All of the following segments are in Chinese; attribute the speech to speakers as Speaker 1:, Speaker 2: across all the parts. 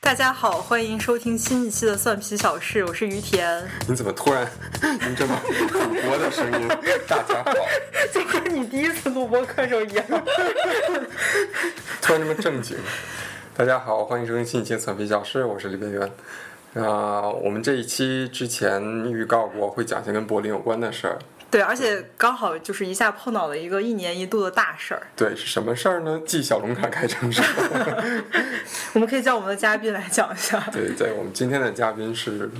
Speaker 1: 大家好，欢迎收听新一期的《蒜皮小事》，我是于田。
Speaker 2: 你怎么突然你这么主播的声音？大家好，
Speaker 1: 就跟你第一次录播课时候一样。
Speaker 2: 突然这么正经。大家好，欢迎收听新一期的《蒜皮小事》，我是李边缘。啊、我们这一期之前预告过会讲一些跟柏林有关的事儿，
Speaker 1: 对，而且刚好就是一下碰到了一个一年一度的大事儿，
Speaker 2: 对，是什么事儿呢？继小龙坎开城市。
Speaker 1: 我们可以叫我们的嘉宾来讲一下。
Speaker 2: 对对，我们今天的嘉宾是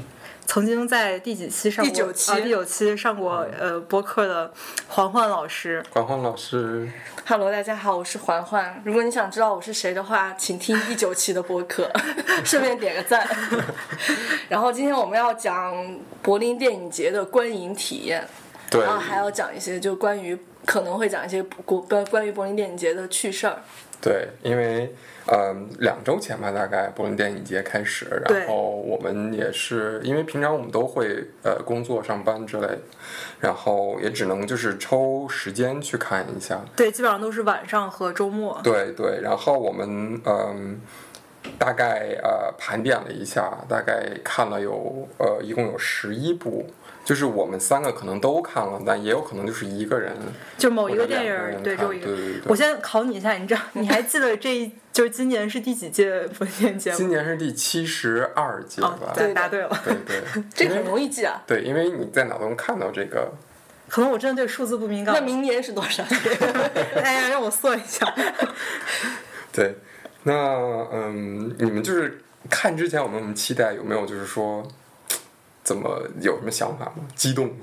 Speaker 1: 曾经在第几期上过？
Speaker 3: 第九期
Speaker 1: 啊第九期上过呃播客的黄焕老师。
Speaker 2: 黄黄老师。
Speaker 3: Hello，大家好，我是环环。如果你想知道我是谁的话，请听第九期的播 客，顺便点个 赞。然后今天我们要讲柏林电影节的观影体验，
Speaker 2: 对
Speaker 3: 然后还要讲一些就关于可能会讲一些国关关于柏林电影节的趣事儿。
Speaker 2: 对，因为嗯、两周前吧，大概柏林电影节开始，
Speaker 1: 对
Speaker 2: 然后我们也是因为平常我们都会呃工作上班之类的，然后也只能就是抽时间去看一下。
Speaker 1: 对，基本上都是晚上和周末。
Speaker 2: 对对，然后我们嗯、大概呃盘点了一下，大概看了有呃一共有十一部。就是我们三个可能都看了，但也有可能就是一个人
Speaker 1: 就某
Speaker 2: 或
Speaker 1: 一
Speaker 2: 者
Speaker 1: 个电
Speaker 2: 两
Speaker 1: 影
Speaker 2: 个
Speaker 1: 儿
Speaker 2: 人，
Speaker 1: 对，只
Speaker 2: 看
Speaker 1: 有一个
Speaker 2: 对。对对
Speaker 1: 我先考你一下，你知道你还记得这一就是今年是第几届柏林电影节
Speaker 2: 今
Speaker 1: 吗？
Speaker 2: 年是第七十二届
Speaker 1: 哦
Speaker 2: 吧？，
Speaker 1: 对，
Speaker 3: 对
Speaker 1: 答对了。
Speaker 2: 对 对，
Speaker 3: 这
Speaker 2: 因
Speaker 3: 个
Speaker 2: 为
Speaker 3: 很容易记啊。
Speaker 2: 对，因为你在脑中看到这个，
Speaker 1: 可能我真的对数字不敏感。
Speaker 3: 那明年是多少？
Speaker 1: 哎呀，让我算一下。
Speaker 2: 对，那嗯，你们就是看之前有没有什么期待？有没有就是说，怎么有什么想法吗？激动吗？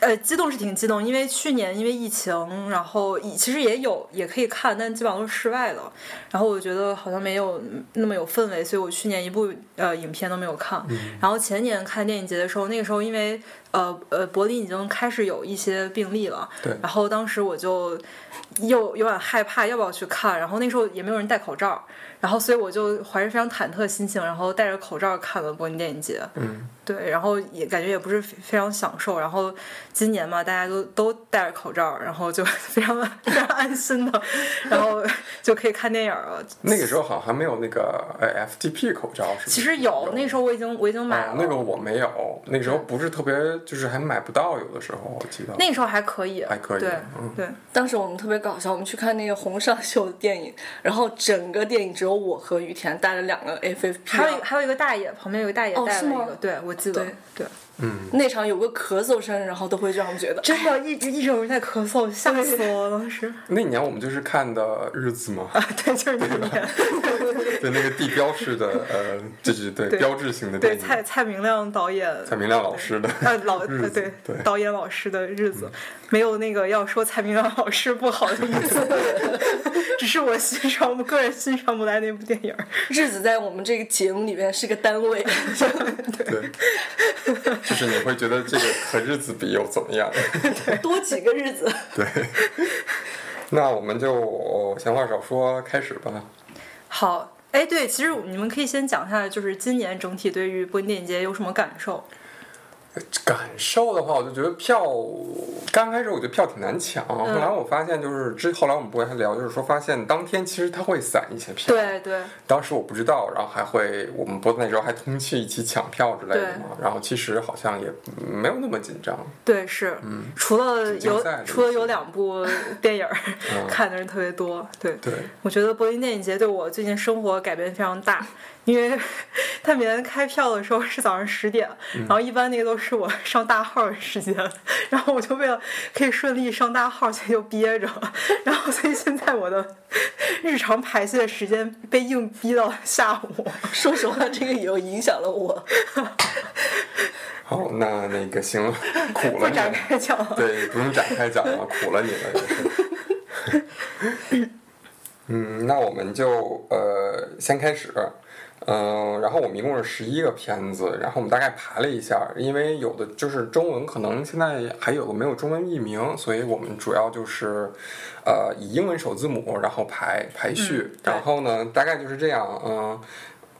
Speaker 1: 呃，激动是挺激动，因为去年因为疫情，然后以其实也有也可以看，但基本上都是室外的。然后我觉得好像没有那么有氛围，所以我去年一部呃影片都没有看。然后前年看电影节的时候，那个时候因为呃呃柏林已经开始有一些病例了，
Speaker 2: 对
Speaker 1: 然后当时我就又有点害怕要不要去看，然后那时候也没有人戴口罩，然后所以我就怀着非常忐忑的心情，然后戴着口罩看了柏林电影节。
Speaker 2: 嗯，
Speaker 1: 对，然后也感觉也不是非非常享受。然后今年嘛，大家都都戴着口罩，然后就 非常非常安心的，然后就可以看电影了。
Speaker 2: 那个时候好像还没有那个呃 FTP 口罩，是不是？
Speaker 1: 其实有，那时候我已经我已经买了。
Speaker 2: 啊，那个我没有，那个时候不是特别，就是还买不到，有的时候我记得。
Speaker 1: 那个时候还可以，
Speaker 2: 还可以
Speaker 1: 对、
Speaker 2: 嗯
Speaker 1: 对，
Speaker 3: 当时我们特别搞笑，我们去看那个洪尚秀的电影，然后整个电影只有我和于田带着两个 FFP，
Speaker 1: 还有一个还有一个大爷，旁边有个大爷
Speaker 3: 哦
Speaker 1: 带了
Speaker 3: 是
Speaker 1: 一
Speaker 3: 吗
Speaker 1: 个，对我记得，
Speaker 3: 对
Speaker 1: 对，
Speaker 2: 嗯，
Speaker 3: 那场有个咳嗽声，然后都会让我们觉得
Speaker 1: 真的，一直一直有人在咳嗽，吓死我了，当时。
Speaker 2: 那年我们就是看的日子嘛，
Speaker 1: 啊，对，就是那年，
Speaker 2: 对那个地标式的呃，就是对
Speaker 1: 对
Speaker 2: 标志性的电
Speaker 1: 对
Speaker 2: 影，
Speaker 1: 蔡蔡明亮导演，
Speaker 2: 蔡明亮老师的。
Speaker 1: 呃，老
Speaker 2: 日
Speaker 1: 呃
Speaker 2: 子
Speaker 1: 对
Speaker 2: 对
Speaker 1: 导演老师的日子，没有那个要说蔡明亮老师不好的意思，只是我欣赏不个人欣赏不来那部电影儿。
Speaker 3: 日子在我们这个节目里面是个单位，
Speaker 2: 对，就是你会觉得这个和日子比又怎么样？
Speaker 3: 多几个日子。
Speaker 2: 对， 那我们就闲话少说，开始吧。
Speaker 1: 好，哎，对，其实你们可以先讲一下，就是今年整体对于柏林电影节有什么感受？
Speaker 2: 感受的话，我就觉得票刚开始我觉得票挺难抢，
Speaker 1: 嗯
Speaker 2: 后来我发现就是之后来我们不会还聊，就是说发现当天其实它会散一些票，，
Speaker 1: 对对
Speaker 2: 当时我不知道，然后还会我们播那时候还通气一起抢票之类的嘛，然后其实好像也没有那么紧张，
Speaker 1: 对，是，
Speaker 2: 嗯
Speaker 1: 除了
Speaker 2: 竞
Speaker 1: 有
Speaker 2: 赛的
Speaker 1: 除了有
Speaker 2: 意思
Speaker 1: 两部电影儿 看的人特别多，对
Speaker 2: 对，
Speaker 1: 我觉得柏林电影节对我最近生活改变非常大，因为 他每天开票的时候是早上十点，
Speaker 2: 嗯
Speaker 1: 然后一般那个都是我上大号的时间，然后我就为了可以顺利上大号，所以就憋着，然后所以现在我的日常排泄时间被硬逼到下午。
Speaker 3: 说实话，这个有影响了我。
Speaker 2: 好，那那个行了，苦
Speaker 1: 嗯 不
Speaker 2: 了你
Speaker 1: 展
Speaker 2: 了，
Speaker 1: 开讲了，
Speaker 2: 对，不用展开讲了，苦了你了也是。嗯，那我们就呃先开始，嗯、然后我们一共是十一个片子，然后我们大概排了一下，因为有的就是中文可能现在还有的没有中文译名，所以我们主要就是呃以英文首字母然后排排序
Speaker 1: 嗯，对
Speaker 2: 然后呢大概就是这样，嗯、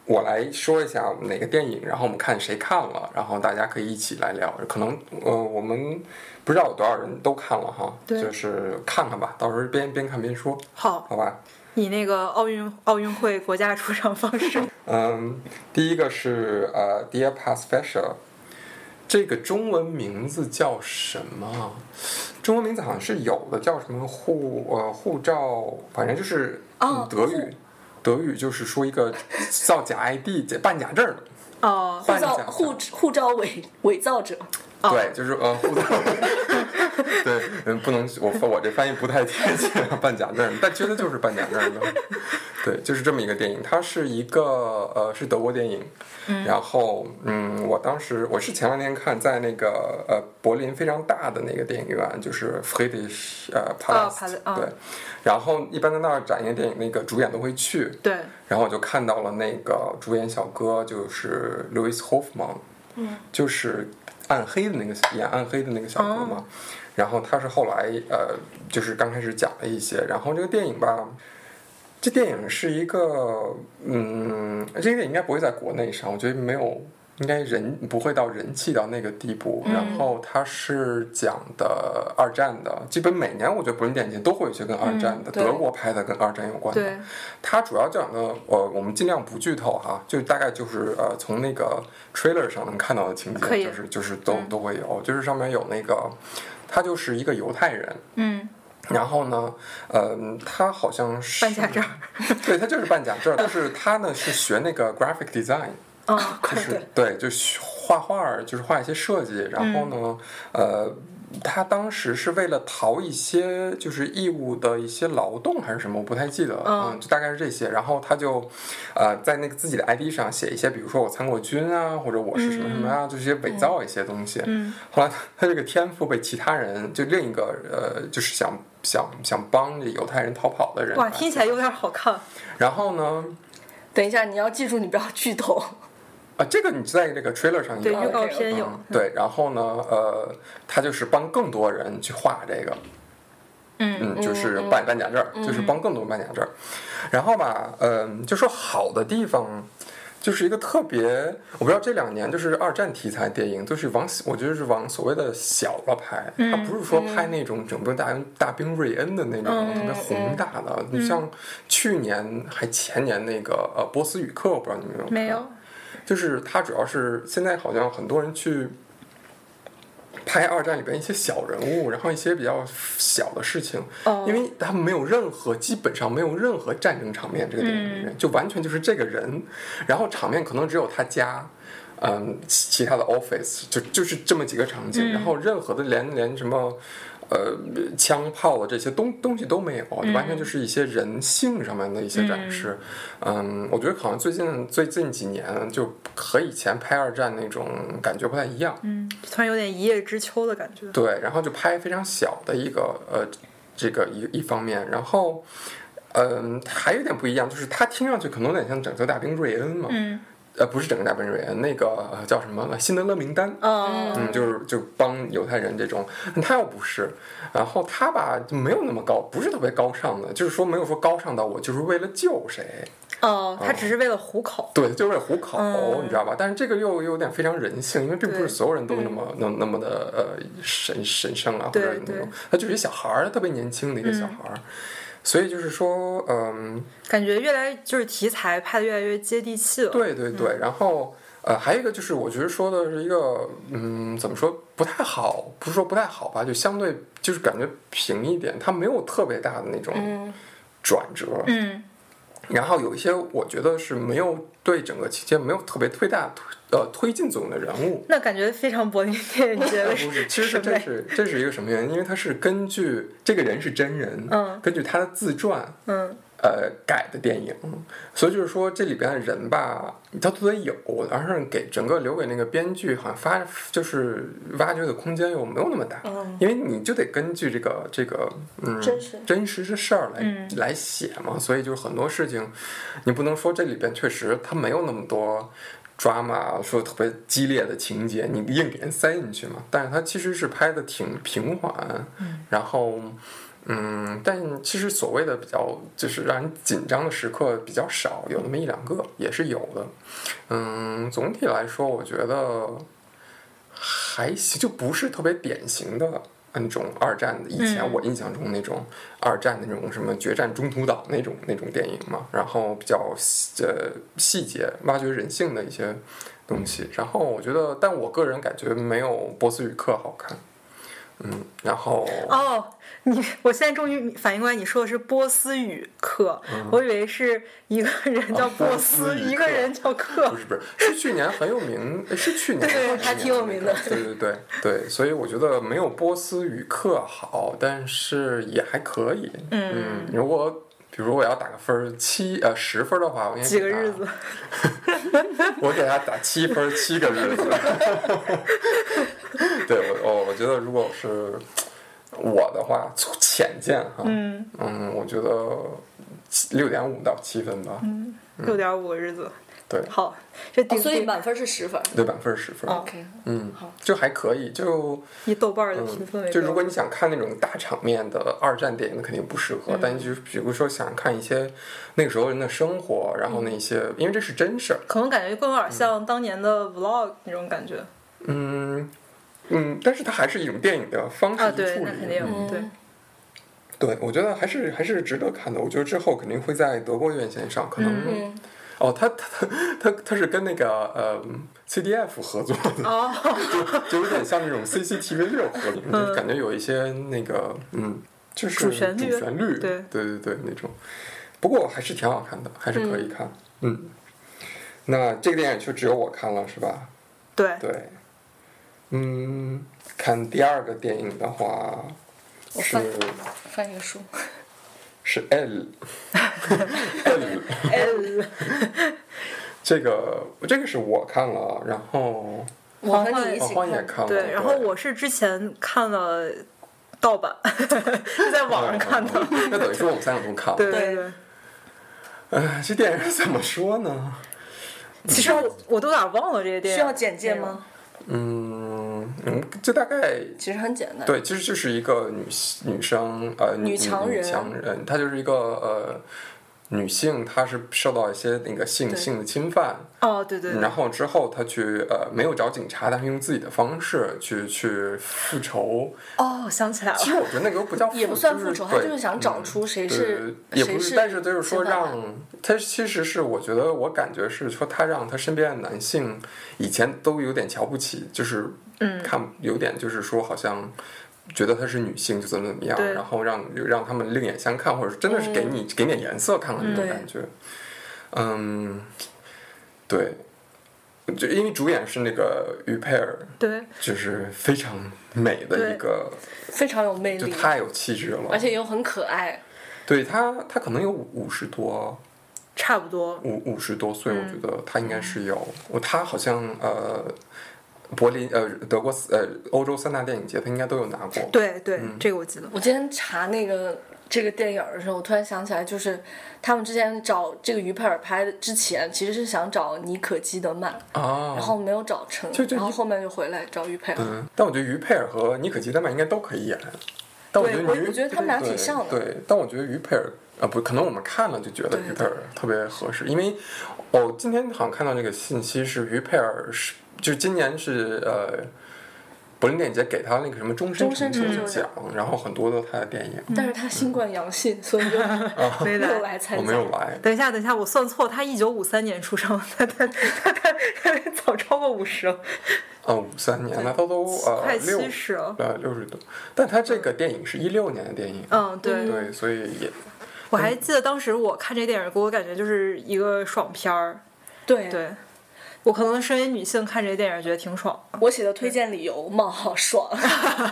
Speaker 2: 我来说一下我们哪个电影，然后我们看谁看了，然后大家可以一起来聊。可能呃，我们不知道有多少人都看了哈，
Speaker 1: 对
Speaker 2: 就是看看吧，到时候边边看边说，
Speaker 1: 好，
Speaker 2: 好吧？
Speaker 1: 你那个奥运奥运会国家出场方 式。
Speaker 2: 嗯，第一个是呃，Dear Past Fashion，这个中文名字叫什么？中文名字好像是有的，叫什么护呃护照，反正就是
Speaker 3: 哦
Speaker 2: 德语，德语就是说一个造假 ID 假办假证儿的。
Speaker 1: 哦
Speaker 3: 护
Speaker 2: 换一
Speaker 3: 照
Speaker 2: 下
Speaker 3: 护护照伪伪造者，
Speaker 1: 哦
Speaker 2: 对，就是呃，护照， 对，嗯，不能，我翻我这翻译不太贴切，办假证，但其实就是办假证的，对，就是这么一个电影，它是一个呃，是德国电影，然后嗯，我当时我是前两天看在那个呃柏林非常大的那个电影院，就是 Friedrich 呃 Palace，、
Speaker 1: Palace，啊
Speaker 2: 对，然后一般在那儿展映电影，那个主演都会去，
Speaker 1: 对，
Speaker 2: 然后我就看到了那个主演小哥，就是 Louis Hoffman，嗯，就是暗黑的那个演暗黑的那个小哥嘛。然后他是后来呃，就是刚开始讲了一些，然后这个电影吧，这电影是一个嗯，这个电影应该不会在国内上，我觉得没有。应该人不会到人气到那个地步，然后它是讲的二战的，基本每年我觉得柏林电影节都会有一些跟二战的，
Speaker 3: 对
Speaker 2: 德国拍的跟二战有关的，
Speaker 1: 对
Speaker 2: 它主要讲的，呃，我们尽量不剧透哈、就大概就是呃，从那个 trailer 上能看到的情
Speaker 1: 可以嗯
Speaker 2: 节，就是就是都、都会有，就是上面有那个，他就是一个犹太人，
Speaker 1: 嗯，
Speaker 2: 然后呢，嗯、他好像是
Speaker 1: 办假证，
Speaker 2: 对他就是办假证，但是他呢是学那个 graphic design，
Speaker 1: 哦，
Speaker 2: 就是对，就是画画儿，就是画一些设计。然后
Speaker 1: 嗯
Speaker 2: 呢，呃，他当时是为了逃一些就是义务的一些劳动还是什么，我不太记得，
Speaker 1: 嗯
Speaker 2: 嗯，就大概是这些。然后他就，呃，在那个自己的 ID 上写一些，比如说我参过军啊，或者我是什么什么啊，就是一些伪造一些东西。
Speaker 1: 嗯
Speaker 2: 后来他他这个天赋被其他人，就另一个呃，就是想想想帮这犹太人逃跑的人
Speaker 1: 哇，
Speaker 2: 吧，
Speaker 1: 听起来有点好看。
Speaker 2: 然后呢，
Speaker 3: 等一下你要记住，你不要剧透。
Speaker 2: 啊，这个你在这个 trailer 上
Speaker 1: 对，
Speaker 2: 有
Speaker 1: 预告片有。
Speaker 2: 嗯，对，然后呢，呃，他就是帮更多人去画这个，
Speaker 1: 嗯
Speaker 2: 嗯，就是办办假证儿，就是帮更多人办假证儿。然后吧，嗯、就说好的地方，就是一个特别，我不知道这两年就是二战题材电影，就是往我觉得是往所谓的小了拍，
Speaker 1: 嗯
Speaker 2: 它不是说拍那种整个大大兵瑞恩的那
Speaker 1: 嗯
Speaker 2: 种特别宏大的，你像去年还前年那个呃波斯语课，我不知道你们有
Speaker 1: 没
Speaker 2: 看
Speaker 1: 有，
Speaker 2: 就是它主要是现在好像很多人去拍二战里边一些小人物，然后一些比较小的事情，
Speaker 1: 哦
Speaker 2: 因为他们没有任何基本上没有任何战争场面，这个电影里面、就完全就是这个人，然后场面可能只有他家。嗯，其其他的 office 就就是这么几个场景，然后任何的连连什么，呃，枪炮啊这些东东西都没有，就完全就是一些人性上面的一些展示。嗯，我觉得好像最近最近几年就和以前拍二战那种感觉不太一样。
Speaker 1: 嗯，突然有点一叶知秋的感觉。
Speaker 2: 对，然后就拍非常小的一个呃，这个一一方面，然后嗯、还有一点不一样，就是它听上去可能有点像《拯救大兵瑞恩》嘛，
Speaker 1: 嗯
Speaker 2: 呃，不是《拯救大兵瑞恩》，那个、呃叫什么《辛德勒名单》
Speaker 1: 哦
Speaker 2: 嗯，就是就帮犹太人这种，但他又不是，然后他吧就没有那么高，不是特别高尚的，就是说没有说高尚到我就是为了救谁，
Speaker 1: 哦，他只是为了糊口。
Speaker 2: 对，就是为了糊口，
Speaker 1: 嗯
Speaker 2: 你知道吧？但是这个又又有点非常人性，因为并不
Speaker 1: 对嗯
Speaker 2: 是所有人都那么那那么的呃神神圣啊，或
Speaker 1: 对
Speaker 2: 者那
Speaker 1: 对嗯
Speaker 2: 种，他就是一小孩儿，特别年轻的一个小孩儿，所以就是说，嗯，
Speaker 1: 感觉越来就是题材拍的越来越接地气了。
Speaker 2: 对对对，然后呃，还有一个就是，我觉得说的是一个，嗯，怎么说不太好，不是说不太好吧，就相对就是感觉平一点，它没有特别大的那种
Speaker 3: 嗯，
Speaker 2: 转折，
Speaker 1: 嗯
Speaker 2: 然后有一些我觉得是没有对整个期间没有特别推大推呃推进作用的人物。
Speaker 1: 那感觉非常柏林电影节的
Speaker 2: 不是，其实这
Speaker 1: 审美
Speaker 2: 是这是一个什么原因？因为他是根据这个人是真人，
Speaker 1: 嗯
Speaker 2: 根据他的自传，
Speaker 1: 嗯
Speaker 2: 呃改的电影，所以就是说这里边的人吧，他都得有，而是给整个留给那个编剧好像发就是挖掘的空间又没有那么大，因为你就得根据这个这个嗯
Speaker 3: 真实
Speaker 2: 真实的事儿来、
Speaker 1: 嗯
Speaker 2: 来写嘛，所以就是很多事情你不能说这里边确实它没有那么多。抓马说特别激烈的情节，你硬给人塞进去嘛？但是它其实是拍的挺平缓，然后嗯，但其实所谓的比较就是让人紧张的时刻比较少，有那么一两个也是有的。嗯，总体来说，我觉得还行，就不是特别典型的那种二战的，以前我印象中那种二战那种什么决战中途岛那种那种电影嘛，然后比较细呃细节挖掘人性的一些东西，然后我觉得，但我个人感觉没有《波斯语课》好看，嗯，然后
Speaker 1: 哦，你我现在终于反应过来，你说的是波斯语课，我以为是一个人叫
Speaker 2: 啊
Speaker 1: 波
Speaker 2: 嗯波
Speaker 1: 斯，
Speaker 2: 斯语
Speaker 1: 一个
Speaker 2: 课
Speaker 1: 人叫克
Speaker 2: 不。是不是，是去年很有名，诶是去年还
Speaker 3: 对
Speaker 2: 是
Speaker 3: 还挺有名的
Speaker 2: 对对对对，所以我觉得没有波斯语课好，但是也还可以。嗯，如果比如我要打个分儿七呃十分儿的话，我应该
Speaker 1: 几
Speaker 2: 给
Speaker 1: 个
Speaker 2: 他
Speaker 1: 日子，
Speaker 2: 我给他打七分儿七个日子。 对我哦我我觉得如果是我的话，粗浅见哈，嗯我觉得六点五到七分吧，
Speaker 1: 嗯六点五个日子。
Speaker 2: 对
Speaker 1: 好，这顶、
Speaker 3: 哦所以满分是十分。
Speaker 2: 对，满分十分，
Speaker 3: OK，
Speaker 2: 嗯
Speaker 3: 好，
Speaker 2: 就还可以，就
Speaker 1: 以豆瓣儿的
Speaker 2: 嗯
Speaker 1: 评分为
Speaker 2: 就
Speaker 1: 标
Speaker 2: 如果你想看那种大场面的二战电影，那肯定不适合。
Speaker 1: 嗯
Speaker 2: 但就是比如说想看一些那个时候人的生活，然后那
Speaker 1: 嗯
Speaker 2: 些，因为这是真事儿，
Speaker 1: 可能感觉更有点像当年的 vlog 那种感觉。
Speaker 2: 嗯嗯，但是它还是一种电影的方
Speaker 1: 啊，
Speaker 2: 式去
Speaker 1: 对，
Speaker 2: 处
Speaker 1: 那
Speaker 2: 理，
Speaker 1: 肯定、
Speaker 2: 嗯
Speaker 1: 对。
Speaker 2: 对，我觉得还是还是值得看的。我觉得之后肯定会在德国院线上，可能、
Speaker 3: 嗯，
Speaker 2: 哦，他他他他是跟那个呃 CDF 合作的，
Speaker 1: 哦，
Speaker 2: 就有点像那种 CCTV 六合作，就感觉有一些那个嗯，就是
Speaker 1: 嗯主旋律
Speaker 2: 主旋律
Speaker 1: 对
Speaker 2: 对对对那种。不过还是挺好看的，还是可以看。嗯那这个电影就只有我看了是吧？
Speaker 1: 对，
Speaker 2: 对，嗯，看第二个电影的话
Speaker 3: 我
Speaker 2: 是
Speaker 3: 翻翻一个书，
Speaker 2: 是 L L
Speaker 1: 哎
Speaker 2: 这个这个是我看了，然后
Speaker 3: 我和你一
Speaker 2: 黄
Speaker 3: 起
Speaker 2: 欢也
Speaker 3: 看。
Speaker 2: 看了，
Speaker 1: 对，然后我是之前看了盗版，是在网上看的。
Speaker 2: 的， 那等于说我们三个都看了。
Speaker 1: 对
Speaker 3: 对
Speaker 1: 对，
Speaker 2: 哎， 这电影怎么说呢？
Speaker 1: 其实我我都有点忘了这些电影。
Speaker 3: 需要简介吗？
Speaker 2: 嗯嗯，这大概
Speaker 3: 其实很简单。
Speaker 2: 对，其实就是一个女女生呃
Speaker 3: 女强人
Speaker 2: 女强人，她就是一个呃女性，她是受到一些那个性
Speaker 3: 对
Speaker 2: 性的侵犯，
Speaker 1: 那个？哦，对对对，
Speaker 2: 然后之后她去呃没有找警察，但是用自己的方式去去复仇。
Speaker 1: 哦，想起来了
Speaker 2: 其，实我觉得那个不叫
Speaker 3: 也不算复仇，
Speaker 2: 是
Speaker 3: 他
Speaker 2: 对嗯
Speaker 3: 就是想找出谁
Speaker 2: 对
Speaker 3: 是
Speaker 2: 呃也
Speaker 3: 谁
Speaker 2: 不
Speaker 3: 是，
Speaker 2: 但是就是说
Speaker 3: 侵犯
Speaker 2: 让他其实是我觉得我感觉是说他让他身边的男性以前都有点瞧不起，就是
Speaker 3: 嗯
Speaker 2: 看有点就是说好像。觉得她是女性就怎么怎么样
Speaker 1: 对，
Speaker 2: 然后让让他们另眼相看，或者是真的是给你、给点颜色看看那种
Speaker 3: 嗯对
Speaker 2: 感觉。嗯，对，就因为主演是那个于佩尔，
Speaker 1: 对，
Speaker 2: 就是非常美的
Speaker 1: 对
Speaker 2: 一个，
Speaker 3: 非常有魅
Speaker 2: 就
Speaker 3: 力，
Speaker 2: 太有气质了。
Speaker 3: 而且又很可爱。
Speaker 2: 对他，他可能有五十多，
Speaker 1: 差不多。
Speaker 2: 五五十多岁，我觉得他应该是有。我他好像呃，柏林呃，德国呃，欧洲三大电影节，他应该都有拿过。
Speaker 1: 对对，这个我记得。
Speaker 3: 我今天查那个这个电影儿的时候，我突然想起来，就是他们之前找这个于佩尔拍的之前，其实是想找妮可基德曼，
Speaker 2: 啊
Speaker 3: 然，后没有找成
Speaker 2: 就，就
Speaker 3: 然后后面就回来找于佩尔。
Speaker 2: 嗯，但我觉得于佩尔和妮可基德曼应该都可以演。但我觉得
Speaker 3: 对
Speaker 2: 于
Speaker 3: 我我觉得他们俩挺像的
Speaker 2: 对，对但我觉得于佩尔啊，不，可能我们看了就觉得
Speaker 3: 对
Speaker 2: 于佩尔特别合适，因为我、哦今天好像看到这个信息是于佩尔是，就是今年是呃。柏林电影节给他那个什么终身
Speaker 3: 终身
Speaker 2: 成
Speaker 3: 成
Speaker 2: 就
Speaker 3: 就
Speaker 2: 奖，然后很多的他的电影，
Speaker 3: 但是他新冠阳性，所以就
Speaker 2: 嗯
Speaker 1: 没
Speaker 3: 没
Speaker 1: 来
Speaker 3: 有来参
Speaker 2: 我
Speaker 3: 加。
Speaker 2: 没有来，
Speaker 1: 等一下，等一下，我算错，他一九五三年出生，他他他他他早超过五十了，
Speaker 2: 哦，五三年，那他都呃
Speaker 1: 快
Speaker 2: 六
Speaker 1: 七十了。
Speaker 2: 呃六十多，但他这个电影是一六年的电影，
Speaker 1: 嗯，对，
Speaker 2: 对，所以也
Speaker 1: 我还记得当时我看这电影，给我感觉就是一个爽片儿。
Speaker 3: 对，
Speaker 1: 对，我可能身为女性看这电影觉得挺爽的。
Speaker 3: 我写的推荐理由冒号爽。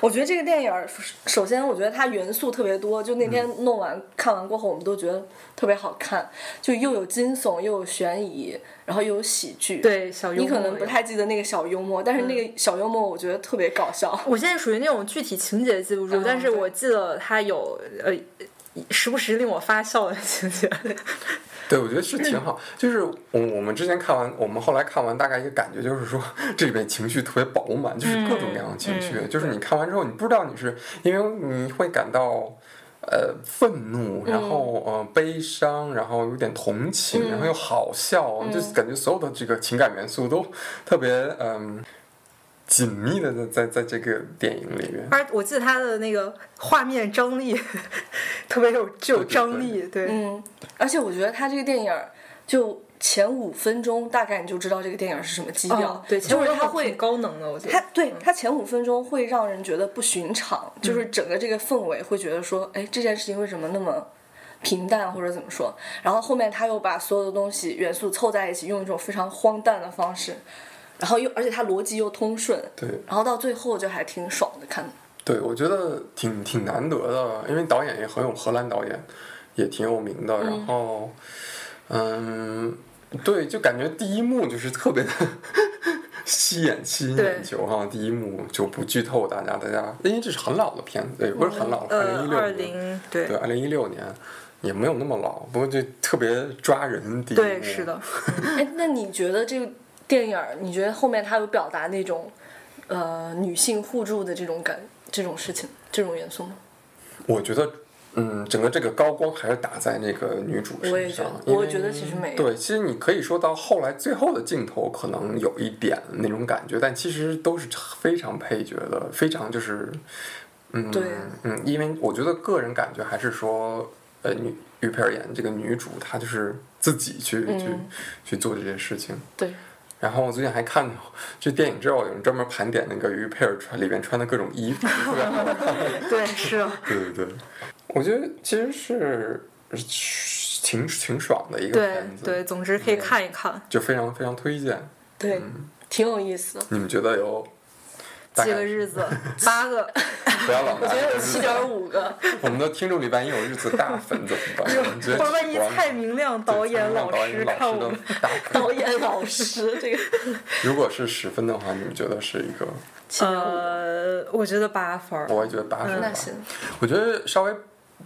Speaker 3: 我觉得这个电影儿，首先我觉得它元素特别多，就那天弄完、看完过后，我们都觉得特别好看，就又有惊悚，又有悬疑，然后又有喜剧。，
Speaker 1: 对，小
Speaker 3: 你可能不。太记得那个小幽默，但是
Speaker 1: 嗯
Speaker 3: 那个小幽默我觉得特别搞笑。
Speaker 1: 我现在属于那种具体情节记不住，
Speaker 3: 嗯
Speaker 1: 但是
Speaker 3: 对
Speaker 1: 我记得他有呃，时不时令我发笑的情节。
Speaker 2: 对，我觉得是挺好。就是我我们之前看完，我们后来看完，大概一个感觉就是说，这里面情绪特别饱满，就是各种各样的情绪。就是你看完之后，你不知道你是因为你会感到。呃，愤怒，然后呃，悲伤，然后有点同情，然后又好笑，就是感觉所有的这个情感元素都特别嗯、紧密的在在在这个电影里面。
Speaker 1: 而我记得他的那个画面张力 特别有具有张力，对
Speaker 3: 嗯，而且我觉得他这个电影儿就前五分钟大概你就知道这个电影儿是什么基调，
Speaker 1: 哦对，其实
Speaker 3: 就是他
Speaker 1: 它
Speaker 3: 会
Speaker 1: 挺高能的，我觉
Speaker 3: 他
Speaker 1: 得。
Speaker 3: 对他前五分钟会让人觉得不寻常，
Speaker 1: 嗯
Speaker 3: 就是整个这个氛围会觉得说，哎，这件事情为什么那么平淡或者怎么说？然后后面他又把所有的东西元素凑在一起，用一种非常荒诞的方式，然后又而且他逻辑又通顺，
Speaker 2: 对
Speaker 3: 然后到最后就还挺爽的看。
Speaker 2: 对，我觉得挺挺难得的，因为导演也很有荷兰导演，也挺有名的。然后，嗯，对，就感觉第一幕就是特别的 吸眼、吸引眼球哈。第一幕就不剧透大家，大家因为这是很老的片子，也不是很老了，二
Speaker 1: 呃
Speaker 2: 零一，
Speaker 1: 二
Speaker 2: 六年，
Speaker 1: 零
Speaker 2: 对，二零一六年也没有那么老，不过就特别抓人。第一幕
Speaker 1: 对是的，
Speaker 3: 哎，那你觉得这个电影儿，你觉得后面他有表达那种呃女性互助的这种感这种事情这种元素吗？
Speaker 2: 我觉得，嗯，整个这个高光还是打在那个女主
Speaker 3: 我也
Speaker 2: 身
Speaker 3: 觉得
Speaker 2: 上。因为
Speaker 3: 我觉得其实没有
Speaker 2: 对，其实你可以说到后来最后的镜头可能有一点那种感觉，但其实都是非常配角的，非常就是，嗯，
Speaker 3: 对
Speaker 2: 嗯，因为我觉得个人感觉还是说，呃，女于佩尔演这个女主，她就是自己去、去
Speaker 3: 嗯
Speaker 2: 去做这些事情。
Speaker 3: 对，
Speaker 2: 然后我最近还看到，就电影之后有人专门盘点那个于佩尔穿里边穿的各种衣 服，特别好看
Speaker 1: 对是的，
Speaker 2: 对对对，我觉得其实是是挺挺爽的一个
Speaker 1: 对
Speaker 2: 片子，
Speaker 1: 对，总之可以看一看。
Speaker 2: 就非常非常推荐。
Speaker 3: 对，
Speaker 2: 嗯
Speaker 3: 挺有意思的。
Speaker 2: 你们觉得有？大
Speaker 1: 几
Speaker 2: 概
Speaker 1: 个日 子，八个，
Speaker 2: 不要老拿
Speaker 3: 我觉得有七点五个，
Speaker 2: 我们的听众里边也有日子大粉怎么办？我们觉
Speaker 1: 或者
Speaker 2: 得
Speaker 1: 万一蔡明亮导演
Speaker 2: 老
Speaker 1: 老师看
Speaker 2: 老
Speaker 1: 我
Speaker 2: 的
Speaker 1: 们，
Speaker 2: 大粉，
Speaker 3: 导演老师 这个
Speaker 2: 如果是十分的话，你们觉得是一个？
Speaker 3: 七点五，
Speaker 1: 呃，我觉得八分儿。
Speaker 2: 我也觉得八分吧
Speaker 3: 那。行，
Speaker 2: 我觉得稍微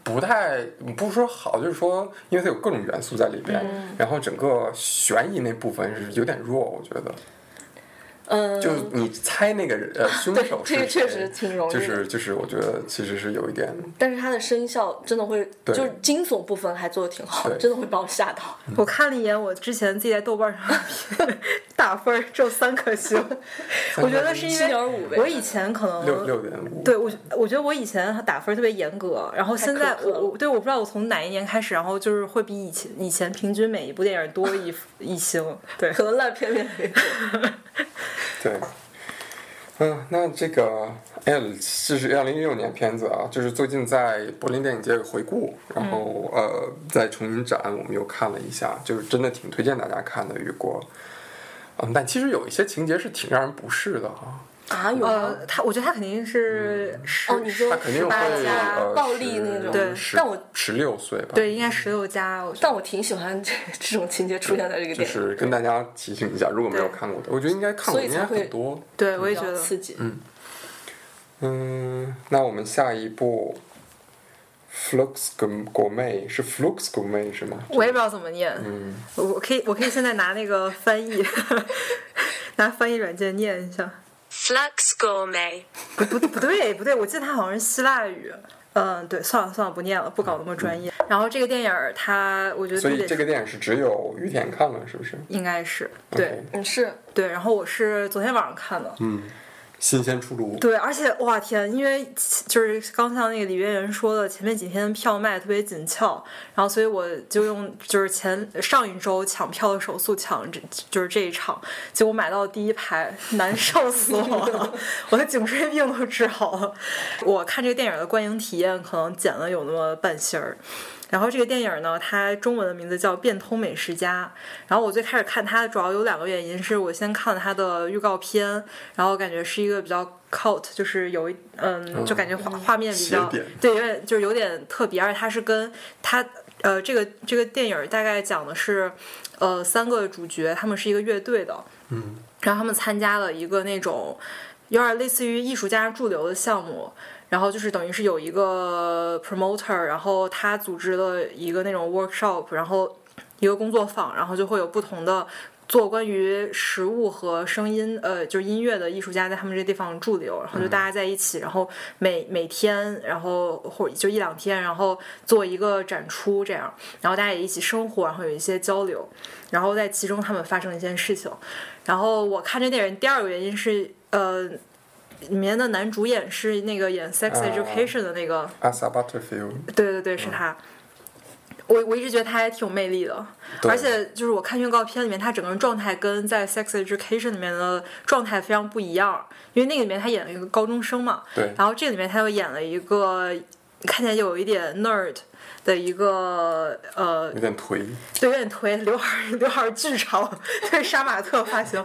Speaker 2: 不太不是说好，就是说，因为它有各种元素在里边，
Speaker 1: 嗯
Speaker 2: 然后整个悬疑那部分是有点弱，我觉得。
Speaker 3: 嗯，
Speaker 2: 就你猜那个人呃凶
Speaker 3: 对
Speaker 2: 手是
Speaker 3: 这个
Speaker 2: 谁，
Speaker 3: 确实挺容易
Speaker 2: 就
Speaker 3: 的
Speaker 2: 是就是，我觉得其实是有一点，
Speaker 3: 但是它的声效真的会，
Speaker 2: 对
Speaker 3: 就是惊悚部分还做的挺好，
Speaker 2: 对
Speaker 3: 真的会把我吓到。
Speaker 1: 我看了一眼我之前自己在豆瓣上的 评打分儿，只有三颗星。我觉得是因
Speaker 3: 7.5呗
Speaker 1: 为我以前可
Speaker 3: 嗯
Speaker 1: 能
Speaker 2: 六六点五，
Speaker 1: 对我，我觉得我以前打分特别严格，然后现在
Speaker 3: 太苛刻了
Speaker 1: 我我对我不知道我从哪一年开始，然后就是会比以前以前平均每一部电影多一一星。对，
Speaker 3: 可能烂片面没做
Speaker 2: 对，嗯，那这个哎，这是二零一六年片子啊，就是最近在柏林电影节有回顾，
Speaker 3: 嗯
Speaker 2: 然后、呃，在重新展我们又看了一下，就是真的挺推荐大家看的《雨果》，嗯，但其实有一些情节是挺让人不适的哈、
Speaker 3: 啊，有吗
Speaker 1: 呃，他我觉得他肯定是十、
Speaker 3: 哦，你说
Speaker 2: 嗯他肯定
Speaker 3: 十
Speaker 2: 会
Speaker 3: 八加
Speaker 2: 呃
Speaker 3: 暴力那种，
Speaker 1: 对
Speaker 2: 十
Speaker 3: 但我
Speaker 2: 十六岁吧，
Speaker 1: 对，应该十六加，我觉得
Speaker 3: 但我挺喜欢这这种情节出现在这个
Speaker 2: 就
Speaker 3: 电影，
Speaker 2: 是跟大家提醒一下，如果没有
Speaker 1: 对
Speaker 2: 看过的，我觉得应该看过
Speaker 3: 所
Speaker 2: 的
Speaker 3: 以
Speaker 2: 应
Speaker 3: 才
Speaker 2: 该很
Speaker 3: 会
Speaker 2: 多。
Speaker 1: 对我
Speaker 3: 比
Speaker 1: 也
Speaker 3: 较
Speaker 1: 觉得
Speaker 3: 刺激。
Speaker 2: 嗯，那我们下一步，Flux 果果妹是 Flux 果妹是吗？
Speaker 1: 我也不知道怎么念，
Speaker 2: 嗯，
Speaker 1: 我我可以我可以现在拿那个翻译， 拿翻译软件念一下。
Speaker 4: Flux Gourmet.
Speaker 1: 不不不对不对，我记得它好像是希腊语。嗯，对，算了算了，不念了，不搞那么专业。然后这个电影儿，它我觉得
Speaker 2: 嗯所
Speaker 1: 它
Speaker 2: 以
Speaker 1: 得
Speaker 2: 这个电影是只有于田看了，是不是？
Speaker 1: 应该是对
Speaker 2: OK，
Speaker 3: 嗯，是
Speaker 1: 对。然后我是昨天晚上看的，
Speaker 2: 嗯，新鲜出炉。
Speaker 1: 对，而且哇天，因为就是刚像那个李渊源说的，前面几天票卖特别紧俏，然后所以我就用就是前上一周抢票的手速抢这就是这一场，结果买到第一排，难受死我了， 我的颈椎病都治好了。我看这个电影的观影体验可能减了有那么半星儿。然后这个电影呢，它中文的名字叫《变通美食家》。然后我最开始看它的主要有两个原因，是我先看了它的预告片，然后感觉是一个比较 cult，就是有一嗯，就感觉画画面比较
Speaker 2: 斜点
Speaker 1: 对，有点就是有点特别，而且它是跟它呃这个这个电影大概讲的是呃三个主角，他们是一个乐队的，
Speaker 2: 嗯，
Speaker 1: 然后他们参加了一个那种有点类似于艺术家驻留的项目，然后就是等于是有一个 promoter，然后他组织了一个那种 workshop，然后一个工作坊，然后就会有不同的做关于食物和声音，呃，就是音乐的艺术家在他们这地方驻留，然后就大家在一起，然后每每天，然后或者就一两天，然后做一个展出这样，然后大家也一起生活，然后有一些交流，然后在其中他们发生一些事情。然后我看这电影第二个原因是，呃，里面的男主演是那个演《Sex
Speaker 2: 啊
Speaker 1: Education》的那个，
Speaker 2: Asa Butterfield，
Speaker 1: 对对对，是他。我我一直觉得他还挺有魅力的，
Speaker 2: 对
Speaker 1: 而且就是我看预告片里面，他整个人状态跟在《Sex Education》里面的状态非常不一样，因为那个里面他演了一个高中生嘛，
Speaker 3: 啊
Speaker 2: 对，
Speaker 1: 然后这里面他又演了一个看起来有一点 nerd 的一个呃
Speaker 2: 有点颓，
Speaker 1: 对，有点颓，刘海儿刘海儿巨长，对杀马特发型，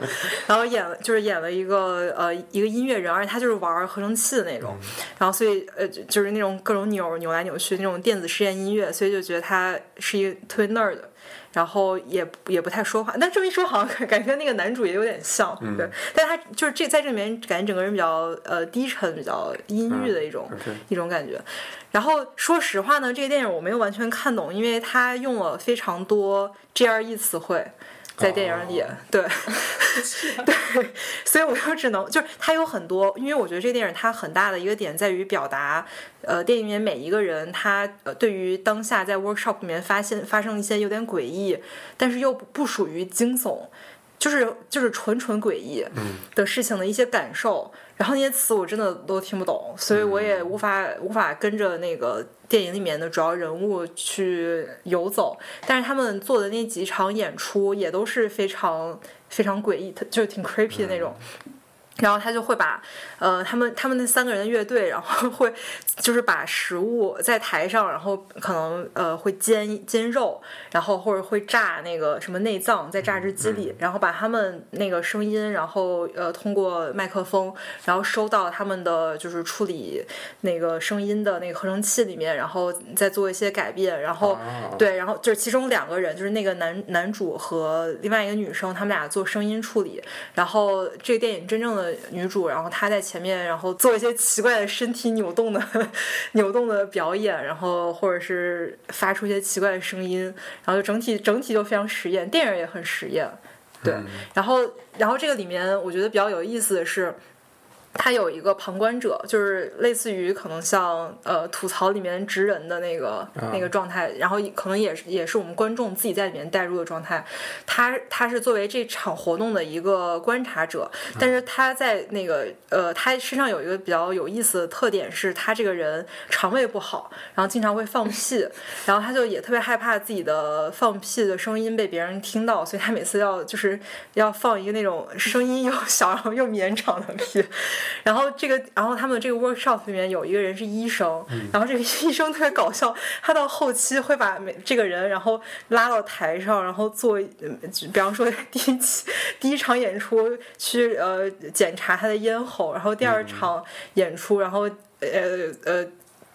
Speaker 1: 然后演了就是演了一个呃一个音乐人，而且他就是玩合成器的那种，
Speaker 2: 嗯
Speaker 1: 然后所以呃就就是那种各种扭扭来扭去那种电子实验音乐，所以就觉得他是一个特别 nerd，的然后也也不太说话，但这么一说好像感感觉跟那个男主也有点像，
Speaker 2: 嗯
Speaker 1: 对，但他就是这在这里面感觉整个人比较呃低沉，比较阴郁的一种、
Speaker 2: 嗯，OK
Speaker 1: 一种感觉。然后说实话呢，这个电影我没有完全看懂，因为它用了非常多 GRE 词汇。在电影里
Speaker 2: 哦
Speaker 1: 对， 对，所以我就只能就是它有很多，因为我觉得这个电影它很大的一个点在于表达，呃，电影里面每一个人他呃对于当下在 workshop 里面发现发生一些有点诡异，但是又不不属于惊悚，就是就是纯纯诡异的事情的一些感受，然后那些词我真的都听不懂，所以我也无法无法跟着那个电影里面的主要人物去游走，但是他们做的那几场演出也都是非常非常诡异，就是挺 creepy 的那种。然后他就会把，呃，他们他们那三个人的乐队，然后会就是把食物在台上，然后可能呃会煎煎肉，然后或者会炸那个什么内脏在榨汁机里，然后把他们那个声音，然后呃通过麦克风，然后收到他们的就是处理那个声音的那个合成器里面，然后再做一些改变，然后、
Speaker 2: 啊
Speaker 1: 对，然后就是其中两个人，就是那个男男主和另外一个女生，他们俩做声音处理，然后这个电影真正的女主，然后她在前面，然后做一些奇怪的身体扭动的 扭动的表演，然后或者是发出一些奇怪的声音，然后就整体整体就非常实验，电影也很实验，对。然后然后这个里面我觉得比较有意思的是。它有一个旁观者，就是类似于可能像呃吐槽里面直人的那个、
Speaker 2: 啊
Speaker 1: 那个状态，然后可能也是也是我们观众自己在里面带入的状态。他他是作为这场活动的一个观察者，但是他在那个呃他身上有一个比较有意思的特点是，他这个人肠胃不好，然后经常会放屁，然后他就也特别害怕自己的放屁的声音被别人听到，所以他每次要就是要放一个那种声音又 小然后又绵长的屁。然后这个，然后他们这个 workshop 里面有一个人是医生，然后这个 医生特别搞笑，他到后期会把每这个人然后拉到台上，然后做，嗯比方说第一期第一场演出去呃检查他的咽喉，然后第二场演出，然后呃呃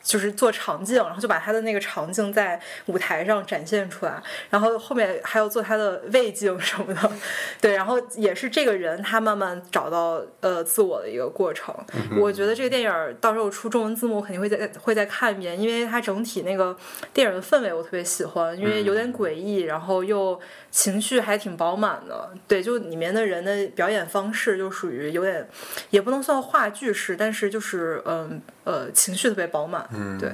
Speaker 1: 就是做场景，然后就把他的那个场景在舞台上展现出来，然后后面还有做他的胃镜什么的， 对，然后也是这个人他慢慢找到呃自我的一个过程。我觉得这个电影儿到时候出中文字幕，我肯定会再会再看一遍，因为它整体那个电影的氛围我特别喜欢，因为有点诡异，然后又情绪还挺饱满的。对，就里面的人的表演方式就属于有点，也不能算话剧式，但是就是嗯呃情绪特别饱满。
Speaker 2: 嗯，
Speaker 1: 对，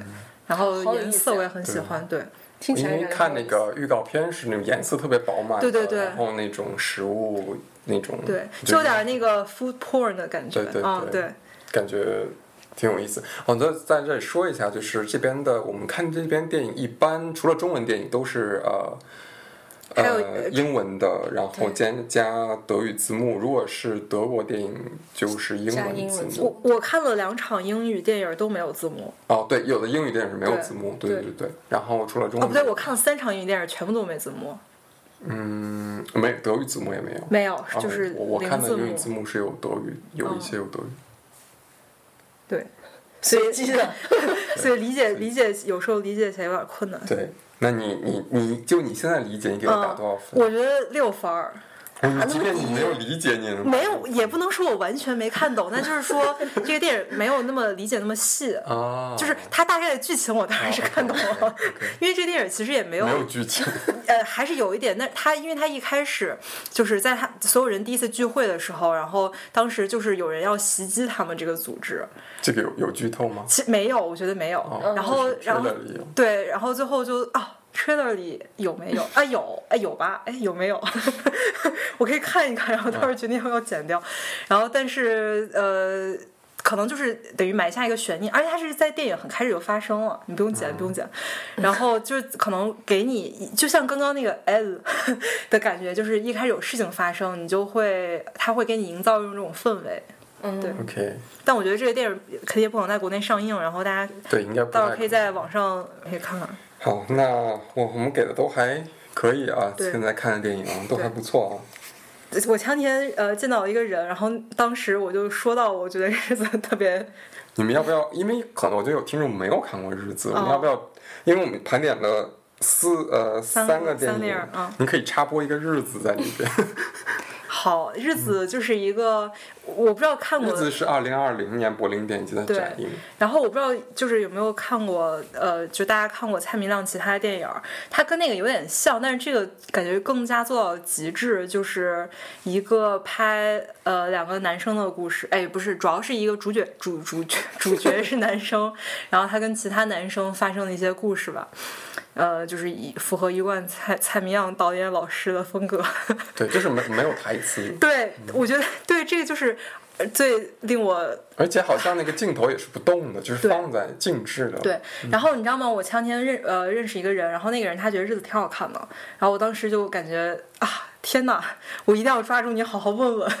Speaker 1: 然后
Speaker 3: 好有
Speaker 1: 颜
Speaker 3: 意思
Speaker 1: 色我
Speaker 3: 啊
Speaker 1: 也很喜
Speaker 2: 对
Speaker 1: 欢，对，
Speaker 3: 听起
Speaker 2: 因
Speaker 3: 来
Speaker 2: 为
Speaker 3: 人
Speaker 2: 看那个预告片是那种颜色特别饱满的，
Speaker 1: 对对对
Speaker 2: 然后那种食物那种，
Speaker 1: 对，就有点那个 food porn 的感觉，
Speaker 2: 对对
Speaker 1: 啊，
Speaker 2: 对
Speaker 1: 对，
Speaker 2: 感觉挺有意思。哦，在在这里说一下，就是这边的我们看这边电影，一般除了中文电影都是呃。
Speaker 1: 还有
Speaker 2: 呃，英文的，然后加加德语字幕。如果是德国电影，就是英
Speaker 3: 加
Speaker 2: 文
Speaker 3: 英
Speaker 2: 字
Speaker 3: 文字
Speaker 2: 幕
Speaker 3: 幕。
Speaker 1: 我我看了两场英语电影都没有字幕，
Speaker 2: 哦，对，有的英语电影是没有
Speaker 1: 对
Speaker 2: 字幕，对
Speaker 1: 对
Speaker 2: 对对。然后除了中
Speaker 1: 哦
Speaker 2: 文，
Speaker 1: 不对，我看了三场英语电影全部都没字幕，
Speaker 2: 嗯，没有德语字幕也没有。
Speaker 1: 没有，
Speaker 2: 哦
Speaker 1: 就是
Speaker 2: 我我
Speaker 1: 零
Speaker 2: 看的
Speaker 1: 字
Speaker 2: 英语
Speaker 1: 幕，哦
Speaker 2: 字幕是有德语，有一些有德语。
Speaker 1: 对，
Speaker 3: 随机 的，
Speaker 1: 所以理解理解有时候理解起来有点困难。
Speaker 2: 对，那你你你就你现在理解，你给他打
Speaker 1: 嗯
Speaker 2: 多少，分？
Speaker 1: 我觉得六分儿，
Speaker 2: 你即便你没有理解，你也能
Speaker 1: 没有也不能说我完全没看懂，但就是说这个电影没有那么理解那么细，
Speaker 2: 啊，
Speaker 1: 就是它大概的剧情我当然是看懂了，因为这电影其实也没有
Speaker 2: 没有剧情，
Speaker 1: 呃，还是有一点。那他因为他一开始就是在他所有人第一次聚会的时候，然后当时就是有人要袭击他们这个组织，
Speaker 2: 这个有有剧透吗？
Speaker 1: 其实没有，我觉得没有。
Speaker 2: 哦
Speaker 1: 然后
Speaker 2: 就是，
Speaker 1: 然后
Speaker 2: trailer 里有
Speaker 1: 对，然后最后就啊。 trailer 里有没有？啊有，哎有吧？哎有没 有？我可以看一看，然后到时候决定要不要剪掉。然后但是呃，可能就是等于埋下一个悬念，而且它是在电影很开始就发生了，你不用剪，不
Speaker 2: 哦
Speaker 1: 用剪。 然后就是可能给你，就像刚刚那个 L 的感觉，就是一开始有事情发生，你就会它会给你营造一种氛围。
Speaker 3: 嗯，
Speaker 1: 对
Speaker 2: OK，
Speaker 1: 但我觉得这个电影肯定也不可能在国内上映，然后大家
Speaker 2: 对，应该不
Speaker 1: 到时
Speaker 2: 太
Speaker 1: 候可以在网上可以看看。
Speaker 2: 好。那我我们给的都还可以啊，
Speaker 1: 对
Speaker 2: 现在看的电影啊都还不错啊。
Speaker 1: 我前两天呃见到一个人，然后当时我就说到，我觉得日子特别
Speaker 2: 你们要不要？因为可能我觉得有听众没有看过《日子》
Speaker 1: 哦
Speaker 2: 我们要不要？因为我们盘点了四呃
Speaker 1: 三
Speaker 2: 三
Speaker 1: 个
Speaker 2: 个电
Speaker 1: 三
Speaker 2: 影
Speaker 1: 电影嗯，
Speaker 2: 你可以插播一个《日子》在里 边。
Speaker 1: 好。日子就是一个，我不知道看
Speaker 2: 嗯日
Speaker 1: 过，
Speaker 2: 子是二零二零年柏林电影节的展映，
Speaker 1: 然后我不知道就是有没有看过，呃，就大家看过蔡明亮其他的电影儿，它跟那个有点像，但是这个感觉更加做到极致，就是一个拍呃两个男生的故事，哎，不是，主要是一个主角主主角主角是男生， 然后他跟其他男生发生的一些故事吧。呃，就是以符合一贯蔡蔡明亮导演老师的风格，
Speaker 2: 对，就是没没有台词，
Speaker 1: 对我觉得对这个就是呃最令我
Speaker 2: 而且好像那个镜头也是不动的，就是
Speaker 1: 对
Speaker 2: 放在静置的。
Speaker 1: 对，然后你知道吗？我前两天认呃认识一个人，然后那个人他觉得日子挺好看的，然后我当时就感觉啊，天哪，我一定要抓住你好好问 问。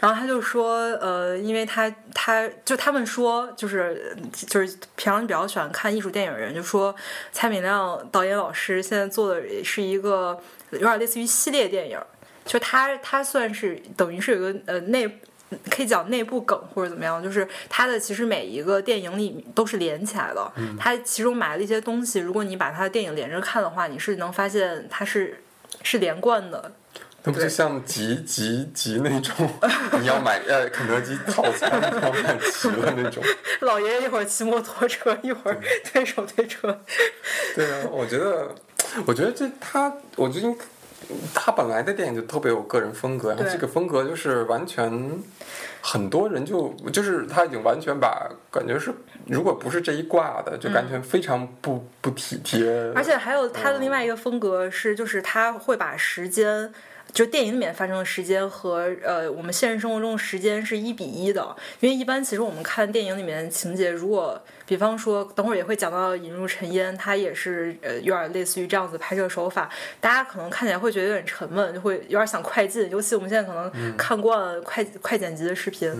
Speaker 1: 然后他就说，呃，因为他他就他们说就是就是平常比较喜欢看艺术电影的人，就说蔡明亮导演老师现在做的是一个有点类似于系列电影，就他他算是等于是有个呃内。可以讲内部梗或者怎么样，就是它的其实每一个电影里都是连起来的，它其中埋了一些东西。如果你把它的电影连着看的话，你是能发现它是是连贯的。
Speaker 2: 那不就像集集集那种，你要买呃肯德基套餐，然后买齐了 那种。
Speaker 1: 老爷爷一会儿骑摩托车，一会儿推手推车，
Speaker 2: 对啊，我觉得，我觉得这他，我最近他本来的电影就特别有个人风格，然后
Speaker 1: 对
Speaker 2: 这个风格就是完全很多人就就是他已经完全把感觉是，如果不是这一挂的，就完全非常不、不体贴。
Speaker 1: 而且还有他的另外一个风格是，就是他会把时间。就电影里面发生的时间和呃我们现实生活中的时间是一比一的，因为一般其实我们看电影里面的情节，如果比方说等会儿也会讲到《引入尘烟》，它也是呃有点类似于这样子拍摄手法，大家可能看起来会觉得有点沉闷，就会有点想快进，尤其我们现在可能看惯了快、快剪辑的视频，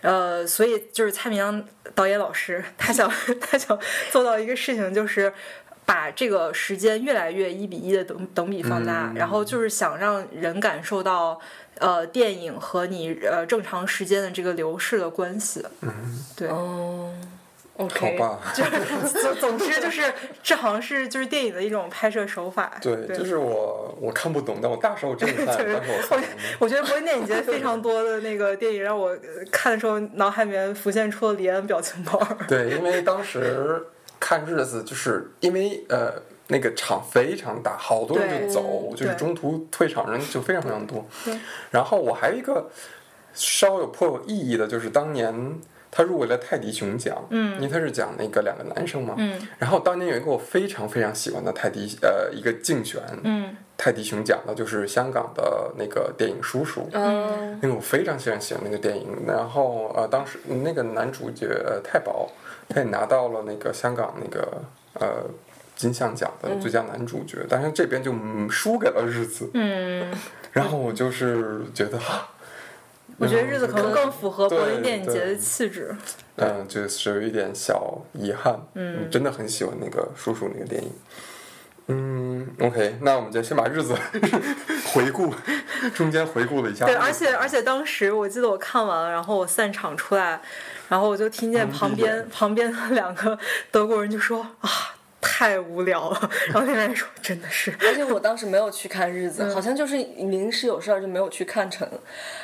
Speaker 1: 呃，所以就是蔡明亮导演老师，他想 他想做到一个事情，就是把这个时间越来越一比一的等等比放大，
Speaker 2: 嗯
Speaker 1: 然后就是想让人感受到呃电影和你呃正常时间的这个流逝的关系。对，
Speaker 3: 哦
Speaker 2: 好
Speaker 3: ，OK，
Speaker 2: 吧，
Speaker 1: 总总之就是这好像是就是电影的一种拍摄手法。
Speaker 2: 对，就是我我看不懂，但我大受震撼，
Speaker 1: 对
Speaker 2: 但是我看
Speaker 1: 我
Speaker 2: 不懂
Speaker 1: 我觉得柏林电影节非常多的那个电影，让我呃看的时候脑海里面浮现出了李安表情包。
Speaker 2: 对，因为当时看日子，就是因为呃那个场非常大，好多人就走，
Speaker 1: 对
Speaker 2: 就是
Speaker 1: 对
Speaker 2: 中途退场人就非常非常多。 然后我还有一个稍有颇有意义的，就是当年。他入围了泰迪熊奖，嗯，因为他是讲那个两个男生嘛，嗯，然后当年有一个我非常非常喜欢的泰迪，呃，一个竞选，嗯，泰迪熊奖的就是香港的那个电影叔叔，
Speaker 3: 嗯，
Speaker 2: 因为我非常非常喜欢那个电影，然后呃，当时那个男主角、呃、太保，他也拿到了那个香港那个呃金像奖的最佳男主角，但是这边就嗯输给了日子，
Speaker 1: 嗯，
Speaker 2: 然后我就是觉得，啊
Speaker 1: 我觉得日子可能更符合柏林
Speaker 2: 嗯对
Speaker 1: 电影节的
Speaker 2: 对
Speaker 1: 气质。
Speaker 2: 嗯、就是有一点小遗憾，嗯，真的很喜欢那个叔叔那个电影。嗯，OK，那我们就先把日子 回顾，中间回顾了一下日
Speaker 1: 对，
Speaker 2: 子。
Speaker 1: 而且而且当时我记得我看完，然后我散场出来，然后我就听
Speaker 2: 啊
Speaker 1: 见旁
Speaker 2: 蒙蔽
Speaker 1: 边
Speaker 2: 眼
Speaker 1: 旁边的两个德国人就说啊。太无聊了，然后那边人说真的是，
Speaker 3: 而且我当时没有去看日子，好像就是临时有事儿就没有去看成。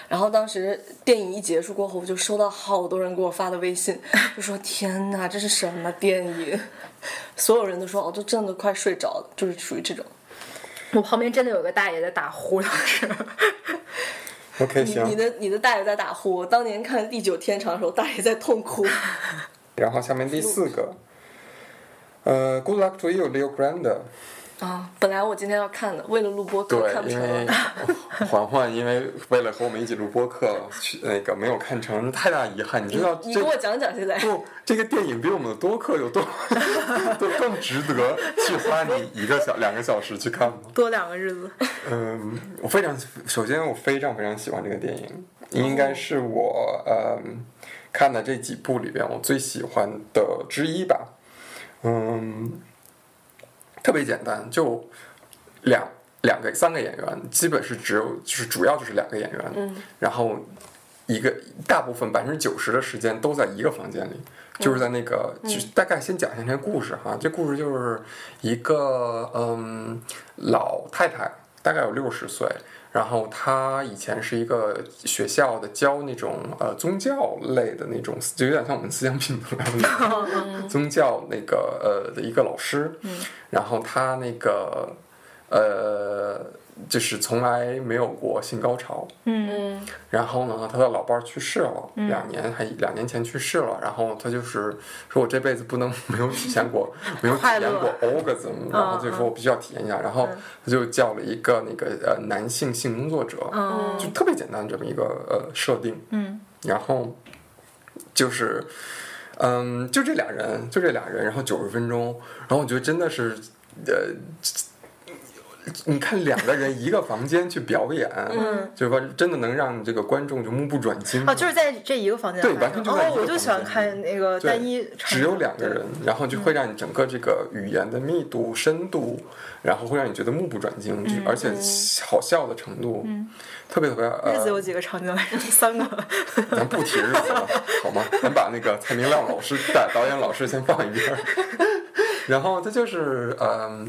Speaker 3: 然后当时电影一结束过后，我就收到好多人给我发的微信，就说：“天哪，这是什么电影？”所有人都说：“哦，都真的快睡着了。”就是属于这种。
Speaker 1: 我旁边真的有个大爷在打呼，当时
Speaker 2: OK，
Speaker 3: 你
Speaker 2: 行，
Speaker 3: 你的你的大爷在打呼，我当年看《地久天长》的时候，大爷在痛哭。
Speaker 2: 然后下面第四个，呃，Good luck to you, Leo Grande。
Speaker 3: 啊，本来我今天要看的，为了录播课
Speaker 2: 对，
Speaker 3: 看不
Speaker 2: 因
Speaker 3: 成
Speaker 2: 为
Speaker 3: 了。
Speaker 2: 环环因为为了和我们一起录播客，去 那个没有看成，太大遗憾。你知道
Speaker 3: 你给
Speaker 2: 这
Speaker 3: 我讲讲现在。
Speaker 2: 不，这个电影比我们的多 课有多都更值得去花你一个小两个小时去看吗？
Speaker 1: 多两个日子，
Speaker 2: 嗯，我非常首先我非常非常喜欢这个电影，应该是我嗯看的这几部里边我最喜欢的之一吧。嗯，特别简单，就两两个三个演员，基本是只有就是主要就是两个演员，然后一个大部分百分之九十的时间都在一个房间里，就是在那个，就大概先讲一下这个故事哈。这故事就是一个嗯老太太，大概有六十岁，然后她以前是一个学校的教那种呃宗教类的那种，就有点像我们思想品德的那
Speaker 1: 嗯
Speaker 2: 种宗教那个呃的一个老师，然后她那个呃就是从来没有过性高潮，
Speaker 3: 嗯
Speaker 2: 然后呢，他的老伴儿去世了，
Speaker 1: 嗯
Speaker 2: 两年还两年前去世了。然后他就是说我这辈子不能没有体验 过，没有体
Speaker 1: 快乐嗯
Speaker 2: 验过 orgasm，然后就说我必须要体验一下。然后他就叫了一个那个呃男性性工作者，
Speaker 1: 嗯
Speaker 2: 就特别简单这么一个呃设定。
Speaker 1: 嗯，
Speaker 2: 然后就是嗯，就这俩人，就这俩人，然后九十分钟，然后我觉得真的是呃。你看两个人一个房间去表演，嗯， 就说真的能让这个观众就目不转睛
Speaker 1: 啊，就是在这一个房间
Speaker 2: 对
Speaker 1: 发
Speaker 2: 完
Speaker 1: 生
Speaker 2: 全就在一
Speaker 1: 哦，
Speaker 2: 个
Speaker 1: 我就喜欢
Speaker 2: 房间
Speaker 1: 看那个
Speaker 2: 对
Speaker 1: 单一场景，
Speaker 2: 只有两个
Speaker 1: 对嗯
Speaker 2: 人，然后就会让你整个这个语言的密度、深度，然后会让你觉得目不转睛，
Speaker 1: 嗯
Speaker 2: 就而且好笑的程度，特别特别
Speaker 1: 日子有
Speaker 2: 呃，
Speaker 1: 几个场景 来着？三个。
Speaker 2: 咱不提日子了，好吗？咱把那个蔡明亮老师、导导演老师先放一边儿， 然后这就是嗯。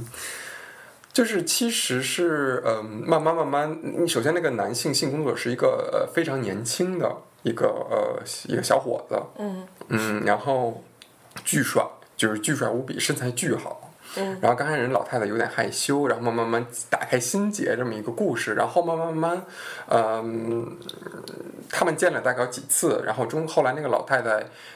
Speaker 2: 就是其实是嗯、慢慢慢慢，你首先那个男性性工作者是一个呃非常年轻的一个呃一个小伙子，
Speaker 3: 嗯
Speaker 2: 嗯，然后巨帅，就是巨帅无比，身材巨好。
Speaker 3: 嗯
Speaker 2: 然后刚开始人老太太有点害羞，然后慢慢慢慢打开心结这么一个故事，然后慢慢慢慢，嗯，他们见了大概有几次，然后中后来那个老太太，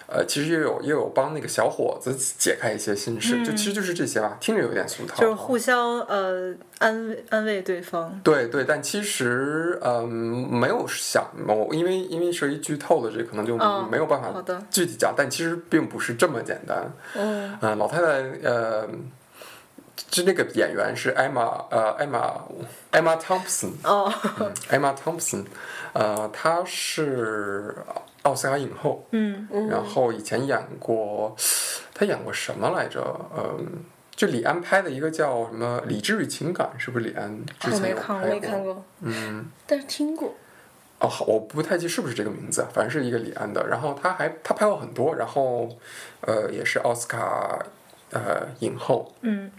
Speaker 2: 呃，其实也有也有帮那个小伙子解开一些心事，就其实就是这些吧，听着有点俗套啊，
Speaker 1: 嗯就是互相呃安慰安慰对方。
Speaker 2: 对对，但其实嗯，没有想我，因为因为涉及剧透的这可能就
Speaker 1: 嗯
Speaker 2: 没有办法
Speaker 1: 好的哦
Speaker 2: 具体讲，但其实并不是这么简单。
Speaker 3: 嗯
Speaker 2: 嗯，老太太呃，就那个演员是艾玛呃艾玛艾玛汤普森，
Speaker 1: 哦，
Speaker 2: 艾玛汤普森，呃，她是奥斯卡影后，
Speaker 1: 嗯，
Speaker 2: 然后以前演过，她演过什么来着？嗯。就李安拍的一个叫什么《理智与情感》，是不是李安之
Speaker 1: 哦我没
Speaker 2: 前有
Speaker 1: 看过
Speaker 2: 拍
Speaker 1: 我
Speaker 3: 没看过，
Speaker 2: 嗯，
Speaker 3: 但是听过。
Speaker 2: 哦，好我不太记是不是这个名字啊，反正是一个李安的。然后他还他拍过很多，然后呃也是奥斯卡呃影后。
Speaker 1: 嗯，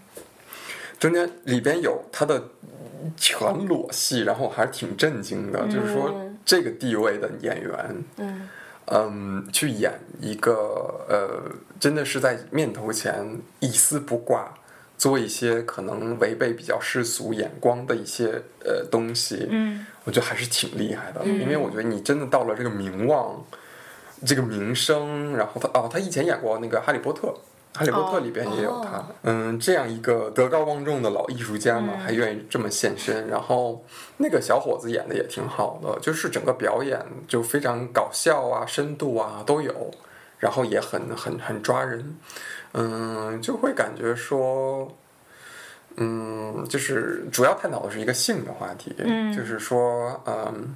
Speaker 2: 中间里边有他的全裸戏，然后我还是挺震惊的，就是说
Speaker 1: 嗯
Speaker 2: 这个地位的演员，
Speaker 3: 嗯
Speaker 2: 嗯，去演一个呃，真的是在面头前一丝不挂，做一些可能违背比较世俗眼光的一些呃东西，
Speaker 1: 嗯，
Speaker 2: 我觉得还是挺厉害的，因为我觉得你真的到了这个名望，这个名声，然后他哦，他以前演过那个《哈利波特》。《哈利波特》里边也有他，嗯，这样一个德高望重的老艺术家嘛，还愿意这么献身。然后那个小伙子演的也挺好的，就是整个表演就非常搞笑啊、深度啊都有，然后也很很很抓人，嗯，就会感觉说，嗯，就是主要探讨的是一个性的话题，
Speaker 1: 嗯
Speaker 2: 就是说，嗯，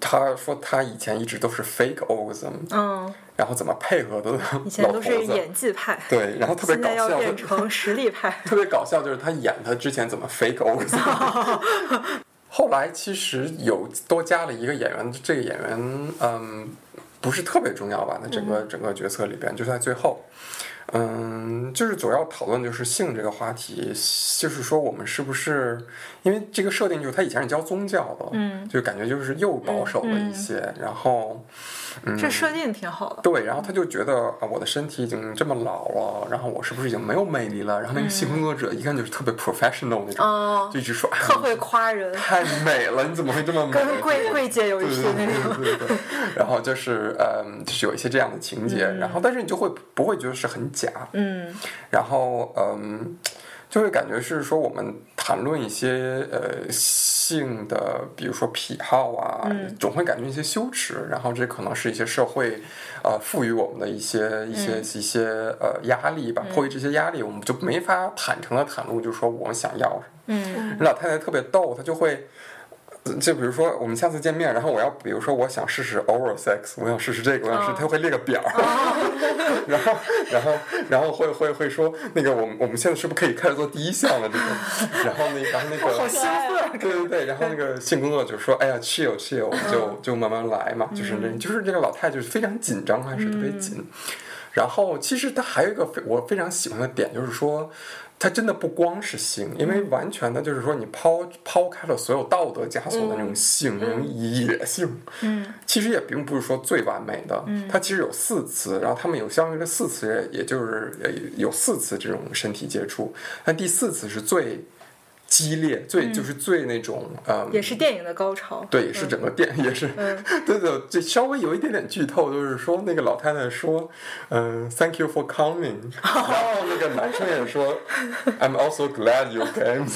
Speaker 2: 他说他以前一直都是 fake orgasm，
Speaker 1: 嗯，
Speaker 2: 然后怎么配合的
Speaker 1: 以
Speaker 2: 老
Speaker 1: 前
Speaker 2: 头
Speaker 1: 都是
Speaker 2: 子，
Speaker 1: 演技派，
Speaker 2: 对，然后特别
Speaker 1: 现
Speaker 2: 搞
Speaker 1: 在要
Speaker 2: 笑，
Speaker 1: 变 成实力派。
Speaker 2: 特别搞笑就是他演他之前怎么 fake orgasm，后来其实有多加了一个演员，这个演员嗯不是特别重要吧？那整个整个角色里边就在最后，嗯，就是主要讨论就是性这个话题，就是说我们是不是因为这个设定就是他以前是教宗教的，
Speaker 1: 嗯
Speaker 2: 就感觉就是又保守了一些，然后嗯，
Speaker 1: 这设定挺好的，
Speaker 2: 对，然后他就觉得啊，我的身体已经这么老了，然后我是不是已经没有魅力了？然后那个性工作者一看就是特别 professional 那种，
Speaker 1: 嗯哦
Speaker 2: 就一直说哎
Speaker 1: 特会夸人，
Speaker 2: 太美了，你怎么会这么美？
Speaker 1: 跟贵贵姐有
Speaker 2: 对
Speaker 1: 一
Speaker 2: 对
Speaker 1: 拼
Speaker 2: 对
Speaker 1: 那 种。
Speaker 2: 对对对。然后就是嗯，就是有一些这样的
Speaker 1: 嗯
Speaker 2: 情节，然后但是你就会不会觉得是很假？
Speaker 1: 嗯
Speaker 2: 然后嗯，就会感觉是说我们谈论一些呃性的，比如说癖好啊，总会感觉一些羞耻，然后这可能是一些社会呃赋予我们的一些一些、一些呃压力吧。迫于这些压力，我们就没法坦诚的袒露，就说我们想要什么。
Speaker 1: 嗯，
Speaker 2: 老太太特别逗，她就会。就比如说，我们下次见面，然后我要，比如说，我想试试 oral sex，我想试试这个，我想试，她会列个表儿，然后，然后，然后会会会说，那个我们我们现在是不是可以开始做第一项了？这个，然后那然后那个，
Speaker 1: 兴奋，
Speaker 2: 对对对，然后那个性工作者说，哎呀，chill chill，我们就就慢慢来嘛，就是那，就是这个老太就是非常紧张，啊还是特别紧。然后其实她还有一个非我非常喜欢的点，就是说。她真的不光是性，因
Speaker 1: 嗯
Speaker 2: 为完全的就是说，你抛抛开了所有道德枷锁的那种性，那种野性，
Speaker 1: 嗯
Speaker 2: 其实也并不是说最完美的，它其实有四次，然后他们有相应的四次，也就是呃有四次这种身体接触，但第四次是最激烈，最、就是最那种嗯。
Speaker 1: 也是电影的高潮。
Speaker 2: 对，也是整个电，也是，
Speaker 1: 嗯
Speaker 2: 对对，这稍微有一点点剧透，就是说那个老太太说，嗯、t h a n k you for coming，然后哦那个男生也说，I'm also glad you came，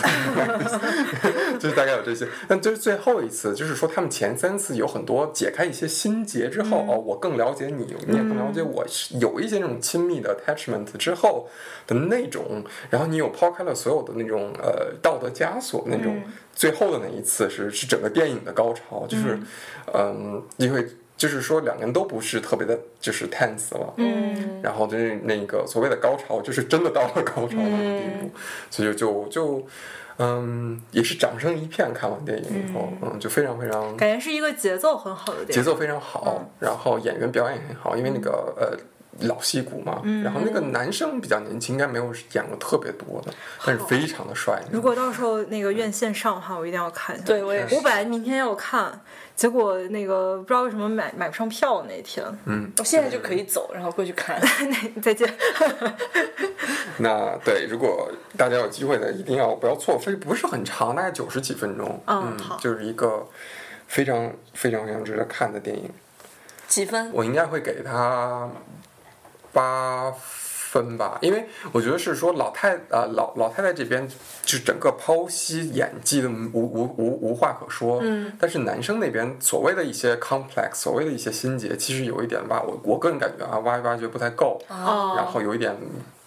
Speaker 2: 就是 大概有这些。但这是最后一次，就是说他们前三次有很多解开一些心结之后，哦，我更了解你，你也更了解我，是有一些那种亲密的 attachment 之后的那种，然后你有抛开了所有的那种呃道德枷锁那种。最后的那一次是是整个电影的高潮，就是，嗯，因为就是说两个人都不是特别的，就是 tense 了，
Speaker 1: 嗯
Speaker 2: 然后就是那个所谓的高潮，就是真的到了高潮的那
Speaker 1: 嗯
Speaker 2: 个地步，所以就就，嗯，也是掌声一片。看完电影以后，嗯，就非常非常
Speaker 1: 感觉嗯是一个节奏很好的电
Speaker 2: 节
Speaker 1: 影。
Speaker 2: 奏非常好，然后演员表演也很好，因为那个
Speaker 1: 嗯
Speaker 2: 呃老戏骨嘛，然后那个男生比较年轻，应该没有演过特别多的，但是非常的帅。
Speaker 1: 如果到时候那个院线上的话，我一定要看一下。
Speaker 3: 对我也是
Speaker 1: 我本来明天要看，结果那个不知道为什么买买不上票那天。
Speaker 2: 嗯，
Speaker 3: 我现在就可以走，然后过去看。
Speaker 1: 再见。
Speaker 2: 那对，如果大家有机会的，一定要不要错，非不是很长，大概九十几分钟，
Speaker 1: 嗯
Speaker 2: 嗯
Speaker 1: 好，
Speaker 2: 就是一个非常非常非常值得看的电影。
Speaker 3: 几分？
Speaker 2: 我应该会给他八分吧，因为我觉得是说老太呃老老太太这边就整个剖析演技的无无无无话可说，嗯，但是男生那边所谓的一些 complex，所谓的一些心结，其实有一点挖我我个人感觉啊挖一挖掘不太够，
Speaker 1: 哦
Speaker 2: 然后有一点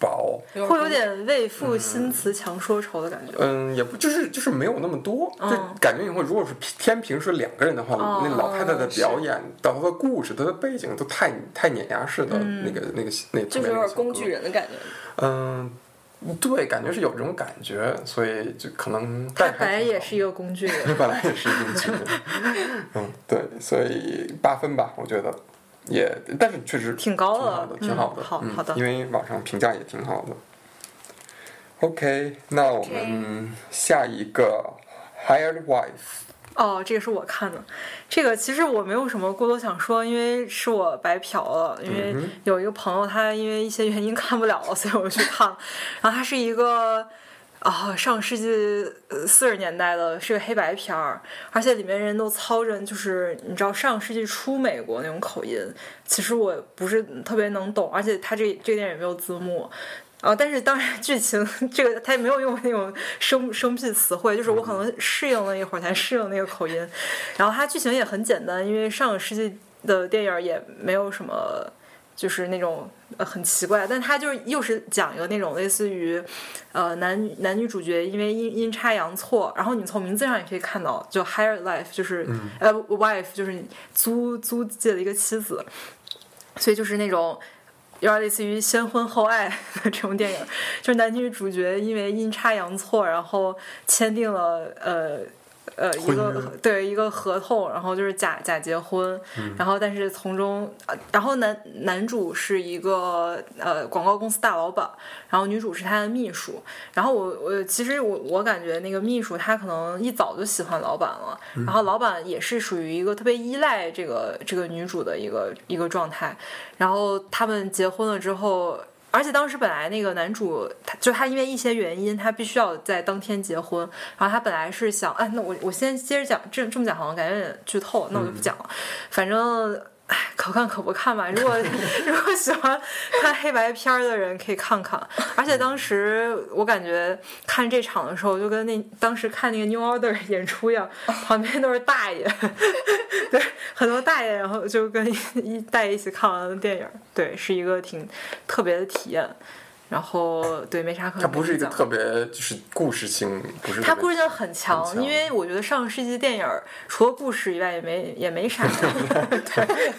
Speaker 2: 薄，
Speaker 1: 会有点为赋新词强说愁的感觉。
Speaker 2: 嗯，也不就是就是没有那么多，就
Speaker 1: 嗯
Speaker 2: 感觉以后如果是平天平是两个人的话，
Speaker 1: 哦
Speaker 2: 那老太太的表演到她的故事、她的背景都太太碾压式的那个、那个那个，
Speaker 3: 嗯就是有点工具。人的感觉。
Speaker 2: 嗯，对，感觉是有这种感觉，所以就可能
Speaker 1: 他
Speaker 2: 带
Speaker 1: 本来也是一个工具人。
Speaker 2: 他 本来也是工具人， 嗯，对，所以八分吧，我觉得也，但是确实
Speaker 1: 挺高的
Speaker 2: 的，挺好
Speaker 1: 嗯
Speaker 2: 的，
Speaker 1: 好好的
Speaker 2: 因为网上评价也挺好的。OK，那我们下一个 Hired Wife，
Speaker 1: 哦，这个是我看的，这个其实我没有什么过多想说，因为是我白嫖了，因为有一个朋友他因为一些原因看不了了，所以我就去看了。然后它是一个啊、上世纪呃四十年代的，是个黑白片儿，而且里面人都操着就是你知道上世纪初美国那种口音，其实我不是特别能懂，而且它这这个电影也没有字幕，啊，但是当然剧情这个他也没有用那种生生僻词汇，就是我可能适应了一会儿才适应那个口音。然后它剧情也很简单，因为上个世纪的电影也没有什么。就是那种呃很奇怪，但它就是又是讲一个那种类似于，呃男女男女主角因为阴阴差阳错，然后你从名字上也可以看到，就 hire life 就是、呃 wife 就是你租租借的一个妻子，所以就是那种有点类似于先婚后爱的这种电影，就是男女主角因为阴差阳错，然后签订了呃。呃，一
Speaker 2: 婚
Speaker 1: 个
Speaker 2: 约
Speaker 1: 对一个合同，然后就是假假结婚，
Speaker 2: 嗯
Speaker 1: 然后但是从中，呃然后男男主是一个呃广告公司大老板，然后女主是他的秘书，然后我我其实我我感觉那个秘书她可能一早就喜欢老板了，
Speaker 2: 嗯
Speaker 1: 然后老板也是属于一个特别依赖这个这个女主的一个一个状态，然后他们结婚了之后。而且当时本来那个男主，他就他因为一些原因，他必须要在当天结婚。然后他本来是啊想，哎，那我我先接着讲，这这么讲好像感觉有点剧透，那我就不讲了。反正哎，可看可不看吧。如果如果喜欢看黑白片儿的人可以看看，而且当时我感觉看这场的时候，就跟那当时看那个 New Order 演出一样，旁边都是大爷， 对，很多大爷，然后就跟一一大爷一起看完了电影儿，对，是一个挺特别的体验。然后对，没啥可
Speaker 2: 它不是一个
Speaker 1: 讲
Speaker 2: 特别就是故事性，不是特别
Speaker 1: 它故事性很强，
Speaker 2: 很强
Speaker 1: 因为我觉得上个世纪电影儿除了故事以外也没也没啥， 对，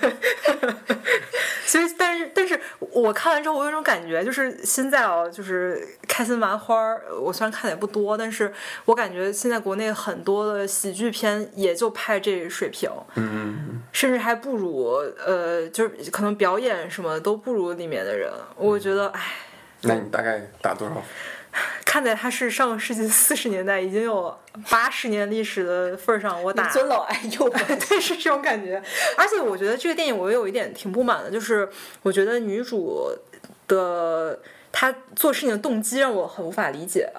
Speaker 1: 所以但是但是我看完之后我有一种感觉，就是现在啊，就是开心麻花儿，我虽然看的也不多，但是我感觉现在国内很多的喜剧片也就拍这水平，
Speaker 2: 嗯，
Speaker 1: 甚至还不如呃，就是可能表演什么都不如里面的人，我觉得哎唉。
Speaker 2: 那你大概打多少？
Speaker 1: 看在它是上个世纪 四十年代已经有八十年历史的份儿上，我打
Speaker 3: 尊老爱幼 吧。
Speaker 1: 对，是这种感觉。而且我觉得这个电影我有一点挺不满的，就是我觉得女主的她做事情的动机让我很无法理解。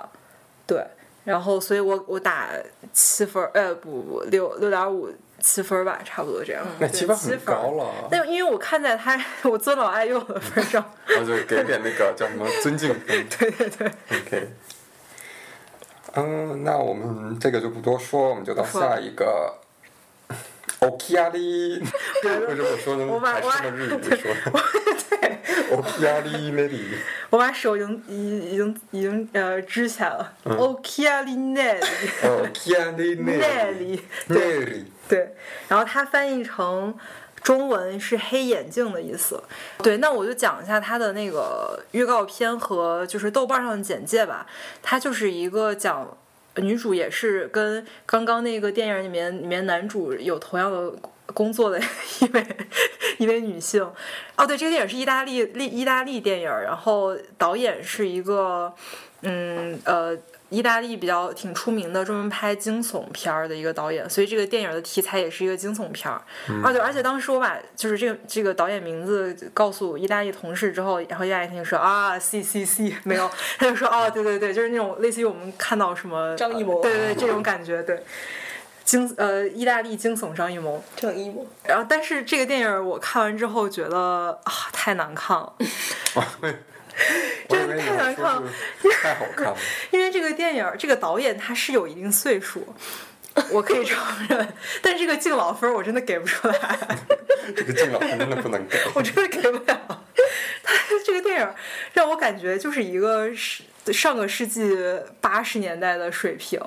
Speaker 1: 对，然后所以我我打七分儿，呃，不不六六点五七分儿吧，差不多这样。
Speaker 2: 那
Speaker 1: 对
Speaker 2: 嗯七
Speaker 1: 分
Speaker 2: 分很高。啊 了，
Speaker 1: 但因为我看在她 我尊老爱幼的份儿上，
Speaker 2: 我就给点那个叫什么尊敬 分。对对对。OK。嗯，那我们这个就不多说，我们就到下一个。Okiari，为什么我说
Speaker 1: 我
Speaker 2: 能
Speaker 1: 把
Speaker 2: 还
Speaker 1: 我把
Speaker 2: 是用日语说？Okiari Mary，
Speaker 1: 我把手已经已已经已经呃支起来了。o k i a l i n e
Speaker 2: 哦，Okiari
Speaker 1: Mary，
Speaker 2: Mary，Mary，
Speaker 1: 对，然后它翻译成中文是黑眼镜的意思。对，那我就讲一下它的那个预告片和就是豆瓣上的简介吧。它就是一个讲。女主也是跟刚刚那个电影里面里面男主有同样的工作的 一位一位女性，哦，对，这个电影是意大利利意大利电影儿，然后导演是一个嗯呃，意大利比较挺出名的，专门拍惊悚片儿的一个导演，所以这个电影的题材也是一个惊悚片儿。啊而且而且当时我把就是这个这个导演名字告诉意大利同事之后，然后意大利同事说啊，C C C 没有，他就说哦，对对对，就是那种类似于我们看到什么呃
Speaker 3: 张艺谋
Speaker 1: 对对对，这种感觉，对。惊呃，意大利惊悚张艺谋，
Speaker 3: 正义吗？
Speaker 1: 然后但是这个电影我看完之后觉得啊太难看了，
Speaker 2: 我以为你要说是太好看了，
Speaker 1: 因为这个电影儿，这个导演他是有一定岁数，我可以承认，但这个敬老分儿我真的给不出来，
Speaker 2: 这个敬老真的不能给。
Speaker 1: 我真的给不了。他这个电影儿让我感觉就是一个是上个世纪八十年代的水平，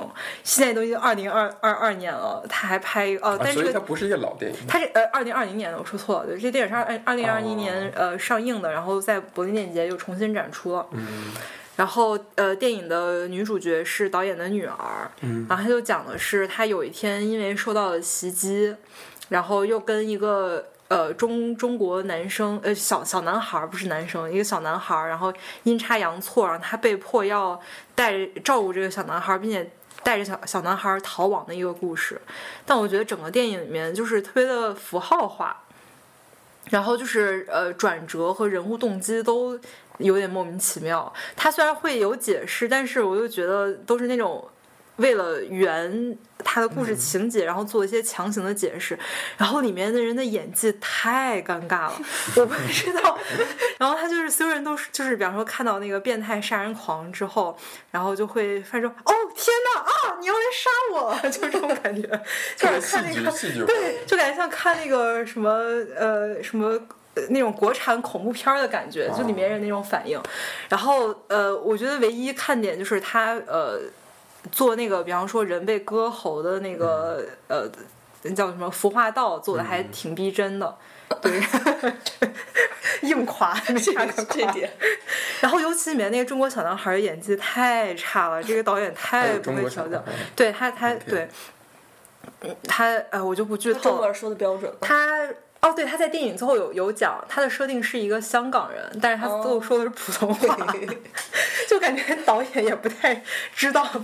Speaker 1: 现在都已经二零二二二年了，他还拍一个哦，
Speaker 2: 啊
Speaker 1: 但
Speaker 2: 所
Speaker 1: 这
Speaker 2: 以它
Speaker 1: 个。
Speaker 2: 不是一个老电影，
Speaker 1: 它是呃，二零二零年的，我说错了，对，这电影是二二零二一
Speaker 2: 哦
Speaker 1: 年、呃上映的，然后在柏林电影节又重新展出了。
Speaker 2: 嗯
Speaker 1: 然后呃，电影的女主角是导演的女儿，
Speaker 2: 嗯
Speaker 1: 然后她就讲的是她有一天因为受到了袭击，然后又跟一个。呃，中中国男生，呃，小小男孩儿不是男生，一个小男孩儿，然后阴差阳错，然后他被迫要带着照顾这个小男孩儿，并且带着小小男孩儿逃亡的一个故事。但我觉得整个电影里面就是特别的符号化，然后就是呃转折和人物动机都有点莫名其妙。他虽然会有解释，但是我又觉得都是那种为了圆他的故事情节，然后做一些强行的解释。然后里面的人的演技太尴尬了，我不知道。 然后他就是所有人都是就是，比方说看到那个变态杀人狂之后，然后就会发出哦天哪啊你要来杀我，就是这种感觉，就是看那个
Speaker 2: 特别戏剧戏剧化
Speaker 1: 对， 就感觉像看那个什么呃什么。呃那种国产恐怖片儿的感觉，就里
Speaker 2: 哦
Speaker 1: 面人那种反应。然后呃，我觉得唯一看点就是他呃做那个，比方说人被割喉的那个、
Speaker 2: 嗯
Speaker 1: 呃那叫什么服化道做的还挺逼真的，对， 硬夸 没
Speaker 3: 这
Speaker 1: 啥可
Speaker 3: 这
Speaker 1: 夸。
Speaker 3: 点，
Speaker 1: 然后尤其里面那个中国小男孩的演技太差了，这个导演
Speaker 2: 还
Speaker 1: 太
Speaker 2: 有
Speaker 1: 不
Speaker 2: 中
Speaker 1: 会
Speaker 2: 国
Speaker 1: 调
Speaker 2: 小
Speaker 1: 教
Speaker 2: 男孩，
Speaker 1: 对他他
Speaker 2: OK
Speaker 1: 对，嗯他呃我就不剧
Speaker 3: 中
Speaker 1: 透了
Speaker 3: 文，说的标准吗？
Speaker 1: 他。哦，对，他在电影最后有有讲，他的设定是一个香港人，但是他
Speaker 3: 哦
Speaker 1: 最后说的是普通话，就感觉导演也不太知道，不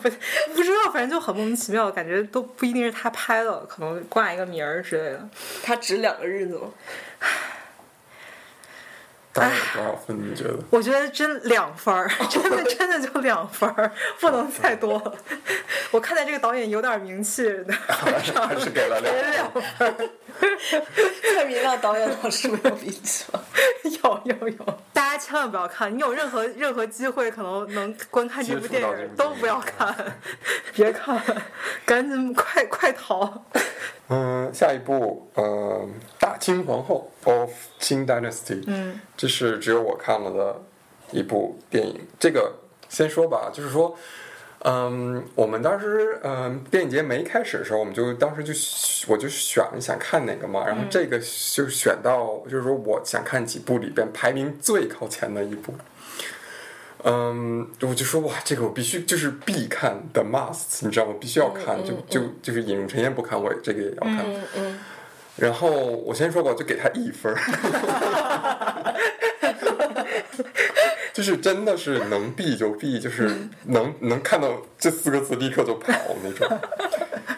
Speaker 1: 不知道，反正就很莫名其妙，感觉都不一定是他拍的，可能挂一个名儿之类的。
Speaker 3: 他值两个日子吗？
Speaker 2: 大概有多少分？你 觉得？
Speaker 1: 我觉得真两分儿，真的真的就两分儿，不能再多了。 我看在这个导演有点名气的份儿上，
Speaker 2: 还是给了
Speaker 1: 给了
Speaker 2: 两
Speaker 1: 两分儿。
Speaker 3: 蔡明亮导演老师没有名气 吗？
Speaker 1: 有有有，大家千万不要看，你有任何任何机会可能能观看这部电
Speaker 2: 接触到这
Speaker 1: 影
Speaker 2: 部电影
Speaker 1: 都不要看，别看， 赶紧快快 逃！
Speaker 2: 嗯，下一部，呃，《大清皇后》of Qing Dynasty，
Speaker 1: 嗯，
Speaker 2: 这是只有我看了的一部电影。这个先说吧，就是说，嗯，我们当时，嗯，电影节没开始的时候，我们就当时就我就选了想看哪个嘛，然后这个就选到，就是说我想看几部里边排名最靠前的一部。嗯，我就说哇，这个我必须就是必看的 must，你知道吗？必须要看，就就就是引入尘烟不看，我也这个也要看。
Speaker 3: 嗯嗯，
Speaker 2: 然后我先说吧，我就给他一分儿， 就是真的是能避就避，就是
Speaker 3: 嗯
Speaker 2: 能能看到这四个字立刻就跑那 种。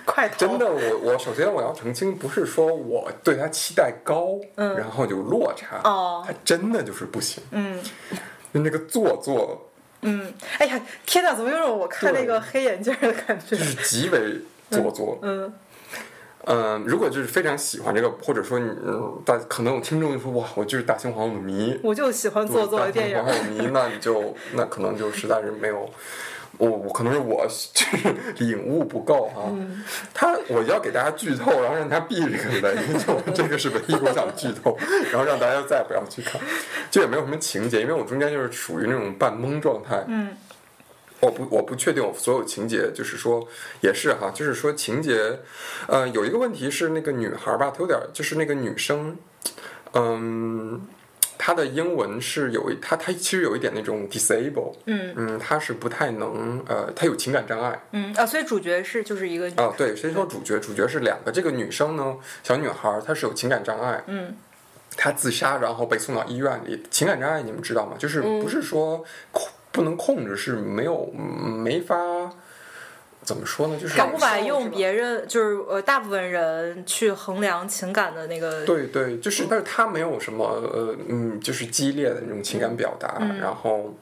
Speaker 1: 快逃！
Speaker 2: 真的，我我首先我要澄清，不是说我对他期待高，
Speaker 3: 嗯
Speaker 2: 然后有落差，
Speaker 1: 哦
Speaker 2: 他真的就是不行，
Speaker 1: 嗯
Speaker 2: 就那个做作
Speaker 1: 嗯，哎呀，天哪，怎么有种我看那个黑眼镜儿的感觉
Speaker 2: 就？是极为做作，
Speaker 1: 嗯
Speaker 2: 嗯，如果就是非常喜欢这个，或者说你，嗯大可能有听众就说哇，我就是大清皇后迷，
Speaker 1: 我就喜欢做作的电
Speaker 2: 大
Speaker 1: 影
Speaker 2: 清。皇后迷，那你就那可能就实在是没有，我我可能是我就是 领悟不够啊。
Speaker 1: 嗯
Speaker 2: 他我要给大家剧透，然后让他避这个雷， 就这个是唯一我想剧透，然后让大家再也不要去看，就也没有什么情节，因为我中间就是属于那种半懵状态，
Speaker 1: 嗯
Speaker 2: 我不我不确定我所有情节，就是说也是哈，就是说情节，呃，有一个问题是那个女孩吧，她有点儿就是那个女生，嗯，她的英文是有一她她其实有一点那种 disable，
Speaker 1: 嗯
Speaker 2: 嗯，她是不太能呃，她有情感障碍
Speaker 1: 嗯啊，所以主角是就是一个
Speaker 2: 啊、对，先说主角，主角是两个，这个女生呢，小女孩儿她是有情感障碍，
Speaker 1: 嗯
Speaker 2: 她自杀，然后被送到医院里。情感障碍你们知道吗？就是
Speaker 1: 嗯
Speaker 2: 不是说控不能控制，是没有没法怎么说呢？就是
Speaker 1: 他无法
Speaker 3: 受是
Speaker 1: 用
Speaker 3: 吧
Speaker 1: 别人，就是呃，大部分人去衡量情感的那个，
Speaker 2: 对对，就是，但是她没有什么呃嗯，就是激烈的那种情感表达，然后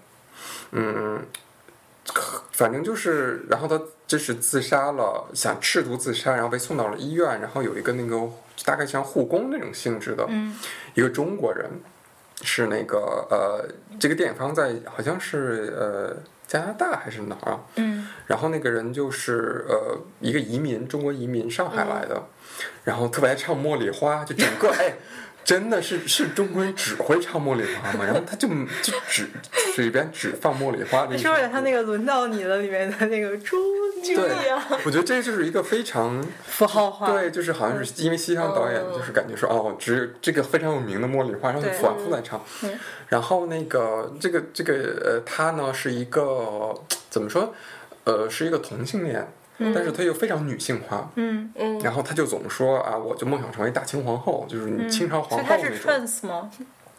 Speaker 2: 嗯，可反正就是，然后她就是自杀了，想试图自杀，然后被送到了医院，然后有一个那个大概像护工那种性质的，
Speaker 1: 嗯
Speaker 2: 一个中国人，是那个呃，这个电影方在好像是呃加拿大还是哪儿啊？
Speaker 1: 嗯
Speaker 2: 然后那个人就是呃一个移民，中国移民上海来的，
Speaker 1: 嗯
Speaker 2: 然后特别爱唱《茉莉花》，就整个哎。真的是是中国人只会唱茉莉花吗？然后他就就只嘴边只放茉莉花这 一
Speaker 1: 是不是
Speaker 2: 首歌
Speaker 1: 他那个轮到你了里面的那个朱莉
Speaker 2: 对
Speaker 1: 啊，，
Speaker 2: 我觉得这就是一个非常
Speaker 1: 符号化，
Speaker 2: 对，就是好
Speaker 1: 嗯
Speaker 2: 像是因为西方导演就是感觉说，哦，只有这个非常有名的茉莉花，然后
Speaker 1: 对嗯
Speaker 2: 反复在唱。然后那个这个这个呃，他呢是一个怎么说？呃，是一个同性恋，但是他又非常女性化。
Speaker 1: 嗯，
Speaker 2: 然后他就总说啊，我就梦想成为大清皇后，就是你清朝
Speaker 1: 嗯所
Speaker 2: 皇
Speaker 1: 以
Speaker 2: 后
Speaker 1: 他
Speaker 2: 那种
Speaker 1: 是。trans 嗯吗？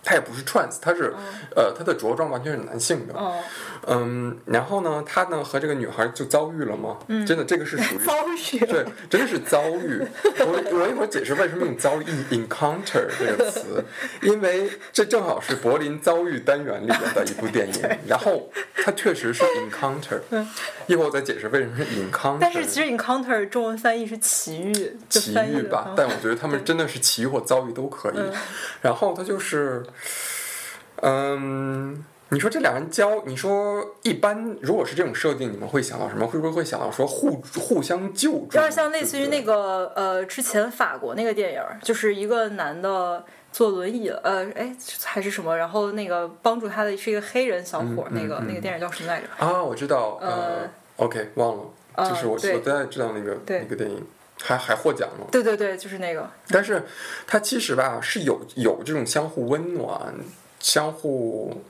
Speaker 2: 他也不是 trans，他是、呃，他的着装完全是男性的。
Speaker 1: 哦，
Speaker 2: 嗯，然后呢，他呢和这个女孩就遭遇了嘛。真的，这个是 属于
Speaker 1: 嗯遭遇了，
Speaker 2: 对，真的是遭遇。我我一会儿解释为什么用“遭遇 ”（encounter） 这个词，因为这正好是柏林遭遇单元里边的一 部电影，然后它确实是 encounter。一会儿我再解释为什么是 encounter。
Speaker 1: 嗯 但是其实 encounter 中文翻译是奇遇，就
Speaker 2: 奇
Speaker 1: 翻译
Speaker 2: 遇
Speaker 1: 的
Speaker 2: 吧
Speaker 1: 嗯，
Speaker 2: 但我觉得他们真的是奇遇或遭遇都可以。然后他就是，嗯，你说这俩人交，你说一般如果是这种设定，你们会想到什么？会不会会想到说互互相救助？
Speaker 1: 有点像类似于
Speaker 2: 对
Speaker 1: 那
Speaker 2: 不对
Speaker 1: 个呃，之前法国那个电影儿，就是一个男的坐轮椅，呃，哎还是什么，然后那个帮助他的是一个黑人小伙儿，
Speaker 2: 嗯
Speaker 1: 那个
Speaker 2: 嗯
Speaker 1: 那个电影叫什么来着？
Speaker 2: 啊，我知道，呃
Speaker 1: 呃
Speaker 2: ，OK，忘了，
Speaker 1: 呃
Speaker 2: 就是我
Speaker 1: 对
Speaker 2: 我大概知道那个
Speaker 1: 对
Speaker 2: 那个电影，还还获奖了。
Speaker 1: 对对对，就是那个，
Speaker 2: 但是它其实吧是有有这种相互温暖，相互。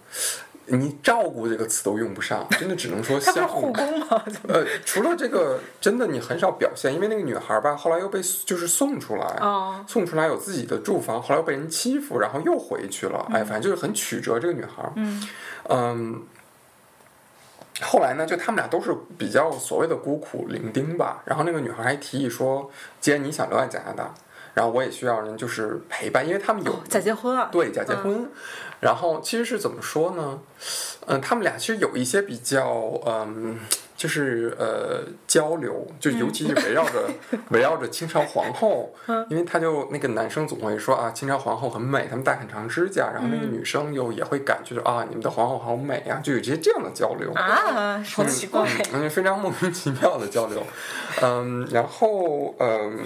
Speaker 2: 你照顾这个词都用不上，真的只能说
Speaker 1: 他不是
Speaker 2: 相
Speaker 1: 护
Speaker 2: 互。
Speaker 1: 工吗？ 怎么
Speaker 2: 呃，除了这个，真的你很少表现，因为那个女孩吧，后来又被就是送出来，
Speaker 1: 哦
Speaker 2: 送出来有自己的住房，后来又被人欺负，然后又回去了，哎，反正就是很曲折。这个女孩，
Speaker 1: 嗯
Speaker 2: 嗯，后来呢，就他们俩都是比较所谓的孤苦伶仃吧。然后那个女孩还提议说，既然你想留在加拿大，然后我也需要人就是陪伴，因为他们有、
Speaker 1: 哦假结婚啊？
Speaker 2: 对假结婚。呃然后其实是怎么说呢？嗯，他们俩其实有一些比较嗯。就是呃交流，就尤其是围绕 着、围绕着清朝皇后，
Speaker 1: 嗯
Speaker 2: 因为他就那个男生总会说啊，清朝皇后很美，他们戴很长指甲，然后那个
Speaker 1: 嗯
Speaker 2: 女生又也会感觉到啊，你们的皇后好美啊，就有这些这样的交流
Speaker 1: 啊，
Speaker 3: 好奇怪。
Speaker 2: 嗯，非常莫名其妙的交流，嗯，然后嗯，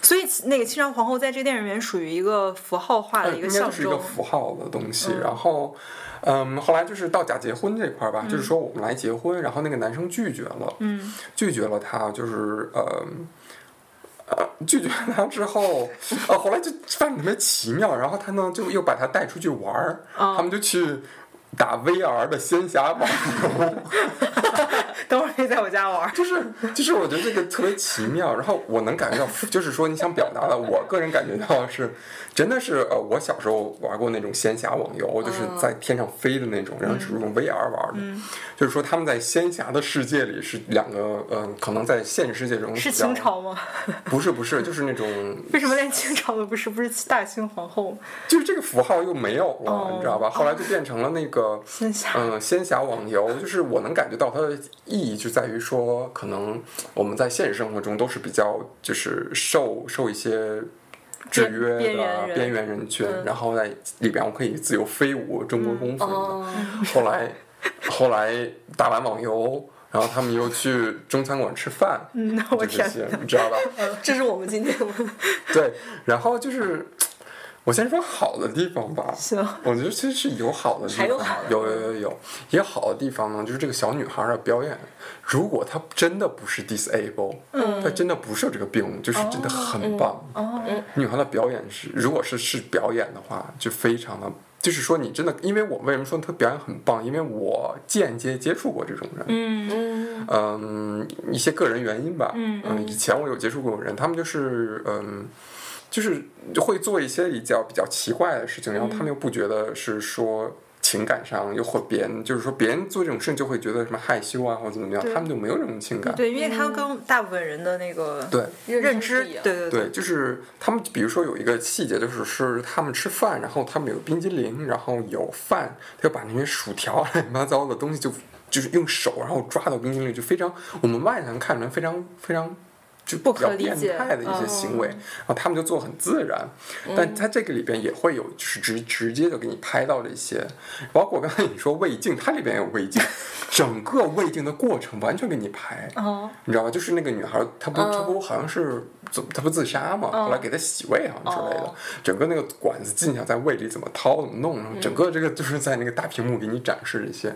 Speaker 1: 所以那个清朝皇后在这个电影里面属于一个符号化的一
Speaker 2: 哎应
Speaker 1: 个
Speaker 2: 该
Speaker 1: 象
Speaker 2: 呃就是一个
Speaker 1: 征，
Speaker 2: 符号的东西。然后，嗯，后来就是到假结婚这块儿吧，就是说我们来结婚，然后那个男生拒绝了，
Speaker 1: 嗯，
Speaker 2: 拒绝了他，就是呃。呃，拒绝了他之后，呃，后来就发现特别奇妙，然后他呢就又把他带出去玩儿，
Speaker 1: 哦
Speaker 2: 他们就去打 VR 的仙侠网游，
Speaker 1: 等会儿可以在我家 玩儿。
Speaker 2: 就是就是，我觉得这个特别奇妙。然后我能感觉到， 就是说你想表达的，我个人感觉到是，真的是呃，我小时候玩过那种仙侠网游，就是
Speaker 1: 嗯
Speaker 2: 在天上飞的那种，然后是用 VR 玩的。就是说他们在仙侠的世界里是两个，嗯、可能在现实世界中
Speaker 1: 是
Speaker 2: 比较
Speaker 1: 清，朝吗？
Speaker 2: 不是不是，就是那种
Speaker 1: 为什么连清朝都不是？不是大清皇后吗？
Speaker 2: 就是这个符号又没有了，
Speaker 1: 哦
Speaker 2: 你知道吧？后来就变成了那个
Speaker 1: 仙侠
Speaker 2: 嗯，仙侠网游，就是我能感觉到它的意义就在于说，可能我们在现实生活中都是比较就是受受一些。制
Speaker 1: 边
Speaker 2: 约
Speaker 1: 边
Speaker 2: 的
Speaker 1: 缘人
Speaker 2: 边缘人群，
Speaker 1: 嗯
Speaker 2: 然后在里边我可以自由飞舞、中国功夫什么
Speaker 3: 哦，
Speaker 2: 的。后来，后来打完网游，然后他们又去中餐馆吃饭，
Speaker 1: 嗯，我
Speaker 2: 就这
Speaker 1: 天，
Speaker 2: 些，你知道吧？
Speaker 3: 啊这是我们今天的
Speaker 2: 对，然后就是，我先说好的地方吧。
Speaker 1: 行，
Speaker 2: 我觉得其实是有好的地
Speaker 3: 还
Speaker 2: 方，
Speaker 3: 有好的
Speaker 2: 有有有有也有好的地方呢，就是这个小女孩的表演，如果她真的不是 disable，、她
Speaker 3: 嗯
Speaker 2: 真的不是有这个病，就是真的很棒。
Speaker 1: 哦，
Speaker 2: 女孩的表演是，如果是是表演的话，就非常的，就是说你真的，因为我为什么说她表演很棒，因为我间接接触过这种人，
Speaker 1: 嗯
Speaker 2: 嗯，一些个人原因吧。
Speaker 1: 嗯
Speaker 2: 以前我有接触过人，他们就是嗯，就是会做一些比较比较奇怪的事情，然后他
Speaker 1: 嗯
Speaker 2: 们又不觉得是说。情感上又或别人，就是说别人做这种事情就会觉得什么害羞啊，或者怎么样，
Speaker 1: 对
Speaker 2: 他们就没有这种情 感。
Speaker 1: 对，因为他跟大部分人的那个
Speaker 2: 对
Speaker 1: 认知，
Speaker 3: 不一
Speaker 1: 对
Speaker 3: 样嗯
Speaker 1: 对对，
Speaker 2: 对，就是他们，比如说有一个细节，就是是他们吃饭，然后他们有冰激凌，然后有饭，他就把那些薯条乱七八糟的东西就就是用手，然后抓到冰激凌里，就非常我们外人看出来非常非常。就
Speaker 1: 不
Speaker 2: 比较
Speaker 1: 可理
Speaker 2: 变
Speaker 1: 解
Speaker 2: 态的一些行为，然后他们就做得很自然，但他这个里边也会有，就是直直接就给你拍到了一些，包括刚才你说胃镜，它里边也有胃镜，整个胃镜的过程完全给你拍，
Speaker 1: 哦，
Speaker 2: 你知道吧？就是那个女孩儿，她不、她不好像是怎么她不自杀嘛？后来给她洗胃好像之类的，
Speaker 3: 哦
Speaker 2: 整个那个管子进去啊在胃里怎么掏怎么弄，然后整个这个就是在那个大屏幕给你展示这些。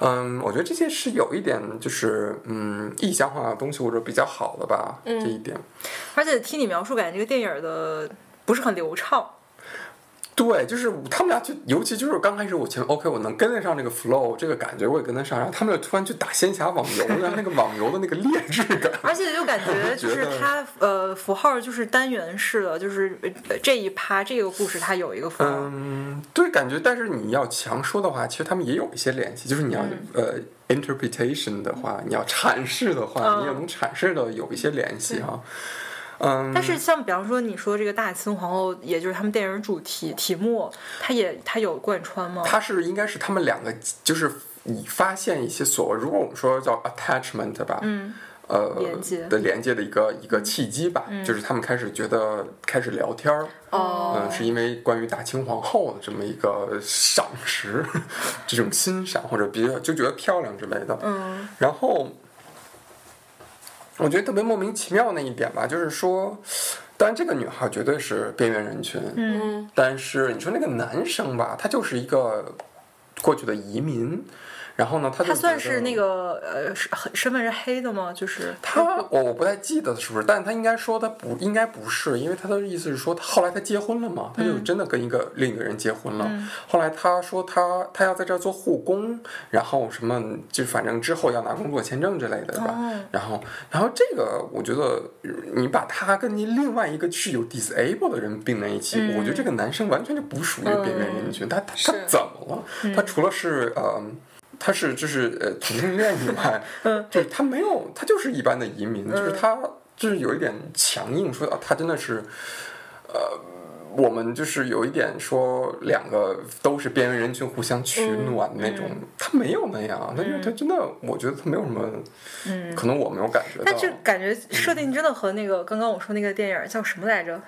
Speaker 2: 嗯，我觉得这些是有一点就是嗯意象化的东西或者比较好的吧，这一点。
Speaker 1: 而且听你描述，感觉这个电影的不是很流 畅，
Speaker 2: 对，就是他们俩就，尤其就是刚开始我前 OK，我能跟得上这个 flow，这个感觉我也跟得上，然后他们就突然去打仙侠网游，然后那个网游的那个劣质感，
Speaker 1: 而且就感觉就
Speaker 2: 觉得
Speaker 1: 是它呃符号就是单元式的，就是呃这一趴这个故事它有一个符号，
Speaker 2: 嗯，对，感觉，但是你要强说的话，其实他们也有一些联系，就是你要、
Speaker 1: 嗯
Speaker 2: 呃 interpretation 的话，你要阐释的话，
Speaker 1: 嗯
Speaker 2: 你也能阐释的有一些联系哈、嗯，
Speaker 1: 但是像比方说你说这个大清皇后，也就是他们电影主题题目，它也它有贯穿吗？
Speaker 2: 它是应该是他们两个，就是你发现一些所谓，如果我们说叫 attachment 吧，
Speaker 1: 嗯，
Speaker 2: 呃，
Speaker 1: 连接嗯
Speaker 2: 的连接的一个一个契机吧，就是他们开始觉得开始聊天儿，
Speaker 3: 哦
Speaker 2: 嗯，，是因为关于大清皇后的这么一个赏识， 这种欣赏或者比较就觉得漂亮之类的。
Speaker 1: 嗯，
Speaker 2: 然后我觉得特别莫名其妙那一点吧，就是说，当然这个女孩绝对是边缘人群，
Speaker 3: 嗯
Speaker 2: 但是你说那个男生吧，他就是一个过去的移民，然后呢，他就
Speaker 1: 它算
Speaker 2: 觉得
Speaker 1: 是那。个呃是身份是黑的吗？就是
Speaker 2: 他我我不太记得是不是，但他应该说他不应该不是，因为他的意思是说，他后来他结婚了嘛，他就真的跟一个、另一个人结婚了。后来他说他他要在这儿做护工，然后什么就反正之后要拿工作签证之类的吧。
Speaker 1: 哦
Speaker 2: 然后然后这个我觉得你把他跟你另外一个是有 disable 的人并在一起，我觉得这个男生完全就不属于边缘人群，他他他
Speaker 3: 是
Speaker 2: 怎么了？
Speaker 1: 嗯
Speaker 2: 他除了是呃。他是就是呃同性恋以 外，
Speaker 1: 嗯
Speaker 2: 就是他没有，他就是一般的移民，就是他就是有一点强硬说，啊，他真的是，呃，我们就是有一点说两个都是边缘人群互相取
Speaker 1: 嗯
Speaker 2: 暖那种，他没有那样，他因为他真的，我觉得他没有什么，可能我没有感
Speaker 1: 嗯
Speaker 2: 觉到嗯
Speaker 1: 但。就感觉设定真的和那个刚刚我说那个电影儿叫什么来着？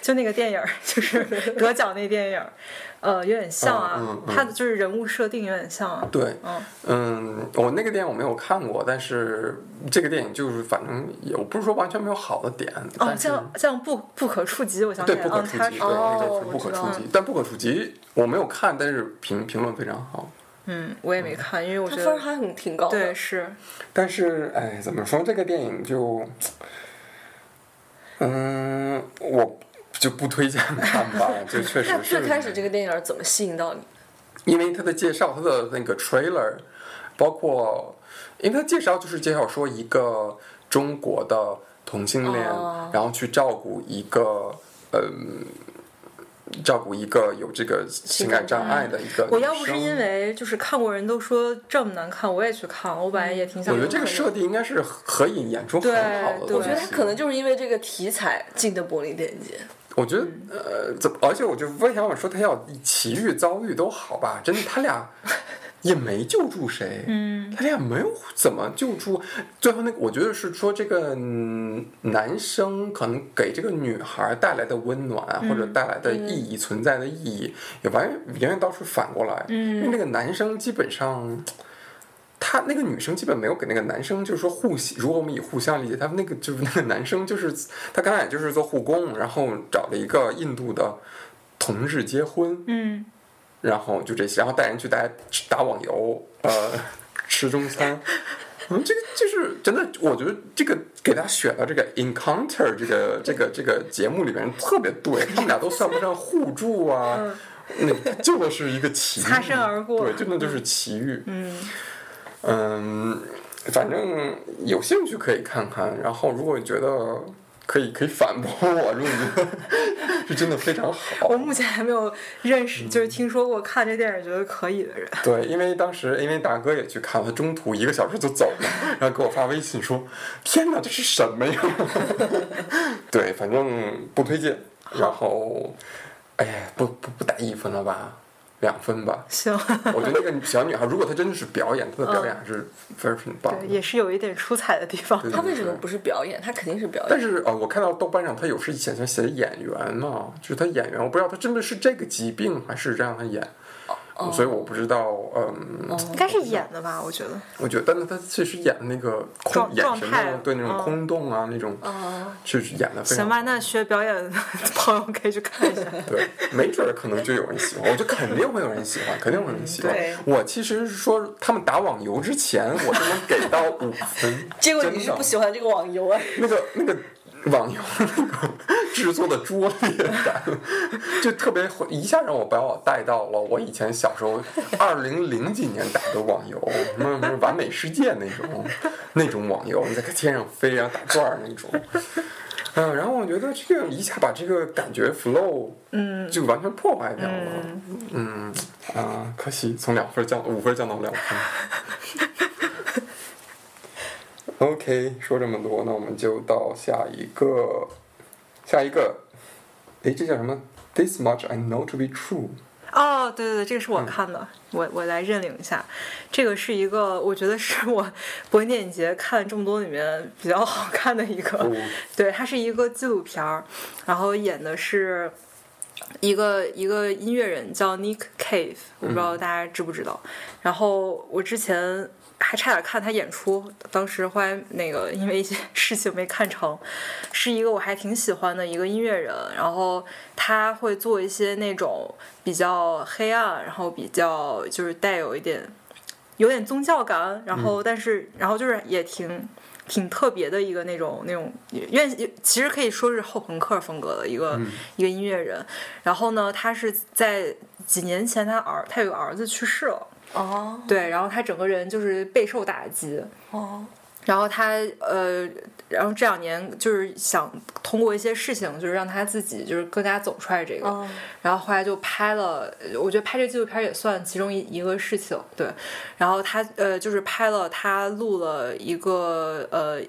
Speaker 1: 就那个电影儿， 就是得奖那电影儿，呃，有点像啊。
Speaker 2: 嗯嗯嗯
Speaker 1: 它的就是人物设定有点像啊。
Speaker 2: 对，
Speaker 1: 嗯
Speaker 2: 嗯，我那个电影我没有看过，但是这个电影就是反正也我不是说完全没有好的点，
Speaker 1: 哦，
Speaker 2: 但
Speaker 1: 这
Speaker 2: 是
Speaker 1: 样这样不不可触及，我想起
Speaker 2: 对
Speaker 1: 来
Speaker 2: 不
Speaker 1: 了，
Speaker 2: 可
Speaker 1: 嗯，
Speaker 2: 触
Speaker 1: 它
Speaker 2: 及，
Speaker 1: 是
Speaker 2: 对那个
Speaker 3: 哦
Speaker 2: 是
Speaker 3: 我
Speaker 2: 不可
Speaker 3: 知
Speaker 2: 触
Speaker 3: 道
Speaker 2: 及，但不可触及我没有看，但是评评论非常好。
Speaker 1: 嗯，我也没看，因为我
Speaker 3: 他
Speaker 1: 觉
Speaker 3: 分儿
Speaker 1: 得
Speaker 3: 还很挺高的。
Speaker 1: 对是，
Speaker 2: 但是，哎，怎么说这个电影就，嗯，我就不推荐看吧。就确实
Speaker 3: 那最开始
Speaker 2: 是，
Speaker 3: 这个电影怎么吸引到你？
Speaker 2: 因为它的介绍，它的那个 trailer，包括，因为它介绍就是介绍说一个中国的同性恋，
Speaker 3: 哦
Speaker 2: 然后去照顾一个，嗯。照顾一个有这个情感障碍的一个
Speaker 1: 我要不
Speaker 2: 女
Speaker 1: 是
Speaker 2: 生
Speaker 1: 因为就是看过人都说这么难看，我也去看了，我本来也挺想看
Speaker 2: 我觉
Speaker 1: 的。
Speaker 2: 得这个设定应该是可以演出很
Speaker 1: 对
Speaker 2: 好的
Speaker 1: 对
Speaker 2: 东
Speaker 1: 我
Speaker 2: 西。
Speaker 1: 觉
Speaker 3: 我觉得他可能就是因为这个题材进的柏林电影节。
Speaker 2: 我觉得
Speaker 1: 嗯
Speaker 2: 呃，怎么？而且我就为啥我说他要奇遇遭遇都好吧？真的，他 俩也没救助谁，
Speaker 1: 嗯，
Speaker 2: 他俩没有怎么救助。最后那个，我觉得是说这个嗯男生可能给这个女孩带来的温暖啊，或者
Speaker 1: 嗯
Speaker 2: 带来的意义、存在的意义，也完远远倒是反过来，
Speaker 1: 嗯
Speaker 2: 因为那个男生基本上。他那个女生基本没有给那个男生，就是说互相，如果我们以互相理解，他们那个就是那个 男生就是他刚才也就是做护工，然后找了一个印度的同志结婚，
Speaker 1: 嗯，
Speaker 2: 然后就这些，然后带人去打打网游，呃，吃中餐。嗯，这个就是真的，我觉得这个给他选到这个 Encounter 这个这个这个节目里面特别对，他们俩都算不上互助啊，那就是一个奇遇，
Speaker 1: 嗯擦身而过
Speaker 2: 对，真的就是奇遇。
Speaker 1: 嗯，
Speaker 2: 嗯，反正有兴趣可以看看，然后如果觉得可以可以反驳我，如果你觉得 是真的非常好
Speaker 1: 我，目前还没有认识，
Speaker 2: 嗯
Speaker 1: 就是听说过看这电影觉得可以的人。。
Speaker 2: 对，因为当时因为大哥也去看了，他中途一个小时就走了，然后给我发微信说：“天哪，这是什么呀？” 对，反正不推荐。然后，哎呀，不不不打一分了吧，两分吧
Speaker 1: 行，
Speaker 2: 我觉得那个小女孩，如果她真的是表演，她的表演还是非常棒
Speaker 1: 嗯对，
Speaker 2: 的。
Speaker 1: 也是有一点出彩的地方。
Speaker 2: 对
Speaker 3: 他为什么不是表演？他肯定是表
Speaker 2: 但
Speaker 3: 演。
Speaker 2: 是呃，我看到豆瓣上他有是以前写演员嘛，就是他演员，我不知道他真的是这个疾病还是让他演，
Speaker 1: 哦
Speaker 2: 所以我不知道，嗯，
Speaker 1: 应该是演的吧，我觉得。
Speaker 2: 我觉得，但是他确实演那个空
Speaker 1: 状
Speaker 2: 眼
Speaker 1: 状
Speaker 2: 神
Speaker 1: 态
Speaker 2: 那种，对那种
Speaker 1: 嗯
Speaker 2: 空洞啊，那种，确实演的非
Speaker 1: 行
Speaker 2: 常
Speaker 1: 吧，那学表演的朋友可以去看一下。
Speaker 2: 对，没准儿可能就有人喜欢，我觉得肯定会有人喜欢，肯定会有人喜欢
Speaker 3: 对。。
Speaker 2: 我其实是说，他们打网游之前，我就能给到五分
Speaker 3: 结果你是不喜欢这个网游啊？
Speaker 2: 那个那个网游那个制作的拙劣感，就特别会一下让我把我带到了我以前小 时候二零零几年打的网游，什么什么完美世界那种那种网游，你在天上飞啊然后打转儿那种。嗯，然后我觉得这个一下把这个感觉 flow，嗯，就完全破坏掉了，嗯啊、可惜从两分降五分降到两分。OK，说这么多，那我们就到下一个，下一个，诶，这叫什么？This much I know to be true。
Speaker 1: 哦，对对对，这个是我看的，我我来认领一下。这个是一个，我觉得是我柏林电影节看这么多里面比较好看的一个。
Speaker 2: 哦
Speaker 1: 对，它是一个纪录片儿，然后演的是一个一个音乐人叫 Nick Cave，我不知道大家知不知道。然后我之前还差点看他演出，当时后来那个因为一些事情没看成，是一个我还挺喜欢的一个音乐人，然后他会做一些那种比较黑暗，然后比较就是带有一点有点宗教感，然后但是、然后就是也挺挺特别的一个那种那种愿其实可以说是后朋克风格的一个、一个音乐人。然后呢，他是在几年前他儿他有个儿子去世了，
Speaker 3: 哦
Speaker 1: 对，然后他整个人就是备受打击，
Speaker 3: 哦，
Speaker 1: 然后他呃，然后这两年就是想通过一些事情，就是让他自己就是更加走出来这个。
Speaker 3: 哦
Speaker 1: 然后后来就拍了，呃我觉得拍这纪录片也算其中一一个事情，对。然后他呃，就是拍了他录了一个呃。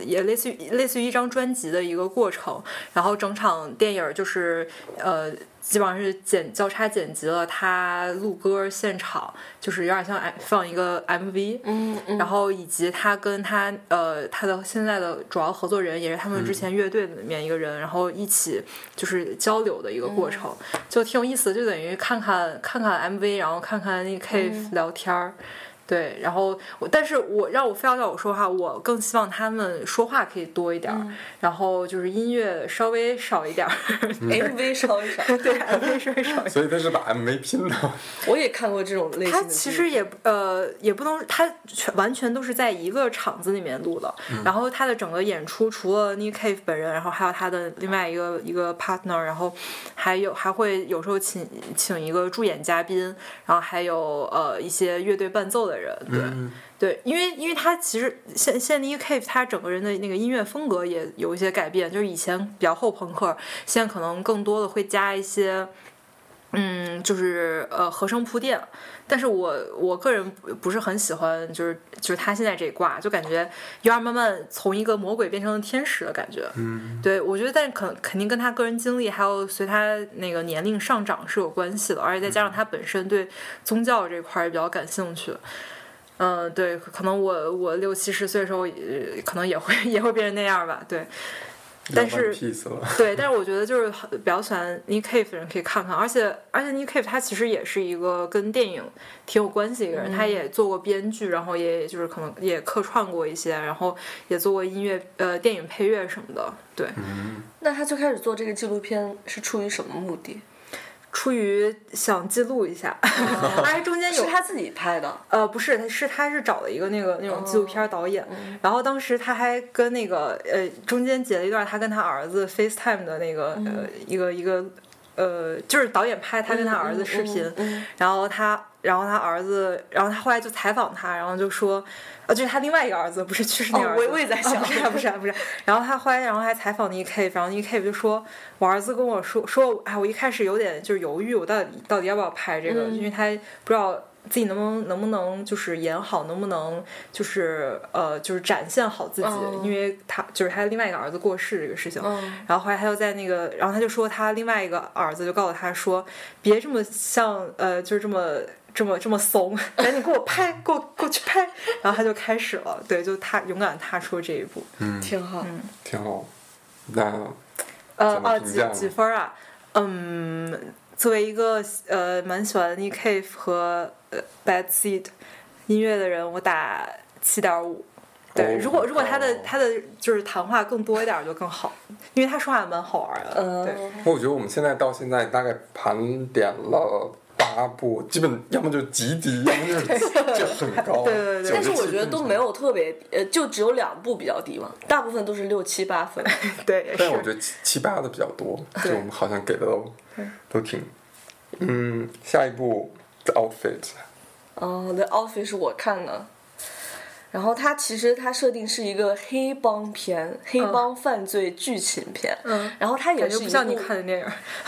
Speaker 1: 也类似于类似于一张专辑的一个过程。然后整场电影就是呃，基本上是剪交叉剪辑了他录歌现场，就是有点像 M- 放一个 MV，
Speaker 3: 嗯嗯
Speaker 1: 然后以及他跟他呃他的现在的主要合作人也是他
Speaker 3: 嗯
Speaker 1: 们之前乐队里面一个人，然后一起就是交流的一个
Speaker 3: 嗯
Speaker 1: 过程，就挺有意思的，就等于看看看看 MV，然后看看那
Speaker 3: 嗯
Speaker 1: Cave 聊天儿。对，然后我，但是我让我非要叫我说话，我更希望他们说话可以多一点儿，然后就是音乐稍微少一点儿，
Speaker 3: ，MV 稍微少，
Speaker 1: 对，MV 稍微少一点儿。
Speaker 2: 所以他是把 MV 拼的。
Speaker 3: 我也看过这种类型的
Speaker 1: 它
Speaker 3: 剧。
Speaker 1: 其实也不呃也不能，它全完全都是在一个场子里面录的。
Speaker 3: 嗯
Speaker 1: 然后它的整个演出，除了 Nick Cave 本人，然后还有他的另外一个一个 partner，然后还有还会有时候请请一个助演嘉宾，然后还有呃一些乐队伴奏的人，对。
Speaker 3: 嗯
Speaker 1: 对，因为因为他其实现现 Nick Cave 他整个人的那个音乐风格也有一些改变，就是以前比较后朋克，现在可能更多的会加一些，嗯，就是呃和声铺垫。但是我我个人不不是很喜欢，就是就是他现在这一挂，就感觉有点慢慢从一个魔鬼变成了天使的感觉。
Speaker 2: 嗯，
Speaker 1: 对，我觉得但肯肯定跟他个人经历，还有随他那个年龄上涨是有关系的，而且再加上他本身对宗教这块儿也比较感兴趣。嗯、对，可能我我六七十岁的时候，呃可能也会也会变成那样吧。对， 但是
Speaker 2: p e c e 了。
Speaker 1: 对，但是我觉得就是很比较喜欢 Nick Cave 的人可以看看，而且而且 Nick Cave 他其实也是一个跟电影挺有关系的一个人，他也做过编剧，然后也就是可能也客串过一些，然后也做过音乐呃电影配乐什么的，对，
Speaker 3: 那他最开始做这个纪录片是出于什么目的？
Speaker 1: 出于想记录一下，而且中间有
Speaker 3: 是他自己拍的，
Speaker 1: 呃，不是，是他是找了一个那个那种纪录
Speaker 3: 哦
Speaker 1: 片导演，
Speaker 3: 嗯
Speaker 1: 然后当时他还跟那个呃中间截了一段他跟他儿子 FaceTime 的那个、
Speaker 3: 嗯
Speaker 1: 呃一个一个呃就是导演拍他跟他
Speaker 3: 嗯
Speaker 1: 儿子视频，然后他然后他儿子，然后他后来就采访他，然后就说，呃，就是他另外一个儿子，不是去世那个
Speaker 3: 哦
Speaker 1: 儿子，
Speaker 3: 我我也在想
Speaker 1: 啊不是啊不是啊不是啊，然后他后来然后还采访了 E K，然后 E K 就说，我儿子跟我说说，哎，我一开始有点就是犹豫，我到底到底要不要拍这个，因为他不知道。自己能不能能不能就是演好，能不能就是呃就是展现好自己，
Speaker 3: 哦
Speaker 1: 因为他就是他另外一个儿子过世这个事情，
Speaker 3: 嗯
Speaker 1: 然后后来他又在那个，然后他就说他另外一个儿子就告诉他说，别这么像呃，就是这么这么这么怂，赶紧给我拍，给我给我去拍。然后他就开始了，对，就踏勇敢踏出这一步。
Speaker 2: 嗯，
Speaker 3: 挺好。
Speaker 2: 挺好。那
Speaker 1: 呃
Speaker 2: 怎么
Speaker 1: 啊，
Speaker 2: 评
Speaker 1: 几
Speaker 2: 价呢
Speaker 1: 几分啊？嗯，作为一个呃蛮喜欢 Nick Cave 和呃 Bad Seed 音乐的人，我打七点五。对，
Speaker 2: 哦
Speaker 1: 如果如果他的
Speaker 2: 哦
Speaker 1: 他的就是谈话更多一点儿就更好，因为他说话也蛮好玩儿的。对。
Speaker 3: 嗯，
Speaker 2: 我觉得我们现在到现在大概盘点了八部，基本要么就极低，要么就是就很高。
Speaker 1: 对对对
Speaker 2: 97
Speaker 3: 但是我觉得都没有特别，呃，就只有两部比较低嘛，大部分都是六七八 分。
Speaker 1: 对，也
Speaker 2: 但我
Speaker 1: 是
Speaker 2: 觉得七七八的比较多，
Speaker 1: 对
Speaker 2: 就我们好像给的都都挺。嗯，下一步 The Outfit，
Speaker 3: 哦、t h e Office 是我看了，然后它其实它设定是一个黑帮片，黑帮犯罪剧情片。
Speaker 1: 嗯
Speaker 3: 然后它也
Speaker 1: 感觉
Speaker 3: 是
Speaker 1: 不
Speaker 3: 一
Speaker 1: 像你
Speaker 3: 部
Speaker 1: 看的电影。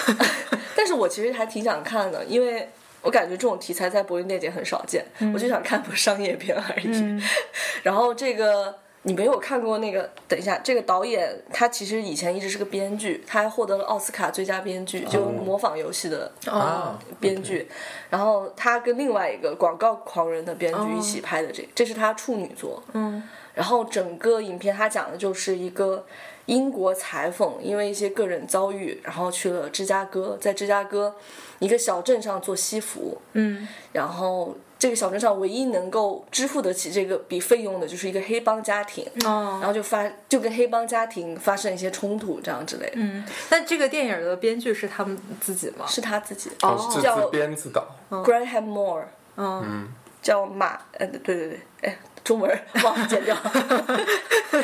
Speaker 3: 但是我其实还挺想看的，因为我感觉这种题材在柏林电影节很少见，我就想看部商业片而已。 然后这个你没有看过那个，等一下，这个导演他其实以前一直是个编剧，他还获得了奥斯卡最佳编剧，就模仿游戏的
Speaker 2: 啊
Speaker 3: 编剧。然后他跟另外一个广告狂人的编剧一起拍的这，这是他处女作。
Speaker 1: 哦嗯
Speaker 3: 然后整个影片它讲的就是一个英国裁缝因为一些个人遭遇，然后去了芝加哥，在芝加哥一个小镇上做西服，
Speaker 1: 嗯
Speaker 3: 然后这个小镇上唯一能够支付得起这个笔费用的就是一个黑帮家庭，然
Speaker 1: 哦，
Speaker 3: 后就发就跟黑帮家庭发生一些冲突这样之类的，
Speaker 1: 嗯，那这个电影的编剧是他们自己吗？
Speaker 3: 是他自己
Speaker 2: 他是自
Speaker 3: 叫
Speaker 2: 编自导，
Speaker 3: 哦 Graham Moore，
Speaker 1: 嗯，
Speaker 3: 叫马，呃，对对对，哎，中文儿忘了 剪掉。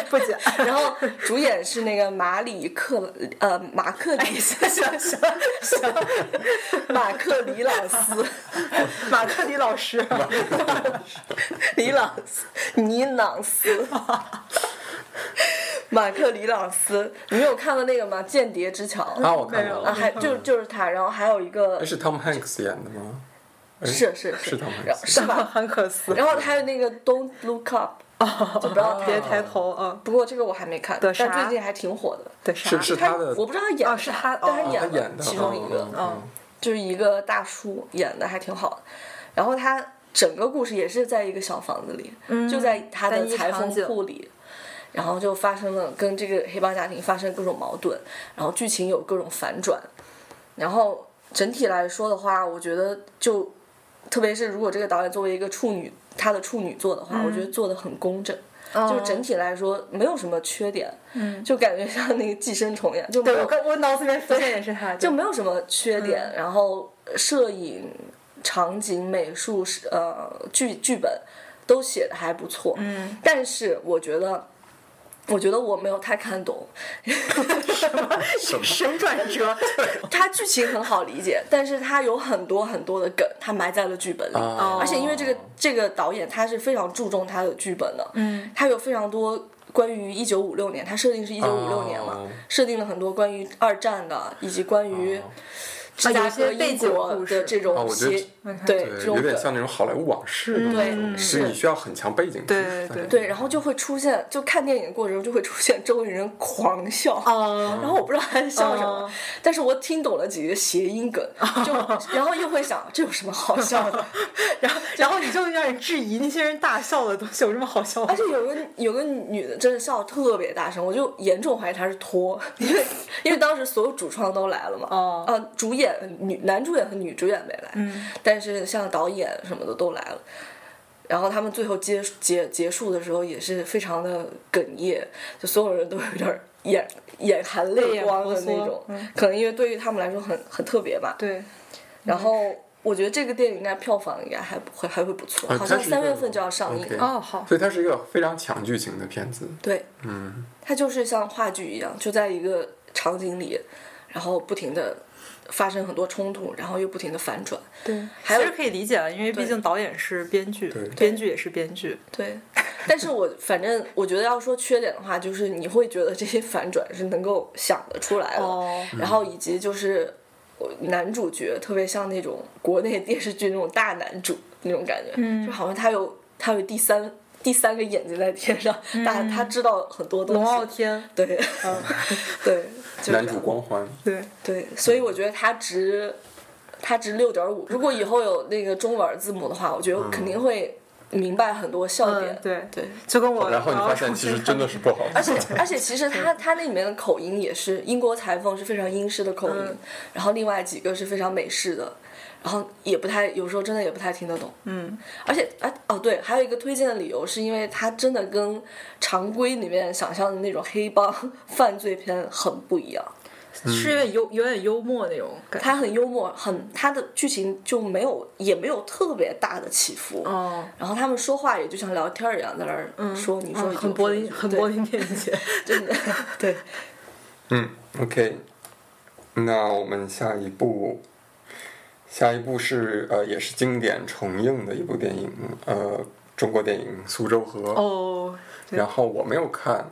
Speaker 1: 不讲。
Speaker 3: 然后主演是那个马里克，呃，马克
Speaker 2: 哎
Speaker 3: 里斯，马克里 朗斯，
Speaker 1: 马克迪老师，
Speaker 3: 里朗斯，尼朗斯，马克里朗斯，你没有看过那个吗？《间谍之桥》
Speaker 2: 啊，我看
Speaker 1: 没有
Speaker 2: 到
Speaker 3: 啊，
Speaker 2: 了，
Speaker 3: 还就就是他，然后还有一个
Speaker 2: 哎是 Tom Hanks 演的吗？哎
Speaker 3: 是是
Speaker 2: 是 Tom
Speaker 3: 然后
Speaker 2: Hanks，
Speaker 3: 是吧？
Speaker 1: 汉克斯。
Speaker 3: 然后还有那个 Don't Look Up，就不要
Speaker 1: 别抬
Speaker 2: 哦
Speaker 1: 头，嗯，
Speaker 3: 不过这个我还没看，
Speaker 1: 的
Speaker 3: 但
Speaker 1: 啥
Speaker 3: 最近还挺火的。
Speaker 1: 对，
Speaker 2: 是是他的
Speaker 3: 我不知道他演的
Speaker 1: 哦是他
Speaker 3: 但
Speaker 1: 哦
Speaker 3: 他
Speaker 2: 他
Speaker 3: 演
Speaker 2: 演
Speaker 3: 了
Speaker 2: 的
Speaker 3: 其中一个，
Speaker 2: 嗯
Speaker 1: 嗯
Speaker 3: 就是一个大叔演的还挺好的。然后他整个故事也是在一个小房子里，就在他的
Speaker 1: 单一
Speaker 3: 裁缝
Speaker 1: 场景
Speaker 3: 铺里，然后就发生了跟这个黑帮家庭发生各种矛盾，然后剧情有各种反转，然后整体来说的话，我觉得就特别是如果这个导演作为一个处女，他的处女座的话，我觉得做的很工整。就
Speaker 1: 哦
Speaker 3: 整体来说没有什么缺点，嗯，就感觉像那个寄生虫一样，就没
Speaker 1: 对我
Speaker 3: 有
Speaker 1: 刚我嗯脑子里面浮现也是他，就
Speaker 3: 就没有什么缺点。然后摄影、场景、美术、是呃剧剧本都写的还不错，嗯，但是我觉得。我觉得我没有太看懂，
Speaker 1: 神转折，
Speaker 3: 它剧情很好理解，但是它有很多很多的梗，它埋在了剧本里。
Speaker 2: 啊
Speaker 3: 而且因为这个这个导演他是非常注重他的剧本的，嗯，他有非常多关于一九五六年，他设定是一九五六年嘛，
Speaker 2: 哦
Speaker 3: 设定了很多关于二战的，以及关于芝加哥、
Speaker 1: 有些背
Speaker 3: 英
Speaker 1: 景
Speaker 3: 国
Speaker 1: 故
Speaker 3: 的
Speaker 1: 事
Speaker 3: 这
Speaker 2: 哦
Speaker 3: 种
Speaker 2: 我觉得
Speaker 3: 邪，对
Speaker 2: 对
Speaker 3: 嗯这种
Speaker 2: 有点
Speaker 3: 梗。
Speaker 2: 像那种好莱坞往事的那种，
Speaker 3: 嗯对
Speaker 2: 是
Speaker 3: 是
Speaker 2: 你需要很强背景知
Speaker 1: 对
Speaker 2: 识才
Speaker 1: 对
Speaker 2: 能
Speaker 3: 对，然后就会出现，就看电影过程中就会出现周围人狂笑，
Speaker 1: 嗯
Speaker 3: 然后我不知道他在笑什么
Speaker 1: 嗯，
Speaker 3: 但是我听懂了几个谐音梗，就然后又会想这有什么好笑的，
Speaker 1: 然后然后你就让人质疑那些人大笑的东西有这么好笑吗
Speaker 3: 而且？有个有个女的真的笑得特别大声，我就严重怀疑她是托，因为因为当时所有主创都来了嘛，
Speaker 1: 哦嗯
Speaker 3: 呃，主演女男主演和女主演没来，但是像导演什么的都来了。然后他们最后结结结束的时候也是非常的哽咽，就所有人都有点儿眼眼含
Speaker 1: 泪
Speaker 3: 泪
Speaker 1: 眼
Speaker 3: 光
Speaker 1: 婆
Speaker 3: 的那
Speaker 1: 娑
Speaker 3: 种，
Speaker 1: 嗯
Speaker 3: 可能因为对于他们来说很很特别吧。
Speaker 1: 对，
Speaker 3: 然后我觉得这个电影应该票房应该还不会还会不错，
Speaker 2: 啊
Speaker 3: 好
Speaker 2: 它
Speaker 3: 像
Speaker 2: 是一个
Speaker 3: 三月份就要上映
Speaker 2: OK
Speaker 1: 哦好，
Speaker 2: 所以它是一个非常强剧情的片子。
Speaker 3: 对，
Speaker 2: 嗯，
Speaker 3: 它就是像话剧一样，就在一个场景里，然后不停的发生很多冲突，然后又不停的反转。
Speaker 1: 对，
Speaker 3: 还有
Speaker 1: 其实可以理解了，因为毕竟导演是编剧
Speaker 2: 对，
Speaker 1: 编剧也是编剧，
Speaker 3: 对，但是我反正我觉得要说缺点的话，就是你会觉得这些反转是能够想得出来的，
Speaker 1: 哦
Speaker 3: 然后以及就是我男主角特别像那种国内电视剧那种大男主那种感觉，
Speaker 1: 嗯
Speaker 3: 就好像他有他有第三第三个眼睛在天上，但他知道很多东西。
Speaker 1: 龙傲嗯哦天，嗯
Speaker 3: 对， 对，就是
Speaker 2: 男
Speaker 3: 这
Speaker 2: 主
Speaker 3: 样
Speaker 2: 光环，
Speaker 1: 对，
Speaker 3: 对，所以我觉得它值，它值六点五。如果以后有那个中文字母的话，我觉得我肯定会明白很多笑点。
Speaker 1: 嗯对
Speaker 3: 对，
Speaker 1: 就跟我
Speaker 2: 然后你发现其实真的是不好，
Speaker 3: 而且而且其实它它那里面的口音也是英国裁缝是非常英式的口音，
Speaker 1: 嗯
Speaker 3: 然后另外几个是非常美式的。然后也不太，有时候真的也不太听得懂。嗯，而且哎哦对，还有一个推荐的理由是因为它真的跟常规里面想象的那种黑帮 犯罪片很不一样。
Speaker 1: 是有点幽有点幽默那种感觉，
Speaker 3: 他很幽默，很他的剧情就没有也没有特别大的起伏。
Speaker 1: 哦，
Speaker 3: 然后他们说话也就像聊天儿一样，在那儿说、你
Speaker 1: 嗯
Speaker 3: 说你
Speaker 1: 很柏林
Speaker 3: 林
Speaker 1: 很柏，林电影节，
Speaker 3: 对 真的对。
Speaker 2: 嗯，OK，那我们下一部，下一部是呃，也是经典重映的一部电影，呃，中国电影《苏州河》。
Speaker 1: 哦，对
Speaker 2: 然后我没有看，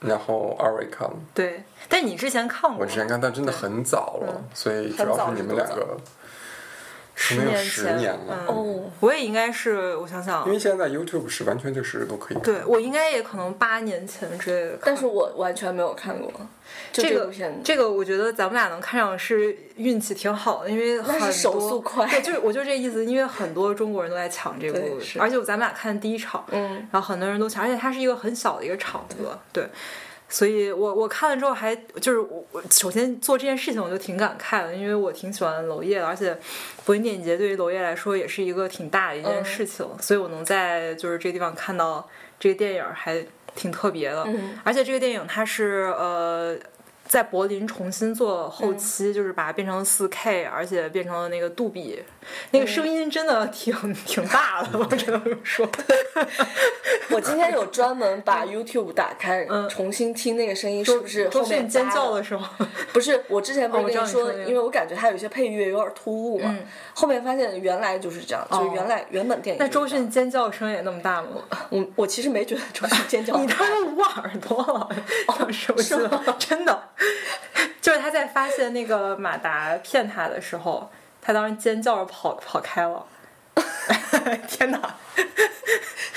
Speaker 2: 然后二位看了。
Speaker 1: 对，但你之前看过
Speaker 2: 我之前看，但真的很早了，所以主要是你们两
Speaker 3: 很早是
Speaker 2: 个，可
Speaker 1: 十
Speaker 2: 能有
Speaker 1: 年
Speaker 2: 十
Speaker 1: 前
Speaker 2: 年了。
Speaker 1: 嗯
Speaker 3: 哦，
Speaker 1: 我也应该是，我想想
Speaker 2: 因，为现在 YouTube 是完全就是都可以看。
Speaker 1: 对我应该也可能八年前之类的看。
Speaker 3: 但是我完全没有看过，就
Speaker 1: 这
Speaker 3: 部
Speaker 1: 个
Speaker 3: 片
Speaker 1: 这个，我觉得咱们俩能看上是运气挺好的，因为很
Speaker 3: 那
Speaker 1: 多
Speaker 3: 是手速快
Speaker 1: 对，就是我就这意思，因为很多中国人都在抢这部
Speaker 3: 对是，
Speaker 1: 而且咱们俩看第一场，
Speaker 3: 嗯，
Speaker 1: 然后很多人都抢，而且它是一个很小的一个场子，对。所以我我看了之后还就是我我首先做这件事情我就挺感慨的，因为我挺喜欢娄烨的，而且柏林电影节对于娄烨来说也是一个挺大的一件
Speaker 3: 嗯
Speaker 1: 事情，所以我能在就是这个地方看到这个电影还挺特别的，
Speaker 3: 嗯
Speaker 1: 而且这个电影它是呃。在柏林重新做后
Speaker 3: 嗯
Speaker 1: 期，就是把它变成四 K，、而且变成了那个杜比，
Speaker 3: 嗯
Speaker 1: 那个声音真的挺、 挺大的，我只能 说。
Speaker 3: 我今天有专门 把 YouTube 打开，
Speaker 1: 嗯
Speaker 3: 重新听那个声音是不是
Speaker 1: 周
Speaker 3: 后面
Speaker 1: 迅尖
Speaker 3: 加
Speaker 1: 叫
Speaker 3: 的
Speaker 1: 的时候，
Speaker 3: 不是，我之前不
Speaker 1: 哦
Speaker 3: 是
Speaker 1: 我知道你
Speaker 3: 跟你说，
Speaker 1: 说那个嗯
Speaker 3: 因为我感觉它有些配乐有点突兀嘛。后面发现原来就是这样，就是
Speaker 1: 哦
Speaker 3: 原来原本电影。
Speaker 1: 那周迅，尖叫声也那么大吗？
Speaker 3: 我我其实没觉得周迅尖叫
Speaker 1: 你
Speaker 3: 很大。
Speaker 1: 当时捂耳朵了，当时我记
Speaker 3: 哦是吗
Speaker 1: 得真的， 就是他在发现那个马达骗他的时候，他当时尖叫着跑跑开了。 天哪！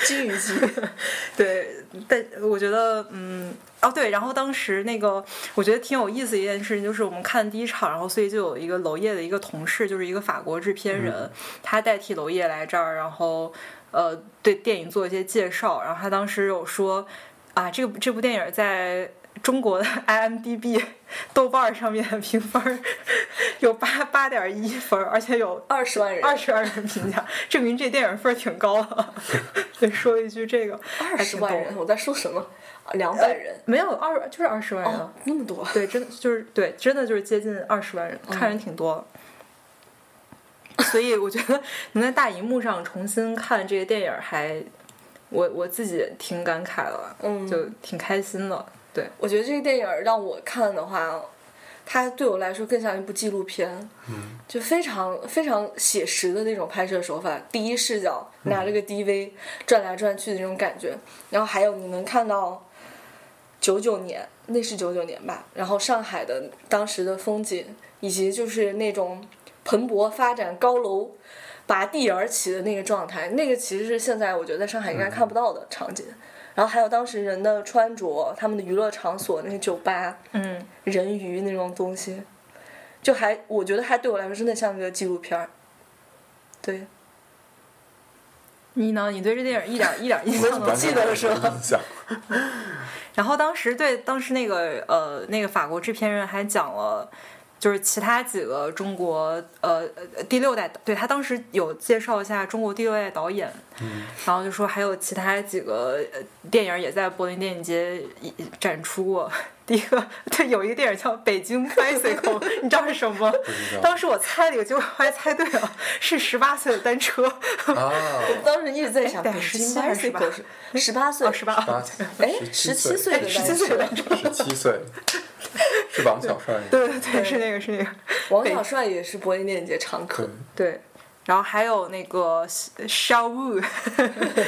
Speaker 3: 金鱼姬，
Speaker 1: 对，但我觉得，嗯，哦对，然后当时那个我觉得挺有意思的一件事情，就是我们看第一场，然后所以就有一个娄烨的一个同事，就是一个法国制片人，他代替娄烨来这儿，然后呃对电影做一些介绍，然后他当时有说啊，这个这部电影在。中国的 IMDB 豆瓣儿上面评分儿 有八八点一分儿，而且有
Speaker 3: 二十万人，
Speaker 1: 二十万人评价， 证明这电影分儿挺高的。 对，说了一句这个，
Speaker 3: 二
Speaker 1: 还
Speaker 3: 十
Speaker 1: 挺
Speaker 3: 万
Speaker 1: 逗
Speaker 3: 人，我在说什么？两百人，
Speaker 1: 没有二就是二十万人啊，
Speaker 3: 哦，那么多，
Speaker 1: 对，真的就是对，真的就是接近二十万人，看人挺多的。所以我觉得能在大荧幕上重新看这个电影儿还，我我自己挺感慨的，
Speaker 3: 嗯
Speaker 1: 就挺开心的。对，
Speaker 3: 我觉得这个电影儿让我看的话，它对我来说更像一部纪录片，嗯，就非常非常写实的那种拍摄手法，第一视角拿着个 DV、转来转去的那种感觉，然后还有你能看到九九年，那是九九年吧，然后上海的当时的风景，以及就是那种蓬勃发展高楼。拔地而起的那个状态，那个其实是现在我觉得在上海应该看不到的场景。然后还有当时人的穿着，他们的娱乐场所那些酒吧、
Speaker 1: 嗯，
Speaker 3: 人鱼那种东西，就还我觉得还对我来说真的像个纪录片儿。对，
Speaker 1: 你呢？你对这电影一点儿一点儿印象都没有
Speaker 2: 完全
Speaker 3: 记得了是吧
Speaker 2: 没有印象
Speaker 1: 然后当时对当时那个呃那个法国制片人还讲了。就是其他几个中国呃呃第六代，对他当时有介绍一下中国第六代导演，然后就说还有其他几个呃电影也在柏林电影节一展出过。第一个对，有一个电影叫《北京 Bicycle》，你知道是什么吗
Speaker 2: 知道？
Speaker 1: 当时我猜了一个，结果后来猜对了，是十八岁的单车。
Speaker 2: 啊，
Speaker 3: 当时一直在想，
Speaker 1: 哎
Speaker 3: 北京
Speaker 1: 17还是
Speaker 3: bicycle
Speaker 1: 18
Speaker 3: 是十八岁
Speaker 1: 哦，，十八，
Speaker 2: 八
Speaker 3: 哎，
Speaker 2: 十
Speaker 3: 十
Speaker 2: 七
Speaker 3: 七岁的
Speaker 2: 十
Speaker 1: 17岁的
Speaker 2: 十七岁，是王小帅。
Speaker 1: 对对对，是那个，是那个。
Speaker 3: 王小帅也是柏林电影节常客
Speaker 2: 对，，
Speaker 1: 对，然后还有那个 Shao Wu，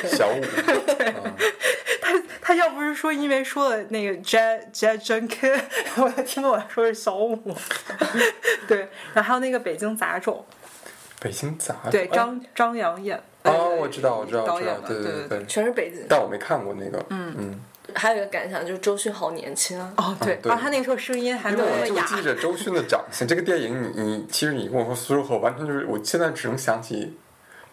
Speaker 2: 小五，
Speaker 1: 他他要不是说因为说了那个 J J Junkin，我 就听我说是小五，对，然后还有那个北京杂种，
Speaker 2: 北京杂志
Speaker 1: 对
Speaker 2: 哎
Speaker 1: 张张扬演，呃
Speaker 2: 哦，我知道，我知道，
Speaker 1: 导
Speaker 2: 我知
Speaker 1: 演
Speaker 2: 道，
Speaker 1: 嘛
Speaker 2: 对
Speaker 1: 对
Speaker 2: 对
Speaker 1: 对
Speaker 2: 对，
Speaker 3: 全是北京。
Speaker 2: 但我没看过那个，嗯嗯，
Speaker 3: 还有一个感想就是周迅好年轻啊，
Speaker 1: 哦对
Speaker 2: 嗯，对
Speaker 1: 然后他那个时候声音还没
Speaker 2: 因为
Speaker 1: 有
Speaker 2: 我
Speaker 1: 那
Speaker 2: 就
Speaker 1: 么哑，
Speaker 2: 记着周迅的长相，这个电影你你其实你跟我说苏州河，完全就是我现在只能想起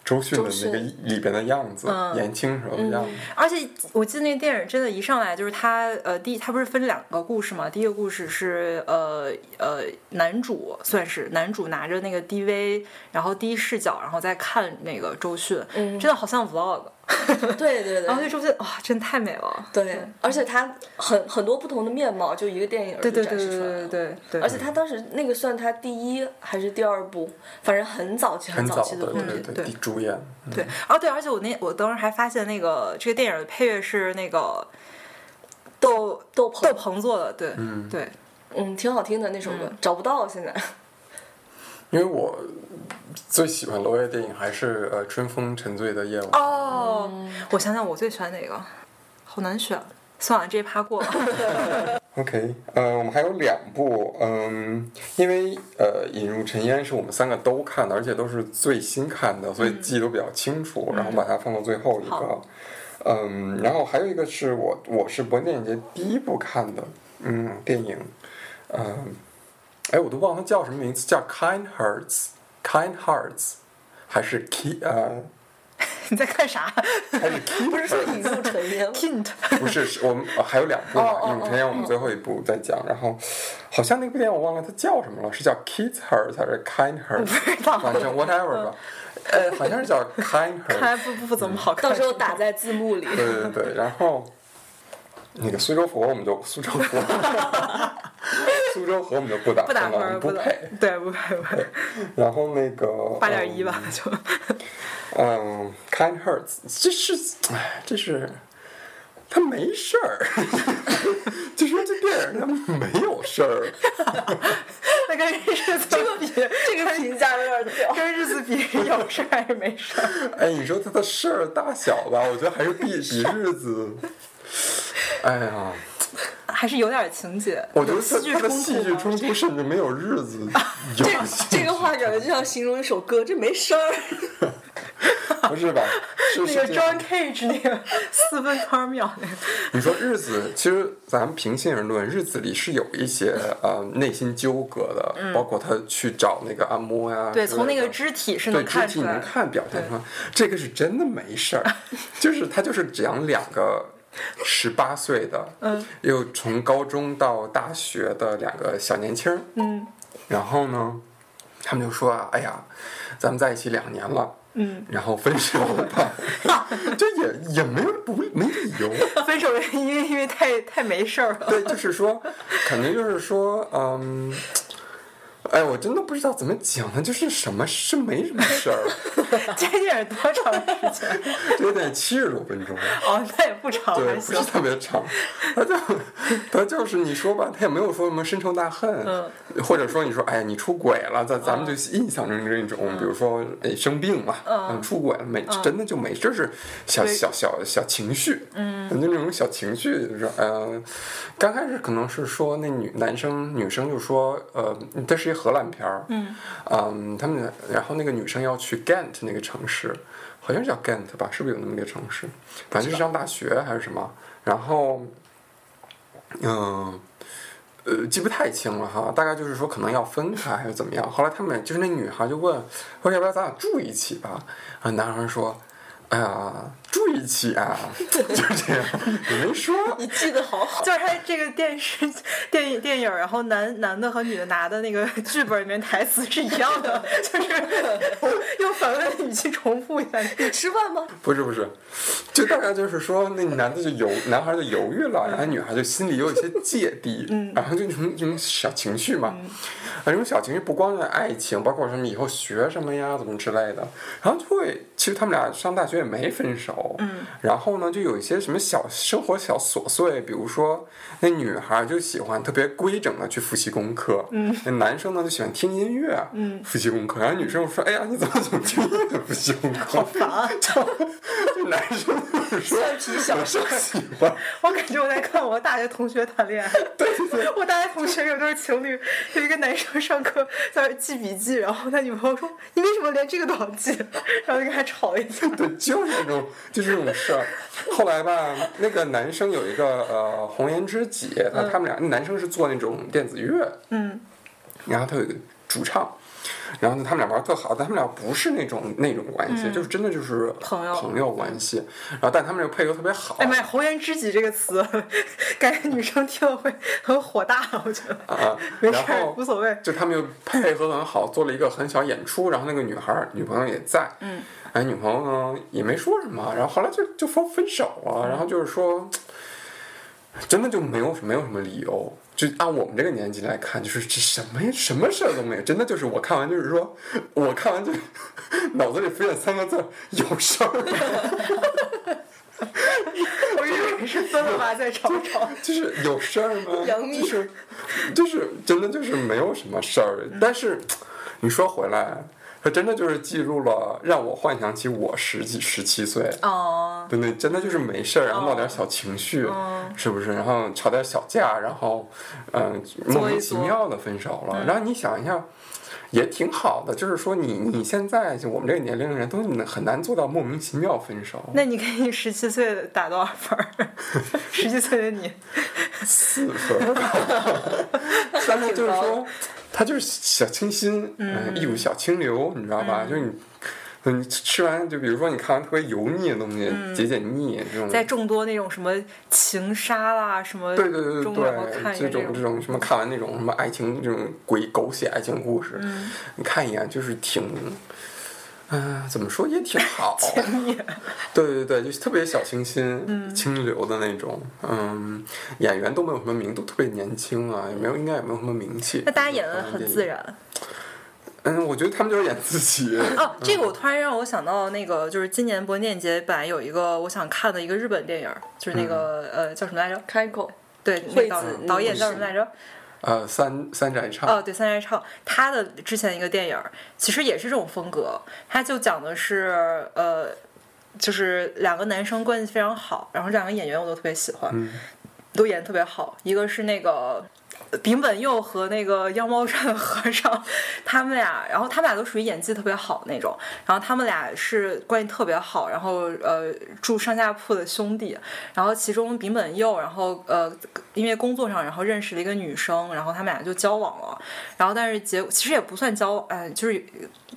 Speaker 2: 周迅的
Speaker 3: 周
Speaker 2: 那
Speaker 3: 迅
Speaker 2: 个里边的样子，
Speaker 1: 嗯
Speaker 2: 年轻时候的样子，
Speaker 1: 而且我记得那个电影真的，一上来就是他呃，第一他不是分两个故事嘛？第一个故事是呃呃，男主算是男主拿着那个 DV，然后第一视角，然后再看那个周迅，
Speaker 3: 嗯
Speaker 1: 真的好像 vlog。
Speaker 3: 对对对，
Speaker 1: 然后那周迅哇、真的太美了。
Speaker 3: 对，而且他很很多不同的面貌，就一个电影
Speaker 1: 嗯对对对
Speaker 3: 就展
Speaker 1: 对
Speaker 3: 示出来
Speaker 1: 对
Speaker 3: 了。
Speaker 1: 对对，
Speaker 3: 而且他当时那个算他第一还是第二部，反正很早期
Speaker 2: 很
Speaker 3: 早
Speaker 2: 早
Speaker 3: 期
Speaker 2: 的，
Speaker 3: 作品。
Speaker 2: 对
Speaker 1: 对
Speaker 2: 对，主演，嗯
Speaker 1: 对，哦对，而且我那我当时还发现那个这个电影的配乐是那个窦
Speaker 3: 窦
Speaker 1: 窦
Speaker 3: 鹏，
Speaker 1: 鹏做的，对、
Speaker 2: 嗯
Speaker 1: 对，
Speaker 3: 嗯，挺好听的那首歌，找不 到现在。
Speaker 2: 因为我最喜欢娄烨电影还是呃《春风沉醉的夜晚》，
Speaker 1: 哦，
Speaker 3: 嗯
Speaker 1: 我想想我最喜欢哪个，好难选。算了，这一趴过了。
Speaker 2: OK，呃，我们还有两部，嗯，因为呃，《引入尘烟》是我们三个都看的，而且都是最新看的，所以记得都比较清楚，然后把它放到最后一个
Speaker 1: 好。
Speaker 2: 嗯，然后还有一个是我我是柏林电影节第一部看的，嗯，电影，嗯，哎，我都忘了它叫什么名字，叫《Kind Hearts》，《Kind Hearts》，还是 Key 呃，
Speaker 1: 你在看啥
Speaker 2: 还是 Key？
Speaker 3: 不是说引入 尘烟吗？
Speaker 1: ？Hint
Speaker 2: 不是，是我们呃还有两部嘛
Speaker 3: 哦，哦
Speaker 2: 影片
Speaker 1: 嗯
Speaker 2: 我们最后一部再讲。然后，好像那部电影我忘了它叫什么了，是叫 Kids Heart 还是 Kind Heart？反正 whatever 吧，呃， 好像是叫 Kind
Speaker 1: 看来
Speaker 2: Heart。
Speaker 1: 哎不不不怎么好看。
Speaker 3: 到时候打在字幕里。
Speaker 2: 对对对，然后那个苏州河我们就苏州 河，苏州河我们就不打
Speaker 1: 不打
Speaker 2: 分
Speaker 1: 分
Speaker 2: 了，我
Speaker 1: 儿，
Speaker 2: 们
Speaker 1: 不
Speaker 2: 嗯不
Speaker 1: 打
Speaker 2: 配。，嗯
Speaker 1: 对，不配不配，
Speaker 2: 然后那个
Speaker 1: 八点一吧，就
Speaker 2: 嗯，Kind Hearts，这是，哎，这是，他没事儿， 就说这电影他没有事儿，
Speaker 1: 那跟日子这个比，
Speaker 3: 这个评价有点 屌。
Speaker 1: 跟日子比有事儿还是没事儿？
Speaker 2: 哎，你说他的事儿大小吧，我觉得还是比比日子，哎呀，
Speaker 1: 还是有点情节，
Speaker 2: 我觉得
Speaker 1: 有戏
Speaker 2: 他
Speaker 1: 剧
Speaker 2: 他的
Speaker 1: 冲
Speaker 2: 戏剧
Speaker 1: 突吗啊
Speaker 2: 冲突甚至没有日子有
Speaker 3: 这个话感觉就像形容一首歌，这没事儿。
Speaker 2: 不是 吧？是
Speaker 1: 那
Speaker 2: 是
Speaker 1: 个
Speaker 2: 这样
Speaker 1: John Cage 那个四分二秒那个，
Speaker 2: 你说日子，其实咱们平心而论，日子里是有一些呃内心纠葛的，包括他去找那个按摩呀之类
Speaker 1: 嗯对，
Speaker 2: 的，
Speaker 1: 从那个肢体是
Speaker 2: 对
Speaker 1: 能
Speaker 2: 肢
Speaker 1: 看
Speaker 2: 体
Speaker 1: 出
Speaker 2: 能
Speaker 1: 来。
Speaker 2: 看表现出来，这个是真的没 事儿，就是他就是讲两个十八岁的，嗯，又从高中到大学的两个小年轻，嗯，然后呢，他们就说啊，哎呀，咱们在一起两年了。嗯， 然后分手了吧？ 这也也没有不没理由，
Speaker 1: 分手原因因为因为太太没事儿了，
Speaker 2: 对，就是说，肯定就是说，嗯，哎，我真的不知道怎么讲呢，就是什么是没什么事儿，
Speaker 1: 这电影多长时间？
Speaker 2: 这得七十多分钟，
Speaker 1: 哦，那也不长，
Speaker 2: 对，
Speaker 1: 还
Speaker 2: 不
Speaker 1: 行
Speaker 2: 是。特别长， 他就他就是你说吧，他也没有说什么深仇大恨，或者说你说哎呀你出轨了，咱咱们就印象中这种，比如说哎生病嘛，嗯，出轨了没，真的就没，这是小
Speaker 1: 对
Speaker 2: 小小小情绪，嗯，就那种小情绪，就是呃，刚开始可能是说那女男生女生就说呃，这是一荷兰片儿，嗯，他们然后那个女生要去 Ghent 那个城市。好像是叫 Ghent 吧，是不是有那么一个城市？反正就是上大学还是什么，然后，嗯、呃，记不太清了哈，大概就是说可能要分开还是怎么样。后来他们就是那女孩就问，说要不要咱俩住一起吧？啊，男孩说，哎呀，住一起啊， 就这样，也没说。啊
Speaker 3: 你记得好 好。
Speaker 1: 就是他这个电视、电影、电影，然后男男的和女的拿的那个剧本里面台词是一样的，就是 用反问的语气重复一下。
Speaker 3: 你吃饭吗？
Speaker 2: 不是不是，就大概就是说，那男的就犹，男孩就犹豫了，然后女孩就心里有一些芥蒂，然后就那种那种小情绪嘛，啊，这种小情绪不光是爱情，包括什么以后学什么呀，怎么之类的，然后就会，其实他们俩上大学也没分手，然后呢，就有一些什么小生活小琐碎，比如说那女孩就喜欢特别规整的去复习功课，那男生呢就喜欢听音乐，复习功课，然后女生说，哎呀，你怎么总听音乐复习功课？好烦
Speaker 1: 啊！
Speaker 2: 这 男生就是说，
Speaker 3: 蒜皮小事
Speaker 2: 我就喜欢，
Speaker 1: 我感觉我在看我大学同学谈恋爱。我大学同学有对情侣，有一个男生上课在那儿记笔记，然后他女朋友说：“你为什么连这个都要记？”然后就跟他吵一架。
Speaker 2: 对，就是这种，就是这种事儿。后来吧，那个男生有一个呃红颜知己，
Speaker 3: 嗯
Speaker 2: 他他们俩，那男生是做那种电子乐，
Speaker 1: 嗯，
Speaker 2: 然后他有一个主唱。然后呢，他们俩玩儿特好，但他们俩不是那种那种关系，就是真的就是
Speaker 3: 嗯朋友
Speaker 2: 朋友关系。然后，但他们这个配合特别好。
Speaker 1: 哎妈呀，红颜知己这个词，感觉女生听了会很火大，我觉得。
Speaker 2: 啊，
Speaker 1: 没
Speaker 2: 然
Speaker 1: 事儿
Speaker 2: 后
Speaker 1: 无所谓
Speaker 2: 就他们又配合得很好，做了一个很小演出，然后那个女孩儿女朋友也在，嗯，哎，女朋友呢也没说什么，然后后来就就说分手了，然后就是说，真的就没有没有什么理由。就按我们这个年纪来看，就是这什么呀，什么事儿都没有，真的就是我看完就是说，我看完就 脑子里浮现三个字儿有事儿。
Speaker 1: 我以为是分了吧，再吵吵。
Speaker 2: 就是有事儿吗？
Speaker 3: 杨幂
Speaker 2: 就是就是真的就是没有什么事儿，但是你说回来，它真的就是记录了让我幻想起我十几十七岁。
Speaker 1: 哦，
Speaker 2: 对对，真的就是没事儿，然后
Speaker 3: 哦
Speaker 2: 闹点小情绪，是不是？然后吵点小架，然后，嗯、莫名其妙的分手
Speaker 3: 嗯
Speaker 2: 了。然后你想一下，也挺好的，就是说你你现在就我们这个年龄的人都很难做到莫名其妙分手。
Speaker 1: 那你给你十七岁的打多少分儿？ 十七岁 的你，
Speaker 2: 四分，但是就是说， 他就是小清新，嗯，一股小清流，你知道吧？就是你，嗯，吃完就比如说你看完特别油腻的东西，解解腻这种，
Speaker 1: 嗯在众多那种什么情杀啦，什么
Speaker 2: 对对对对
Speaker 1: 中然后看
Speaker 2: 对，
Speaker 1: 一
Speaker 2: 这
Speaker 1: 个
Speaker 2: 种这
Speaker 1: 种。
Speaker 2: 种什么看完那种什么爱情这种鬼狗血爱情故事，
Speaker 1: 嗯
Speaker 2: 你看一眼就是挺，嗯，怎么说也挺 好，对对对，就是特别小清新、
Speaker 1: 嗯
Speaker 2: 清流的那种，嗯，演员都没有什么名，都特别年轻啊，也没有应该也没有什么名气。
Speaker 1: 那大家演的很自然
Speaker 2: 嗯，我觉得他们就是演自己。
Speaker 1: 哦，这个我突然让我想到那个，就是今年柏林电影节本来有一个我想看的一个日本电影，就是
Speaker 2: 嗯
Speaker 1: 那个、呃叫什么来着？
Speaker 3: 开口，
Speaker 1: 对，那
Speaker 3: 惠
Speaker 1: 导
Speaker 3: 子
Speaker 1: 导演叫什么来着？
Speaker 2: 呃，三三宅唱，啊
Speaker 1: 哦，对，三宅唱他的之前一个电影儿其实也是这种风格，他就讲的是呃，就是两个男生关系非常好，然后这两个演员我都特别喜欢，都演得特别好。一个是那个丙本佑和那个妖猫传的和尚，他们俩，然后他们俩都属于演技特别好那种，然后他们俩是关系特别好，然后呃住上下铺的兄弟，然后其中丙本佑，然后呃因为工作上，然后认识了一个女生，然后他们俩就交往了，然后但是结其实也不算交往，哎、就是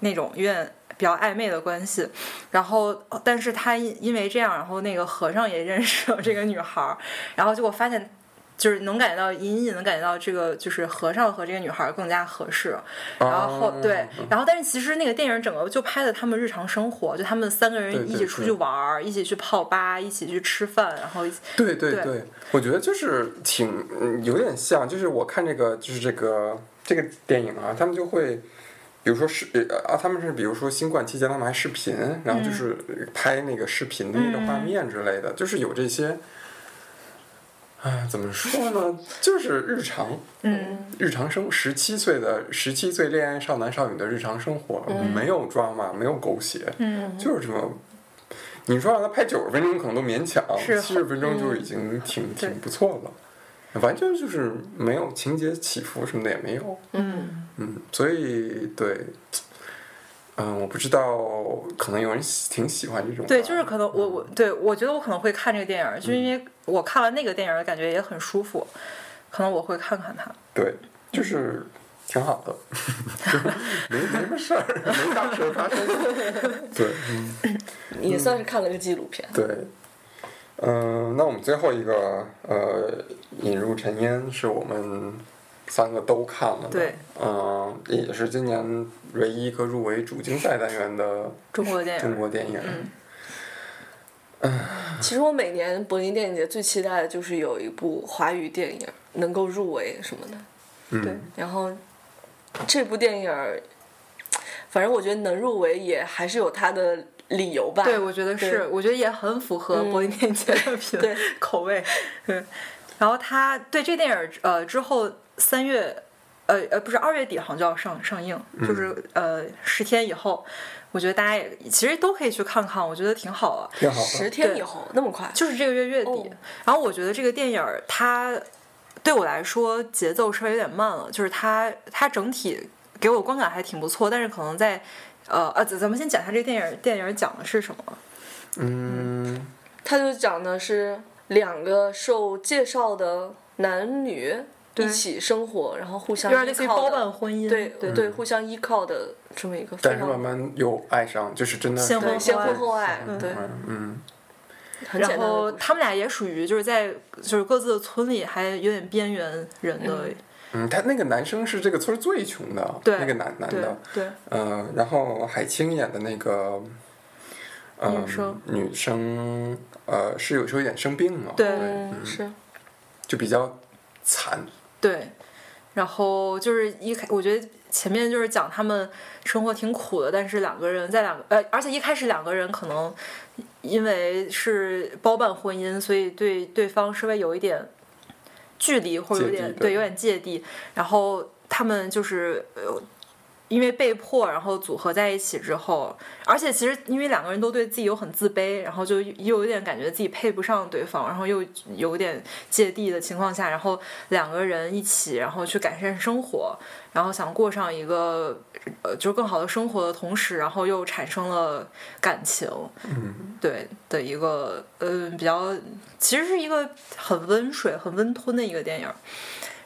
Speaker 1: 那种有点比较暧昧的关系，然后，但是他因因为这样，然后那个和尚也认识了这个女孩儿，然后结果发现，就是能感觉到隐隐能感觉到这个就是和尚和这个女孩儿更加合适，然后后
Speaker 2: 哦
Speaker 1: 对，然后但是其实那个电影整个就拍的他们日常生活，就他们三个人一起出去玩儿，一起去泡吧，一起去吃饭，然后一起
Speaker 2: 对对
Speaker 1: 对
Speaker 2: 对，我觉得就是挺嗯有点像，就是我看这个就是这个这个电影啊，他们就会。比如说是呃啊，他们是比如说新冠期间，他们还视频，然后
Speaker 1: 嗯
Speaker 2: 就是拍那个视频的那个画面之类的，就是有这些，啊，怎么说呢？就是日常，
Speaker 1: 嗯，
Speaker 2: 日常生十七岁的十七岁恋爱少男少女的日常生活，没有 drama，没有狗血，
Speaker 1: 嗯
Speaker 2: 就是这么。你说让他拍九十分钟可能都勉强，
Speaker 1: 是嗯
Speaker 2: 七十分钟就已经挺、挺不错了，完全就是没有情节起伏什么的也没有，
Speaker 1: 嗯，
Speaker 2: 嗯，所以对，嗯，我不知道，可能有人喜挺喜欢这种吧，啊
Speaker 1: 对，就是可能我我对我觉得我可能会看这个电影儿，就是因为我看完那个电影儿感觉也很舒服，可能我会看看它。
Speaker 2: 对，就是挺好的， 就没没什么事儿，没大事儿发生， 对，嗯。
Speaker 3: 也算是看了个纪录片。
Speaker 2: 对，嗯、那我们最后一个呃，引入尘烟是我们三个都看了的，
Speaker 1: 对，
Speaker 2: 嗯、也是今年唯一一个入围主竞赛单元的
Speaker 1: 中国电影
Speaker 2: 中国电影，
Speaker 3: 其实我每年柏林电影节最期待的就是有一部华语电影能够入围什么的。
Speaker 2: 嗯，
Speaker 3: 然后这部电影儿，反正我觉得能入围也还是有它的理由吧。
Speaker 1: 对，我觉得是
Speaker 3: 对，嗯
Speaker 1: 我觉得也很符合柏林电影节 的品、
Speaker 3: 对
Speaker 1: 口味。对，然后他对这电影儿呃之后三月呃呃不是二月底好像就要上上映，就是、呃十天以后，我觉得大家也其实都可以去看看，我觉得挺好的。
Speaker 2: 挺好
Speaker 3: 十
Speaker 2: 的，嗯
Speaker 3: 天以后那么快，
Speaker 1: 就是这个月月底。
Speaker 3: 哦
Speaker 1: 然后我觉得这个电影儿它对我来说节奏稍微有点慢了，就是它它整体给我观感还挺不错，但是可能在呃呃，咱咱们先讲一下这个电影儿电影儿讲的是什么。
Speaker 2: 嗯，
Speaker 3: 他就讲的是两个受介绍的男女
Speaker 1: 对
Speaker 3: 一起生活，然后互
Speaker 1: 有
Speaker 3: 相
Speaker 1: 点
Speaker 3: 依
Speaker 1: 类似于
Speaker 3: 靠
Speaker 1: 包
Speaker 3: 的
Speaker 1: 办，婚姻，
Speaker 3: 对嗯
Speaker 1: 对，
Speaker 3: 对，互相依靠的这么一个非
Speaker 2: 嗯但
Speaker 3: 常。
Speaker 2: 是慢慢又爱上，就是真的是
Speaker 1: 先婚
Speaker 3: 对，先婚后爱，
Speaker 2: 嗯
Speaker 3: 对，
Speaker 2: 嗯，
Speaker 3: 很
Speaker 1: 然
Speaker 3: 简单的
Speaker 1: 后
Speaker 3: 故事
Speaker 1: 他们俩也属于就是在就是各自的村里还有点边缘人的，
Speaker 2: 嗯，他那个男生是这个村儿最穷的，
Speaker 1: 对
Speaker 2: 那个男男
Speaker 1: 对
Speaker 2: 的，
Speaker 1: 对，
Speaker 2: 嗯，然后海清演的那个，呃、
Speaker 1: 女生，
Speaker 2: 女生，呃，是有时候有点生病了，
Speaker 1: 对
Speaker 3: 嗯，是
Speaker 2: 就比较惨，
Speaker 1: 对，然后就是一开，我觉得前面就是讲他们生活挺苦的，但是两个人在两个呃，而且一开始两个人可能因为是包办婚姻，所以对对方稍微有一点距离或者有
Speaker 2: 芥蒂
Speaker 1: 点
Speaker 2: 对
Speaker 1: 有点芥蒂，然后他们就是呃。因为被迫，然后组合在一起之后，而且其实因为两个人都对自己有很自卑，然后就又有点感觉自己配不上对方，然后又有点芥蒂的情况下，然后两个人一起，然后去改善生活，然后想过上一个呃就是更好的生活的同时，然后又产生了感情，
Speaker 2: 嗯，
Speaker 1: 对的一个呃比较，其实是一个很温水、很温吞的一个电影儿。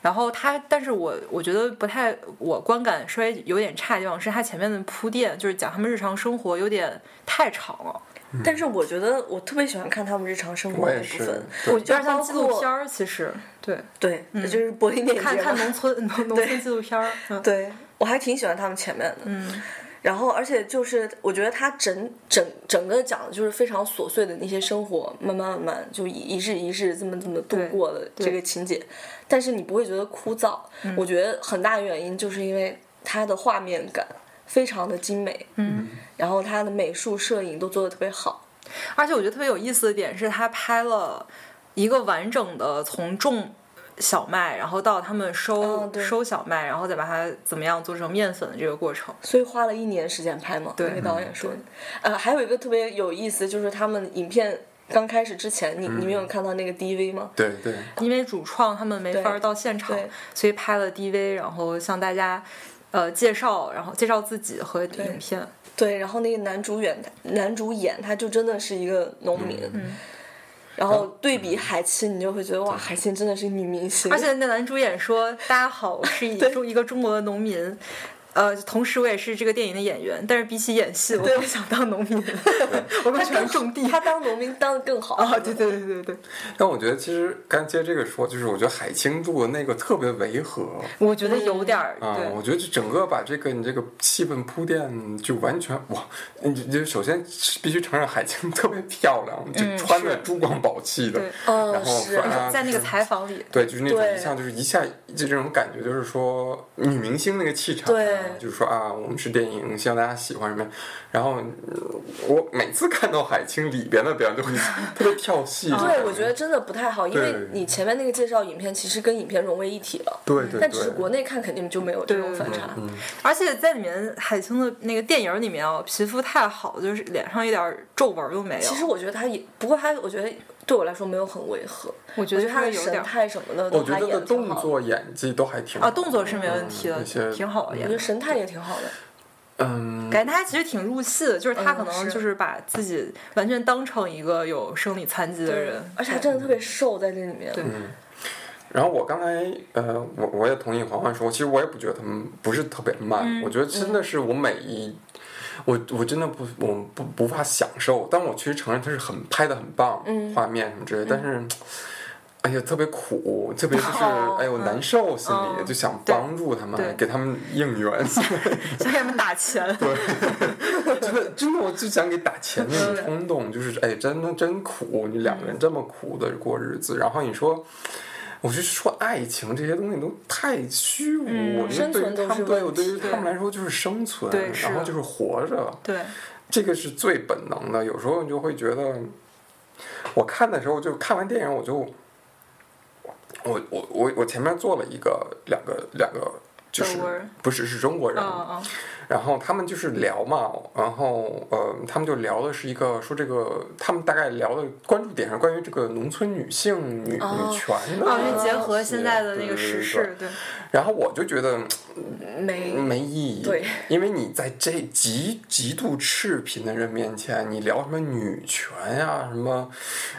Speaker 1: 然后它，但是我我觉得不太，我观感稍微有点差的地方是它前面的铺垫，就是讲他们日常生活有点太长了，
Speaker 3: 但是我觉得我特别喜欢看他们日常生活
Speaker 2: 我
Speaker 3: 的
Speaker 2: 也
Speaker 3: 部
Speaker 2: 是
Speaker 3: 分，，
Speaker 2: 对
Speaker 1: 有点像
Speaker 3: 包
Speaker 1: 纪录
Speaker 3: 括
Speaker 1: 片儿。其实 对，
Speaker 3: 对，就是柏林电影节
Speaker 1: 嗯看看
Speaker 3: 嘛
Speaker 1: 农村农农村纪录片 儿，嗯
Speaker 3: 对我还挺喜欢他们前面的，
Speaker 1: 嗯，
Speaker 3: 然后而且就是我觉得他整整整个讲的就是非常琐碎的那些生活，慢慢慢慢就一一日一日这么这么度
Speaker 1: 对嗯
Speaker 3: 过的这个情节，但是你不会觉得枯燥，我觉得很大原因就是因为它的画面感非常的精美，
Speaker 1: 嗯，
Speaker 3: 然后它的美术摄影都做的特别好，
Speaker 1: 而且我觉得特别有意思的点是，他拍了一个完整的从种小麦，然后到他们收、
Speaker 3: 哦对
Speaker 1: 收小麦，然后再把它怎么样做成面粉的这个过程。
Speaker 3: 所以花了一年时间拍嘛，
Speaker 1: 对嗯
Speaker 3: 那个导演说的。呃，还有一个特别有意思，就是他们影片刚开始之前，你你没有看到那个 DV 吗？
Speaker 2: 对对，
Speaker 1: 因为主创他们没法儿
Speaker 3: 对
Speaker 1: 到现场
Speaker 3: 对，
Speaker 1: 所以拍了 DV，然后向大家呃介绍，然后介绍自己和影片。
Speaker 3: 对，然后那个男主演，男主演他就真的是一个农民，嗯然后嗯对比海清，你就会觉得哇，海清真的是女明星，
Speaker 1: 而且那男主演说：“大家好，我是一中一个中国的农民，呃，同时我也是这个电影的演员。但是比起演戏，我更想当 农民，我更喜欢种地。
Speaker 3: 他当农民当的更好
Speaker 1: 啊，对对对对对，
Speaker 2: 但我觉得其实刚接这个说，就是我觉得海清做的那个特别违和。
Speaker 1: 我觉得有点儿、
Speaker 2: 啊、我
Speaker 1: 对。
Speaker 2: 觉得这整个把这个你这个气氛铺垫就完全哇，你你就首先必须承认海清特别漂亮，就穿
Speaker 1: 嗯
Speaker 2: 着
Speaker 1: 是
Speaker 2: 珠光宝气的
Speaker 1: 对，哦
Speaker 3: 嗯
Speaker 2: 然后
Speaker 3: 是
Speaker 2: 反正
Speaker 1: 在那个
Speaker 2: 啊就是
Speaker 1: 采访里，
Speaker 2: 对，就是那种
Speaker 3: 对
Speaker 2: 一下就是一下就这种感觉，就是说女明星那个气场，
Speaker 3: 对
Speaker 2: 就是说啊，我们是电影，希望大家喜欢什么呀。然后嗯我每次看到海清里边的表演，就会 特别跳戏。
Speaker 3: 对，我觉得真的不太好，因为
Speaker 2: 对
Speaker 3: 你前面那个介绍影片其实跟影片融为一体了，
Speaker 2: 对对嗯
Speaker 3: 但只是
Speaker 2: 对
Speaker 3: 国内嗯看肯定就没有这种
Speaker 1: 对
Speaker 3: 反
Speaker 1: 对
Speaker 3: 差，
Speaker 1: 而且在里面海清的那个电影里面啊，皮肤太好，就是脸上一点儿皱纹都没有。
Speaker 3: 其实我觉得他也，不过他我觉得对我来说没有很违和，
Speaker 1: 我
Speaker 3: 我
Speaker 1: 觉得
Speaker 3: 他的
Speaker 1: 稍微有点
Speaker 3: 神
Speaker 1: 儿
Speaker 3: 态什么的，
Speaker 2: 我觉得他
Speaker 3: 他演
Speaker 2: 的
Speaker 3: 得挺
Speaker 2: 动
Speaker 3: 好的
Speaker 2: 作演技都还挺
Speaker 1: 啊，
Speaker 2: 好
Speaker 1: 动作是没问题的，
Speaker 2: 嗯那些
Speaker 1: 挺好的
Speaker 3: 我
Speaker 1: 演
Speaker 3: 觉得
Speaker 1: 的。
Speaker 3: 神态也挺好的，
Speaker 2: 嗯，
Speaker 1: 感觉他其实挺入戏的，就是他
Speaker 3: 嗯
Speaker 1: 可能
Speaker 3: 是
Speaker 1: 就是把自己完全当成一个有生理残疾的人，
Speaker 3: 而且他真的特别瘦在这里面，
Speaker 1: 对
Speaker 2: 然后我刚才呃，我我也同意黄欢说，其实我也不觉得他们不是特别慢，
Speaker 1: 嗯
Speaker 2: 我觉得真的是我每一。我我真的不我不不怕享受，但我确实承认它是很拍的很棒，
Speaker 1: 嗯
Speaker 2: 画面什么之类的，但是，哎呀特别苦，特别就是、
Speaker 3: 哦
Speaker 2: 哎呦难受，心里、就想帮助他们
Speaker 1: 嗯对，
Speaker 2: 给他们 应援，
Speaker 1: 想给他们打 钱。
Speaker 2: 真的真的我就想给打钱那种冲动，就是哎真的真苦，你两个人这么苦的过日子，然后你说。我就说爱情这些东西都太虚无，我觉得
Speaker 3: 生
Speaker 2: 对
Speaker 3: 存
Speaker 2: 于
Speaker 3: 都
Speaker 2: 他
Speaker 3: 是
Speaker 2: 们对我
Speaker 3: 问
Speaker 2: 对于
Speaker 3: 题
Speaker 2: 他们来说就是生存
Speaker 1: 对，是
Speaker 2: 然后
Speaker 1: 的
Speaker 2: 就是活着，
Speaker 1: 对，
Speaker 2: 这个是最本能的。有时候你就会觉得，我看的时候就看完电影我就，我我我我前面坐了一个两个两个就是
Speaker 1: 中国人
Speaker 2: 不是是中国人，
Speaker 1: 嗯嗯
Speaker 2: 然后他们就是聊嘛，然后呃，他们就聊的是一个说这个，他们大概聊的关注点是关于这个农村女性女、
Speaker 3: 哦
Speaker 2: 女权
Speaker 1: 嗯，
Speaker 2: 的东
Speaker 1: 哦，
Speaker 2: 西，
Speaker 1: 就结合现在的那个时
Speaker 2: 对。对
Speaker 1: 事对，
Speaker 2: 对，然后我就觉得
Speaker 3: 没
Speaker 2: 嗯没意义，
Speaker 3: 对，
Speaker 2: 因为你在这极极度赤贫的人面前，你聊什么女权呀、什么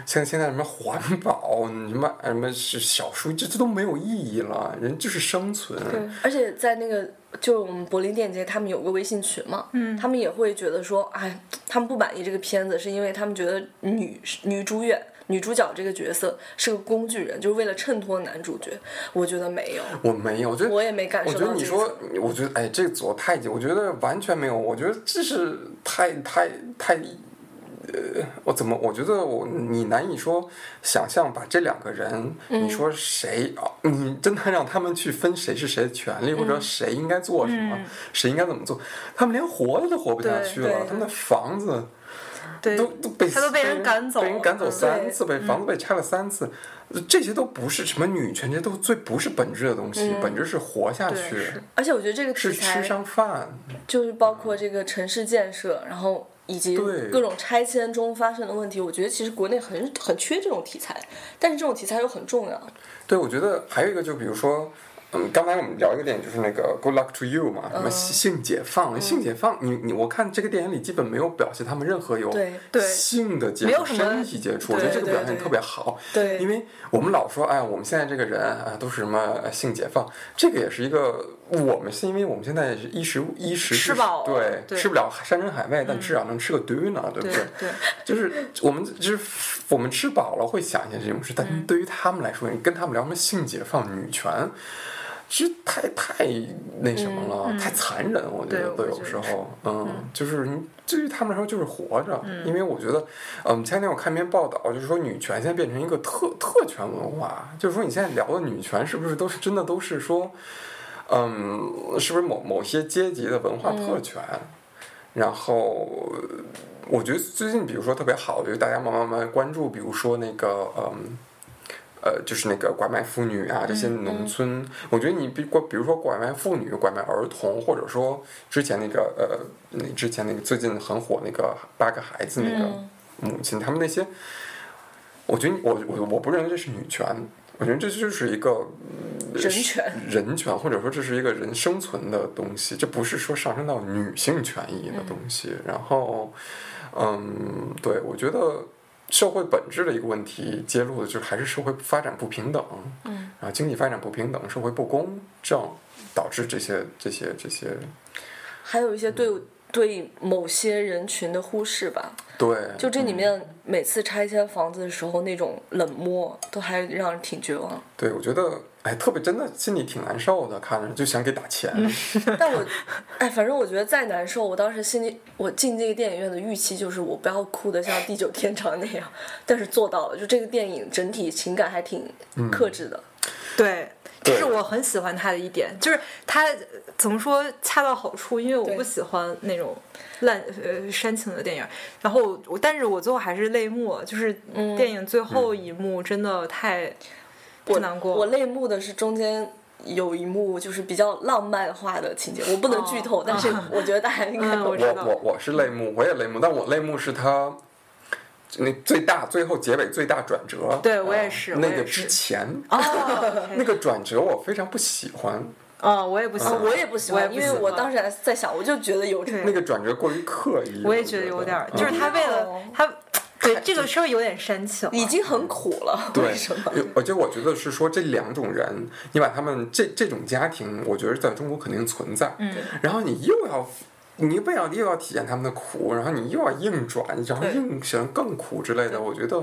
Speaker 2: 像现在什么环保，什么什么是小数，这这都没有意义了，人就是生存，
Speaker 3: 而且在那个就我们柏林电影节，他们有个微信群嘛，他们也会觉得说，哎，他们不满意这个片子，是因为他们觉得女女主演。女主角这个角色是个工具人，就是为了衬托男主角。我觉得没有，
Speaker 2: 我没有，我觉得
Speaker 3: 我也没感受
Speaker 2: 我
Speaker 3: 到
Speaker 2: 觉得你
Speaker 3: 这一
Speaker 2: 说，我觉得哎，这左太极，我觉得完全没有，我觉得这是太太太，呃，我怎么？我觉得我你难以说想象把这两个人，
Speaker 1: 嗯
Speaker 2: 你说谁啊？你真的让他们去分谁是谁的权利，或
Speaker 1: 嗯
Speaker 2: 者谁应该做什么，谁应该怎么做？他们连活着都活不下
Speaker 1: 对
Speaker 2: 去
Speaker 3: 对
Speaker 2: 了，他们的房子。
Speaker 1: 对
Speaker 2: 都都被
Speaker 1: 他都被人赶走
Speaker 2: 被人赶走
Speaker 1: 嗯
Speaker 2: 三次，被房子被拆了三次，这些都不是什么女权，这些都最不是本质的东西，本质是活下
Speaker 1: 嗯对
Speaker 2: 去，
Speaker 1: 是
Speaker 3: 而且我觉得这个
Speaker 2: 是
Speaker 3: 题材
Speaker 2: 吃上饭。
Speaker 3: 就是包括这个城市建设，然后以及
Speaker 2: 对
Speaker 3: 各种拆迁中发生的问题，我觉得其实国内很很缺这种题材，但是这种题材又很重要。
Speaker 2: 对，我觉得还有一个，就比如说，嗯，刚才我们聊一个电影，就是那个《Good Luck to You》嘛，
Speaker 1: 嗯
Speaker 2: 什么性解放，性解放，你你我看这个电影里基本没有表现他们任何有
Speaker 3: 对
Speaker 1: 对
Speaker 2: 性的接
Speaker 1: 没有
Speaker 2: 触、
Speaker 1: 什么
Speaker 2: 身体接触，我觉
Speaker 1: 对
Speaker 2: 得这个
Speaker 3: 对
Speaker 2: 表现
Speaker 3: 对
Speaker 2: 特别好。
Speaker 3: 对
Speaker 2: 因为我们老说，哎，我们现在这个人啊，都是什么呃性解放，这个也是一个我们是因为我们现在是衣食衣食
Speaker 1: 吃饱
Speaker 2: 对，
Speaker 1: 对
Speaker 2: 吃不了山珍海味，但至少能吃个 dinner，对不
Speaker 1: 对
Speaker 2: 对？
Speaker 1: 对，
Speaker 2: 就是我们就是我们吃饱了会想一些这种事，但
Speaker 1: 嗯
Speaker 2: 是对于他们来说，你跟他们聊什么性解放、女权，其实太太那什么了，太残忍，我觉得
Speaker 1: 嗯对
Speaker 2: 都
Speaker 1: 我
Speaker 2: 有
Speaker 1: 觉
Speaker 2: 时
Speaker 1: 得是
Speaker 2: 候，嗯，就是你对于他们来说就是活着，因为我觉得，嗯，前两天我看一篇报道，就是说女权现在变成一个特特权文化，就是说你现在聊的女权是不是都是真的都是说，嗯，是不是某某些阶级的文化特权？
Speaker 1: 嗯
Speaker 2: 然后我觉得最近比如说特别好，就是大家慢慢慢慢关注，比如说那个嗯。呃，就是那个拐卖妇女啊，这些
Speaker 3: 嗯
Speaker 2: 农村，我觉得你比过，比如说拐卖妇女、拐卖儿童，或者说之前那个呃，
Speaker 3: 嗯
Speaker 2: 那之前那个最近很火那个八个孩子那个母亲，他们那些我觉得我我我不认为这是女权，我觉得这就是一个嗯
Speaker 3: 人权
Speaker 2: 人权或者说这是一个人生存的东西，这不是说上升到女性权益的东
Speaker 3: 嗯
Speaker 2: 西。然后，嗯，对我觉得社会本质的一个问题揭露的就是还是社会发展不平等，嗯，然后经济发展不平等，社会不公正导致这些这些这些，
Speaker 3: 还有一些对对某些人群的忽视吧。
Speaker 2: 对，
Speaker 3: 就这里面每次拆迁房子的时候那种冷漠，都还让人挺绝望。
Speaker 2: 对我觉得哎，特别真的心里挺难受的，看着就想给打钱。
Speaker 1: 嗯
Speaker 3: 但我，哎，反正我觉得再难受，我当时心里我进这个电影院的预期就是我不要哭得像地久天长那样， 但是做到了。就这个电影整体情感还挺克制的，
Speaker 1: 对，
Speaker 2: 对
Speaker 1: 这是我很喜欢他的一点，就是他呃怎么说恰到好处，因为我
Speaker 3: 对
Speaker 1: 不喜欢那种烂呃煽情的电影。然后我，但是我最后还是泪目了，就是电影最
Speaker 2: 嗯
Speaker 1: 后一幕真的太、
Speaker 3: 嗯我
Speaker 1: 太难过。
Speaker 3: 我泪目的是中间。有一幕就是比较浪漫化的情节，我不能剧透，但是我觉得大家应该
Speaker 1: 嗯
Speaker 3: 懂
Speaker 1: 我。知
Speaker 2: 我
Speaker 1: 道
Speaker 2: 我我是泪目，我也泪目，但我泪目是他那最大最后结尾最大转折。
Speaker 1: 对我也是
Speaker 2: 啊那
Speaker 1: 我
Speaker 2: 个
Speaker 1: 也是
Speaker 2: 之前
Speaker 1: 哦
Speaker 2: 那个转折我非常不喜欢，
Speaker 1: 哦，我也不喜
Speaker 3: 啊
Speaker 1: 欢，
Speaker 3: 我也不喜
Speaker 1: 我也
Speaker 3: 欢，因为我当
Speaker 1: 时
Speaker 3: 时还在想，我就觉得有这
Speaker 1: 对
Speaker 2: 那个转折过于刻意。
Speaker 1: 我也觉得有点
Speaker 2: 嗯
Speaker 1: 儿，就是他为了
Speaker 3: 嗯
Speaker 1: 他对这个稍微有点煽情了，
Speaker 3: 已经很苦了，
Speaker 2: 对
Speaker 3: 为什么？，
Speaker 2: 有而且我觉得是说这两种人，你把他们这这种家庭，我觉得在中国肯定存在。嗯，然后你又要，你又要又要体验他们的苦，然后你又要硬转，然后
Speaker 3: 对
Speaker 2: 硬想更苦之类的，我觉得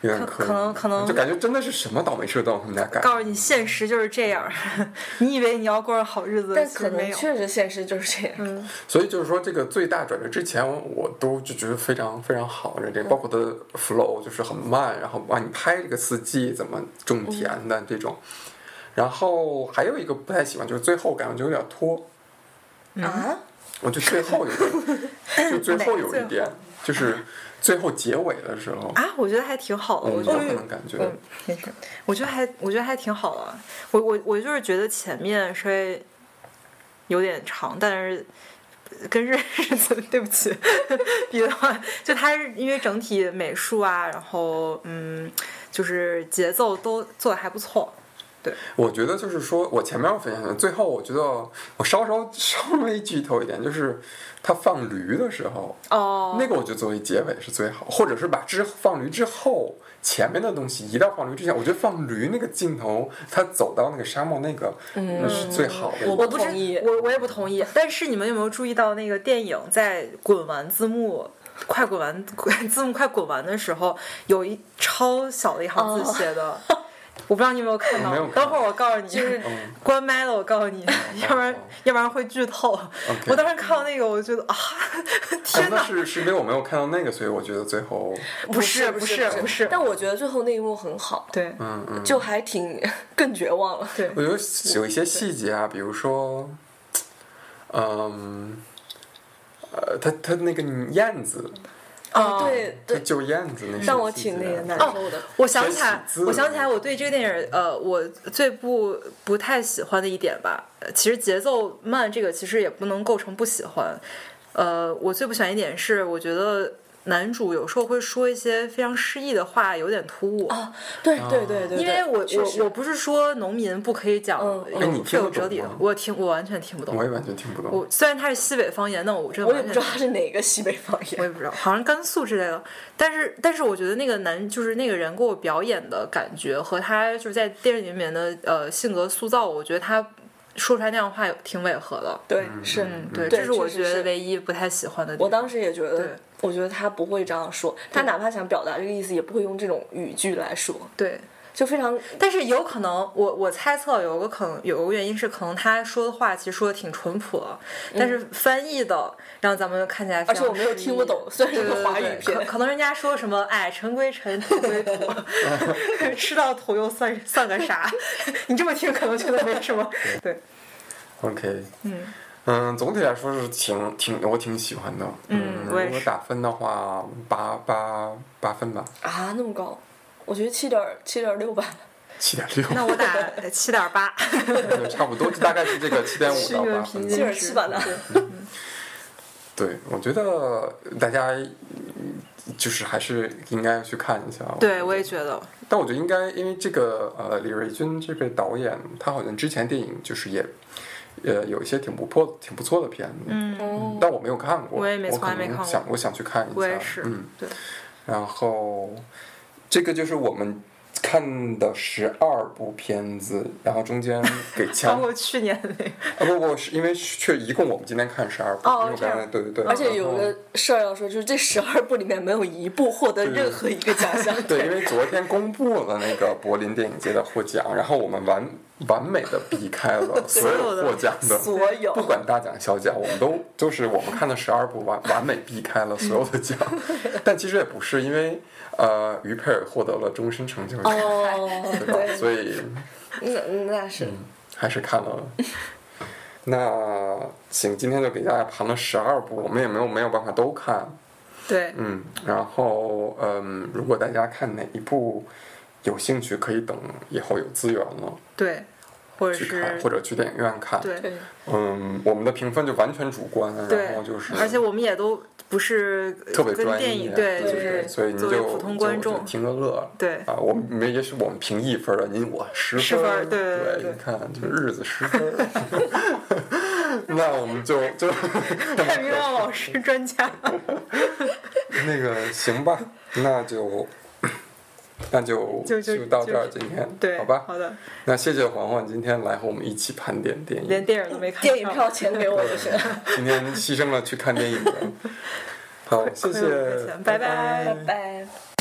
Speaker 2: 有点
Speaker 1: 可
Speaker 2: 以
Speaker 1: 可能可能
Speaker 2: 就感觉真的是什么倒霉事儿都往他们家干。
Speaker 1: 告诉你现实就是这样儿， 你以为你要过上好日子，
Speaker 3: 但
Speaker 1: 其
Speaker 3: 可
Speaker 1: 实没
Speaker 3: 能
Speaker 1: 有。嗯
Speaker 3: 确实现实就是这样。
Speaker 2: 所以就是说，这个最大转折之前，我我都就觉得非常非常好，这个包括它的 flow 就是很慢，然后帮你拍这个四季怎么种田的这种。然后还有一个不太喜欢，就是最后感觉就有点拖，
Speaker 1: 嗯
Speaker 3: 啊，
Speaker 2: 我就最后有点，就最后有
Speaker 1: 哪
Speaker 2: 一
Speaker 1: 个最
Speaker 2: 点，就是最后结尾的时候，
Speaker 1: 啊，我觉得还挺好的，
Speaker 2: 嗯
Speaker 1: 我
Speaker 2: 我
Speaker 1: 觉得
Speaker 2: 可能感觉，
Speaker 1: 嗯，没事，我觉得还我觉得还挺好的。我我我就是觉得前面稍微有点长，但是跟日日子 对不起比的话，就它是因为整体美术啊，然后嗯，就是节奏都做的还不错。
Speaker 2: 我觉得就是说，我前面要分享的，最后我觉得我稍稍稍微剧透一点，就是他放驴的时候，
Speaker 1: 哦
Speaker 2: 那个我觉得作为结尾是最好，或者是把之放驴之后前面的东西移到放驴之前，我觉得放驴那个镜头，他走到那个沙漠那个，嗯，是最好的。
Speaker 1: 我
Speaker 3: 我不
Speaker 1: 不是
Speaker 3: 同意
Speaker 1: 我我也不同意。但是你们有没有注意到那个电影在滚完字幕？快滚完，滚字幕快滚完的时候，有一超小的一行字写的，我不知道你有没有看到。
Speaker 2: 我没有看
Speaker 1: 等会儿我告诉你，就是 关麦了，我告诉你，要不然
Speaker 2: 哦
Speaker 1: 要不然会剧透。
Speaker 2: OK
Speaker 1: 我当时看到那个，我觉得啊，
Speaker 2: 哎
Speaker 1: 天
Speaker 2: 那
Speaker 1: 哪！
Speaker 2: 是是因为我没有看到那个，所以我觉得最后，
Speaker 1: 不是
Speaker 3: 不
Speaker 1: 不是不是
Speaker 3: 但我觉得最后那一幕很好，
Speaker 1: 对
Speaker 2: 嗯嗯，
Speaker 3: 就还挺更绝望了。哎
Speaker 1: 对
Speaker 2: 我觉得有一些细节啊，比如说，嗯，呃，他他那个燕子，
Speaker 1: 啊
Speaker 3: 对
Speaker 2: 他
Speaker 3: 对，
Speaker 2: 救燕子那些
Speaker 3: 让我
Speaker 2: 细节啊
Speaker 3: 挺那个难
Speaker 1: 哦
Speaker 3: 受的。
Speaker 1: 我想
Speaker 2: 先
Speaker 1: 起来
Speaker 2: 写字，
Speaker 1: 我想起来，我对这个电影，呃，我最不不太喜欢的一点吧，呃其实节奏慢这个其实也不能构成不喜欢。呃，我最不喜欢一点是，我觉得男主有时候会说一些非常诗意的话，有点突兀。
Speaker 3: 啊，对对对对，
Speaker 1: 因为我
Speaker 3: 确实
Speaker 1: 我我不是说农民不可以讲
Speaker 3: 嗯嗯
Speaker 1: 有
Speaker 2: 哎你
Speaker 1: 非
Speaker 2: 听得
Speaker 1: 有哲理的
Speaker 2: 懂吗，
Speaker 1: 我听我完全听不
Speaker 2: 我
Speaker 1: 懂。
Speaker 2: 也完全听不懂。
Speaker 1: 我虽然他是西北方言，但我真的
Speaker 3: 我也
Speaker 1: 完
Speaker 3: 不
Speaker 1: 全
Speaker 3: 知道他是哪个西北方
Speaker 1: 我
Speaker 3: 言。
Speaker 1: 也不知道，好像甘肃之类的。但是，但是我觉得那个男就是那个人给我表演的感觉和他就是在电影里面的呃性格塑造，我觉得他说出来那样的话有挺违和的。
Speaker 3: 对，是，
Speaker 1: 嗯，对，
Speaker 3: 对
Speaker 1: 这是我
Speaker 3: 确实
Speaker 1: 觉得
Speaker 3: 是
Speaker 1: 唯一不太喜欢的地方。
Speaker 3: 我当时也觉
Speaker 1: 对
Speaker 3: 得，我觉得他不会这样说，他哪怕想表达这个意思，也不会用这种语句来说，
Speaker 1: 对，
Speaker 3: 就非常
Speaker 1: 但是有可能，我我猜测有个可能有个原因是，可能他说的话其实说的挺淳朴的，但是翻译的让咱们看起来非
Speaker 3: 嗯而
Speaker 1: 常
Speaker 3: 且我没有听不懂
Speaker 1: 诗意
Speaker 3: 虽然是个
Speaker 1: 对对对
Speaker 3: 华语
Speaker 1: 对
Speaker 3: 片
Speaker 1: 可可能人家说什么“哎，尘归尘，土归 土， 吃到土又算算个啥？” 你这么听可能觉得没什么， 对
Speaker 2: OK，嗯总体来说是挺挺我挺喜欢的。
Speaker 1: 嗯我也
Speaker 2: 如果
Speaker 1: 是
Speaker 2: 打分的话，八八八分吧，
Speaker 3: 啊那么高，我觉得七点七点六吧，
Speaker 2: 七点六，
Speaker 1: 那我打七点八，
Speaker 2: 差不多，就大概是这个七点五
Speaker 1: 虚
Speaker 2: 到
Speaker 1: 拟
Speaker 2: 八
Speaker 1: 文
Speaker 2: 分
Speaker 1: 凭
Speaker 2: 吧。
Speaker 3: 七点七吧那
Speaker 1: 对
Speaker 2: 对，我觉得大家就是还是应该要去看一下。哦
Speaker 1: 对，我也觉得，
Speaker 2: 但我觉得应该，因为这个呃，李瑞军这位导演，他好像之前电影就是也，呃，有一些挺不错、挺不错的片子， 嗯，
Speaker 3: 哦，
Speaker 2: 但我没有看过，
Speaker 1: 我也没
Speaker 2: 可
Speaker 1: 从来没
Speaker 2: 能
Speaker 1: 看过
Speaker 2: 想我想去看一下，
Speaker 1: 我也是，
Speaker 2: 嗯，
Speaker 1: 对，
Speaker 2: 然后这个就是我们看的十二部片子，然后中间给
Speaker 1: 包
Speaker 2: 掐
Speaker 1: 括去年那个，
Speaker 2: 啊不不，是因为却一共我们今天看十二部，
Speaker 1: 哦
Speaker 2: 因为我
Speaker 1: 这
Speaker 2: 刚
Speaker 1: 样
Speaker 2: 才对对对，
Speaker 3: 而且有
Speaker 2: 然后
Speaker 3: 个事儿要说，就是这十二部里面没有一部获得任何一个奖 项。
Speaker 2: 对，因为昨天公布了那个柏林电影节的获奖，然后我们完完美的避开了所有 获奖的，
Speaker 3: 所有
Speaker 2: 不管大奖小奖，我们都就是我们看的十二部完完美避开了所有的奖，但其实也不是，因为呃，于佩尔获得了终身成就奖，
Speaker 3: 哦，
Speaker 2: 对吧？所以
Speaker 3: 那那是
Speaker 1: 嗯
Speaker 2: 还是看了。那行，今天就给大家盘了十二部，我们也没有没有办法都看，
Speaker 1: 对，
Speaker 2: 嗯，然后嗯，如果大家看哪一部有兴趣，可以等以后有资源了
Speaker 1: 对，或者
Speaker 2: 去看，
Speaker 1: 是
Speaker 2: 或者去电影院看。
Speaker 1: 对，
Speaker 3: 对，
Speaker 2: 嗯，我们的评分就完全主观，
Speaker 1: 对
Speaker 2: 然后就是，
Speaker 1: 而且我们也都不是
Speaker 2: 特别
Speaker 1: 跟
Speaker 2: 专业，
Speaker 1: 电影
Speaker 2: 对
Speaker 1: 就
Speaker 2: 对
Speaker 1: 是
Speaker 2: 所以您
Speaker 1: 作为
Speaker 2: 就
Speaker 1: 普通
Speaker 2: 就
Speaker 1: 观
Speaker 2: 就
Speaker 1: 众，
Speaker 2: 听个乐儿。
Speaker 1: 对
Speaker 2: 啊，我们没，也许我们评一分了，您我十
Speaker 1: 十分
Speaker 2: 儿
Speaker 1: 儿对对对
Speaker 2: 你看这日子十分儿。 那我们就就
Speaker 1: 看明亮老师专家，
Speaker 2: 那个行吧，那就那就
Speaker 1: 就就
Speaker 2: 到这
Speaker 1: 就
Speaker 2: 儿，今天
Speaker 1: 对，
Speaker 2: 好吧，
Speaker 1: 好的，
Speaker 2: 那谢谢环环今天来和我们一起盘点电
Speaker 1: 连
Speaker 2: 影，
Speaker 1: 电影都没看上，
Speaker 3: 电影票钱给我就行。
Speaker 2: 今天牺牲了去看电影了。好，谢
Speaker 1: 亏我没
Speaker 2: 谢
Speaker 1: 钱，拜
Speaker 2: 拜
Speaker 1: 拜
Speaker 3: 拜拜。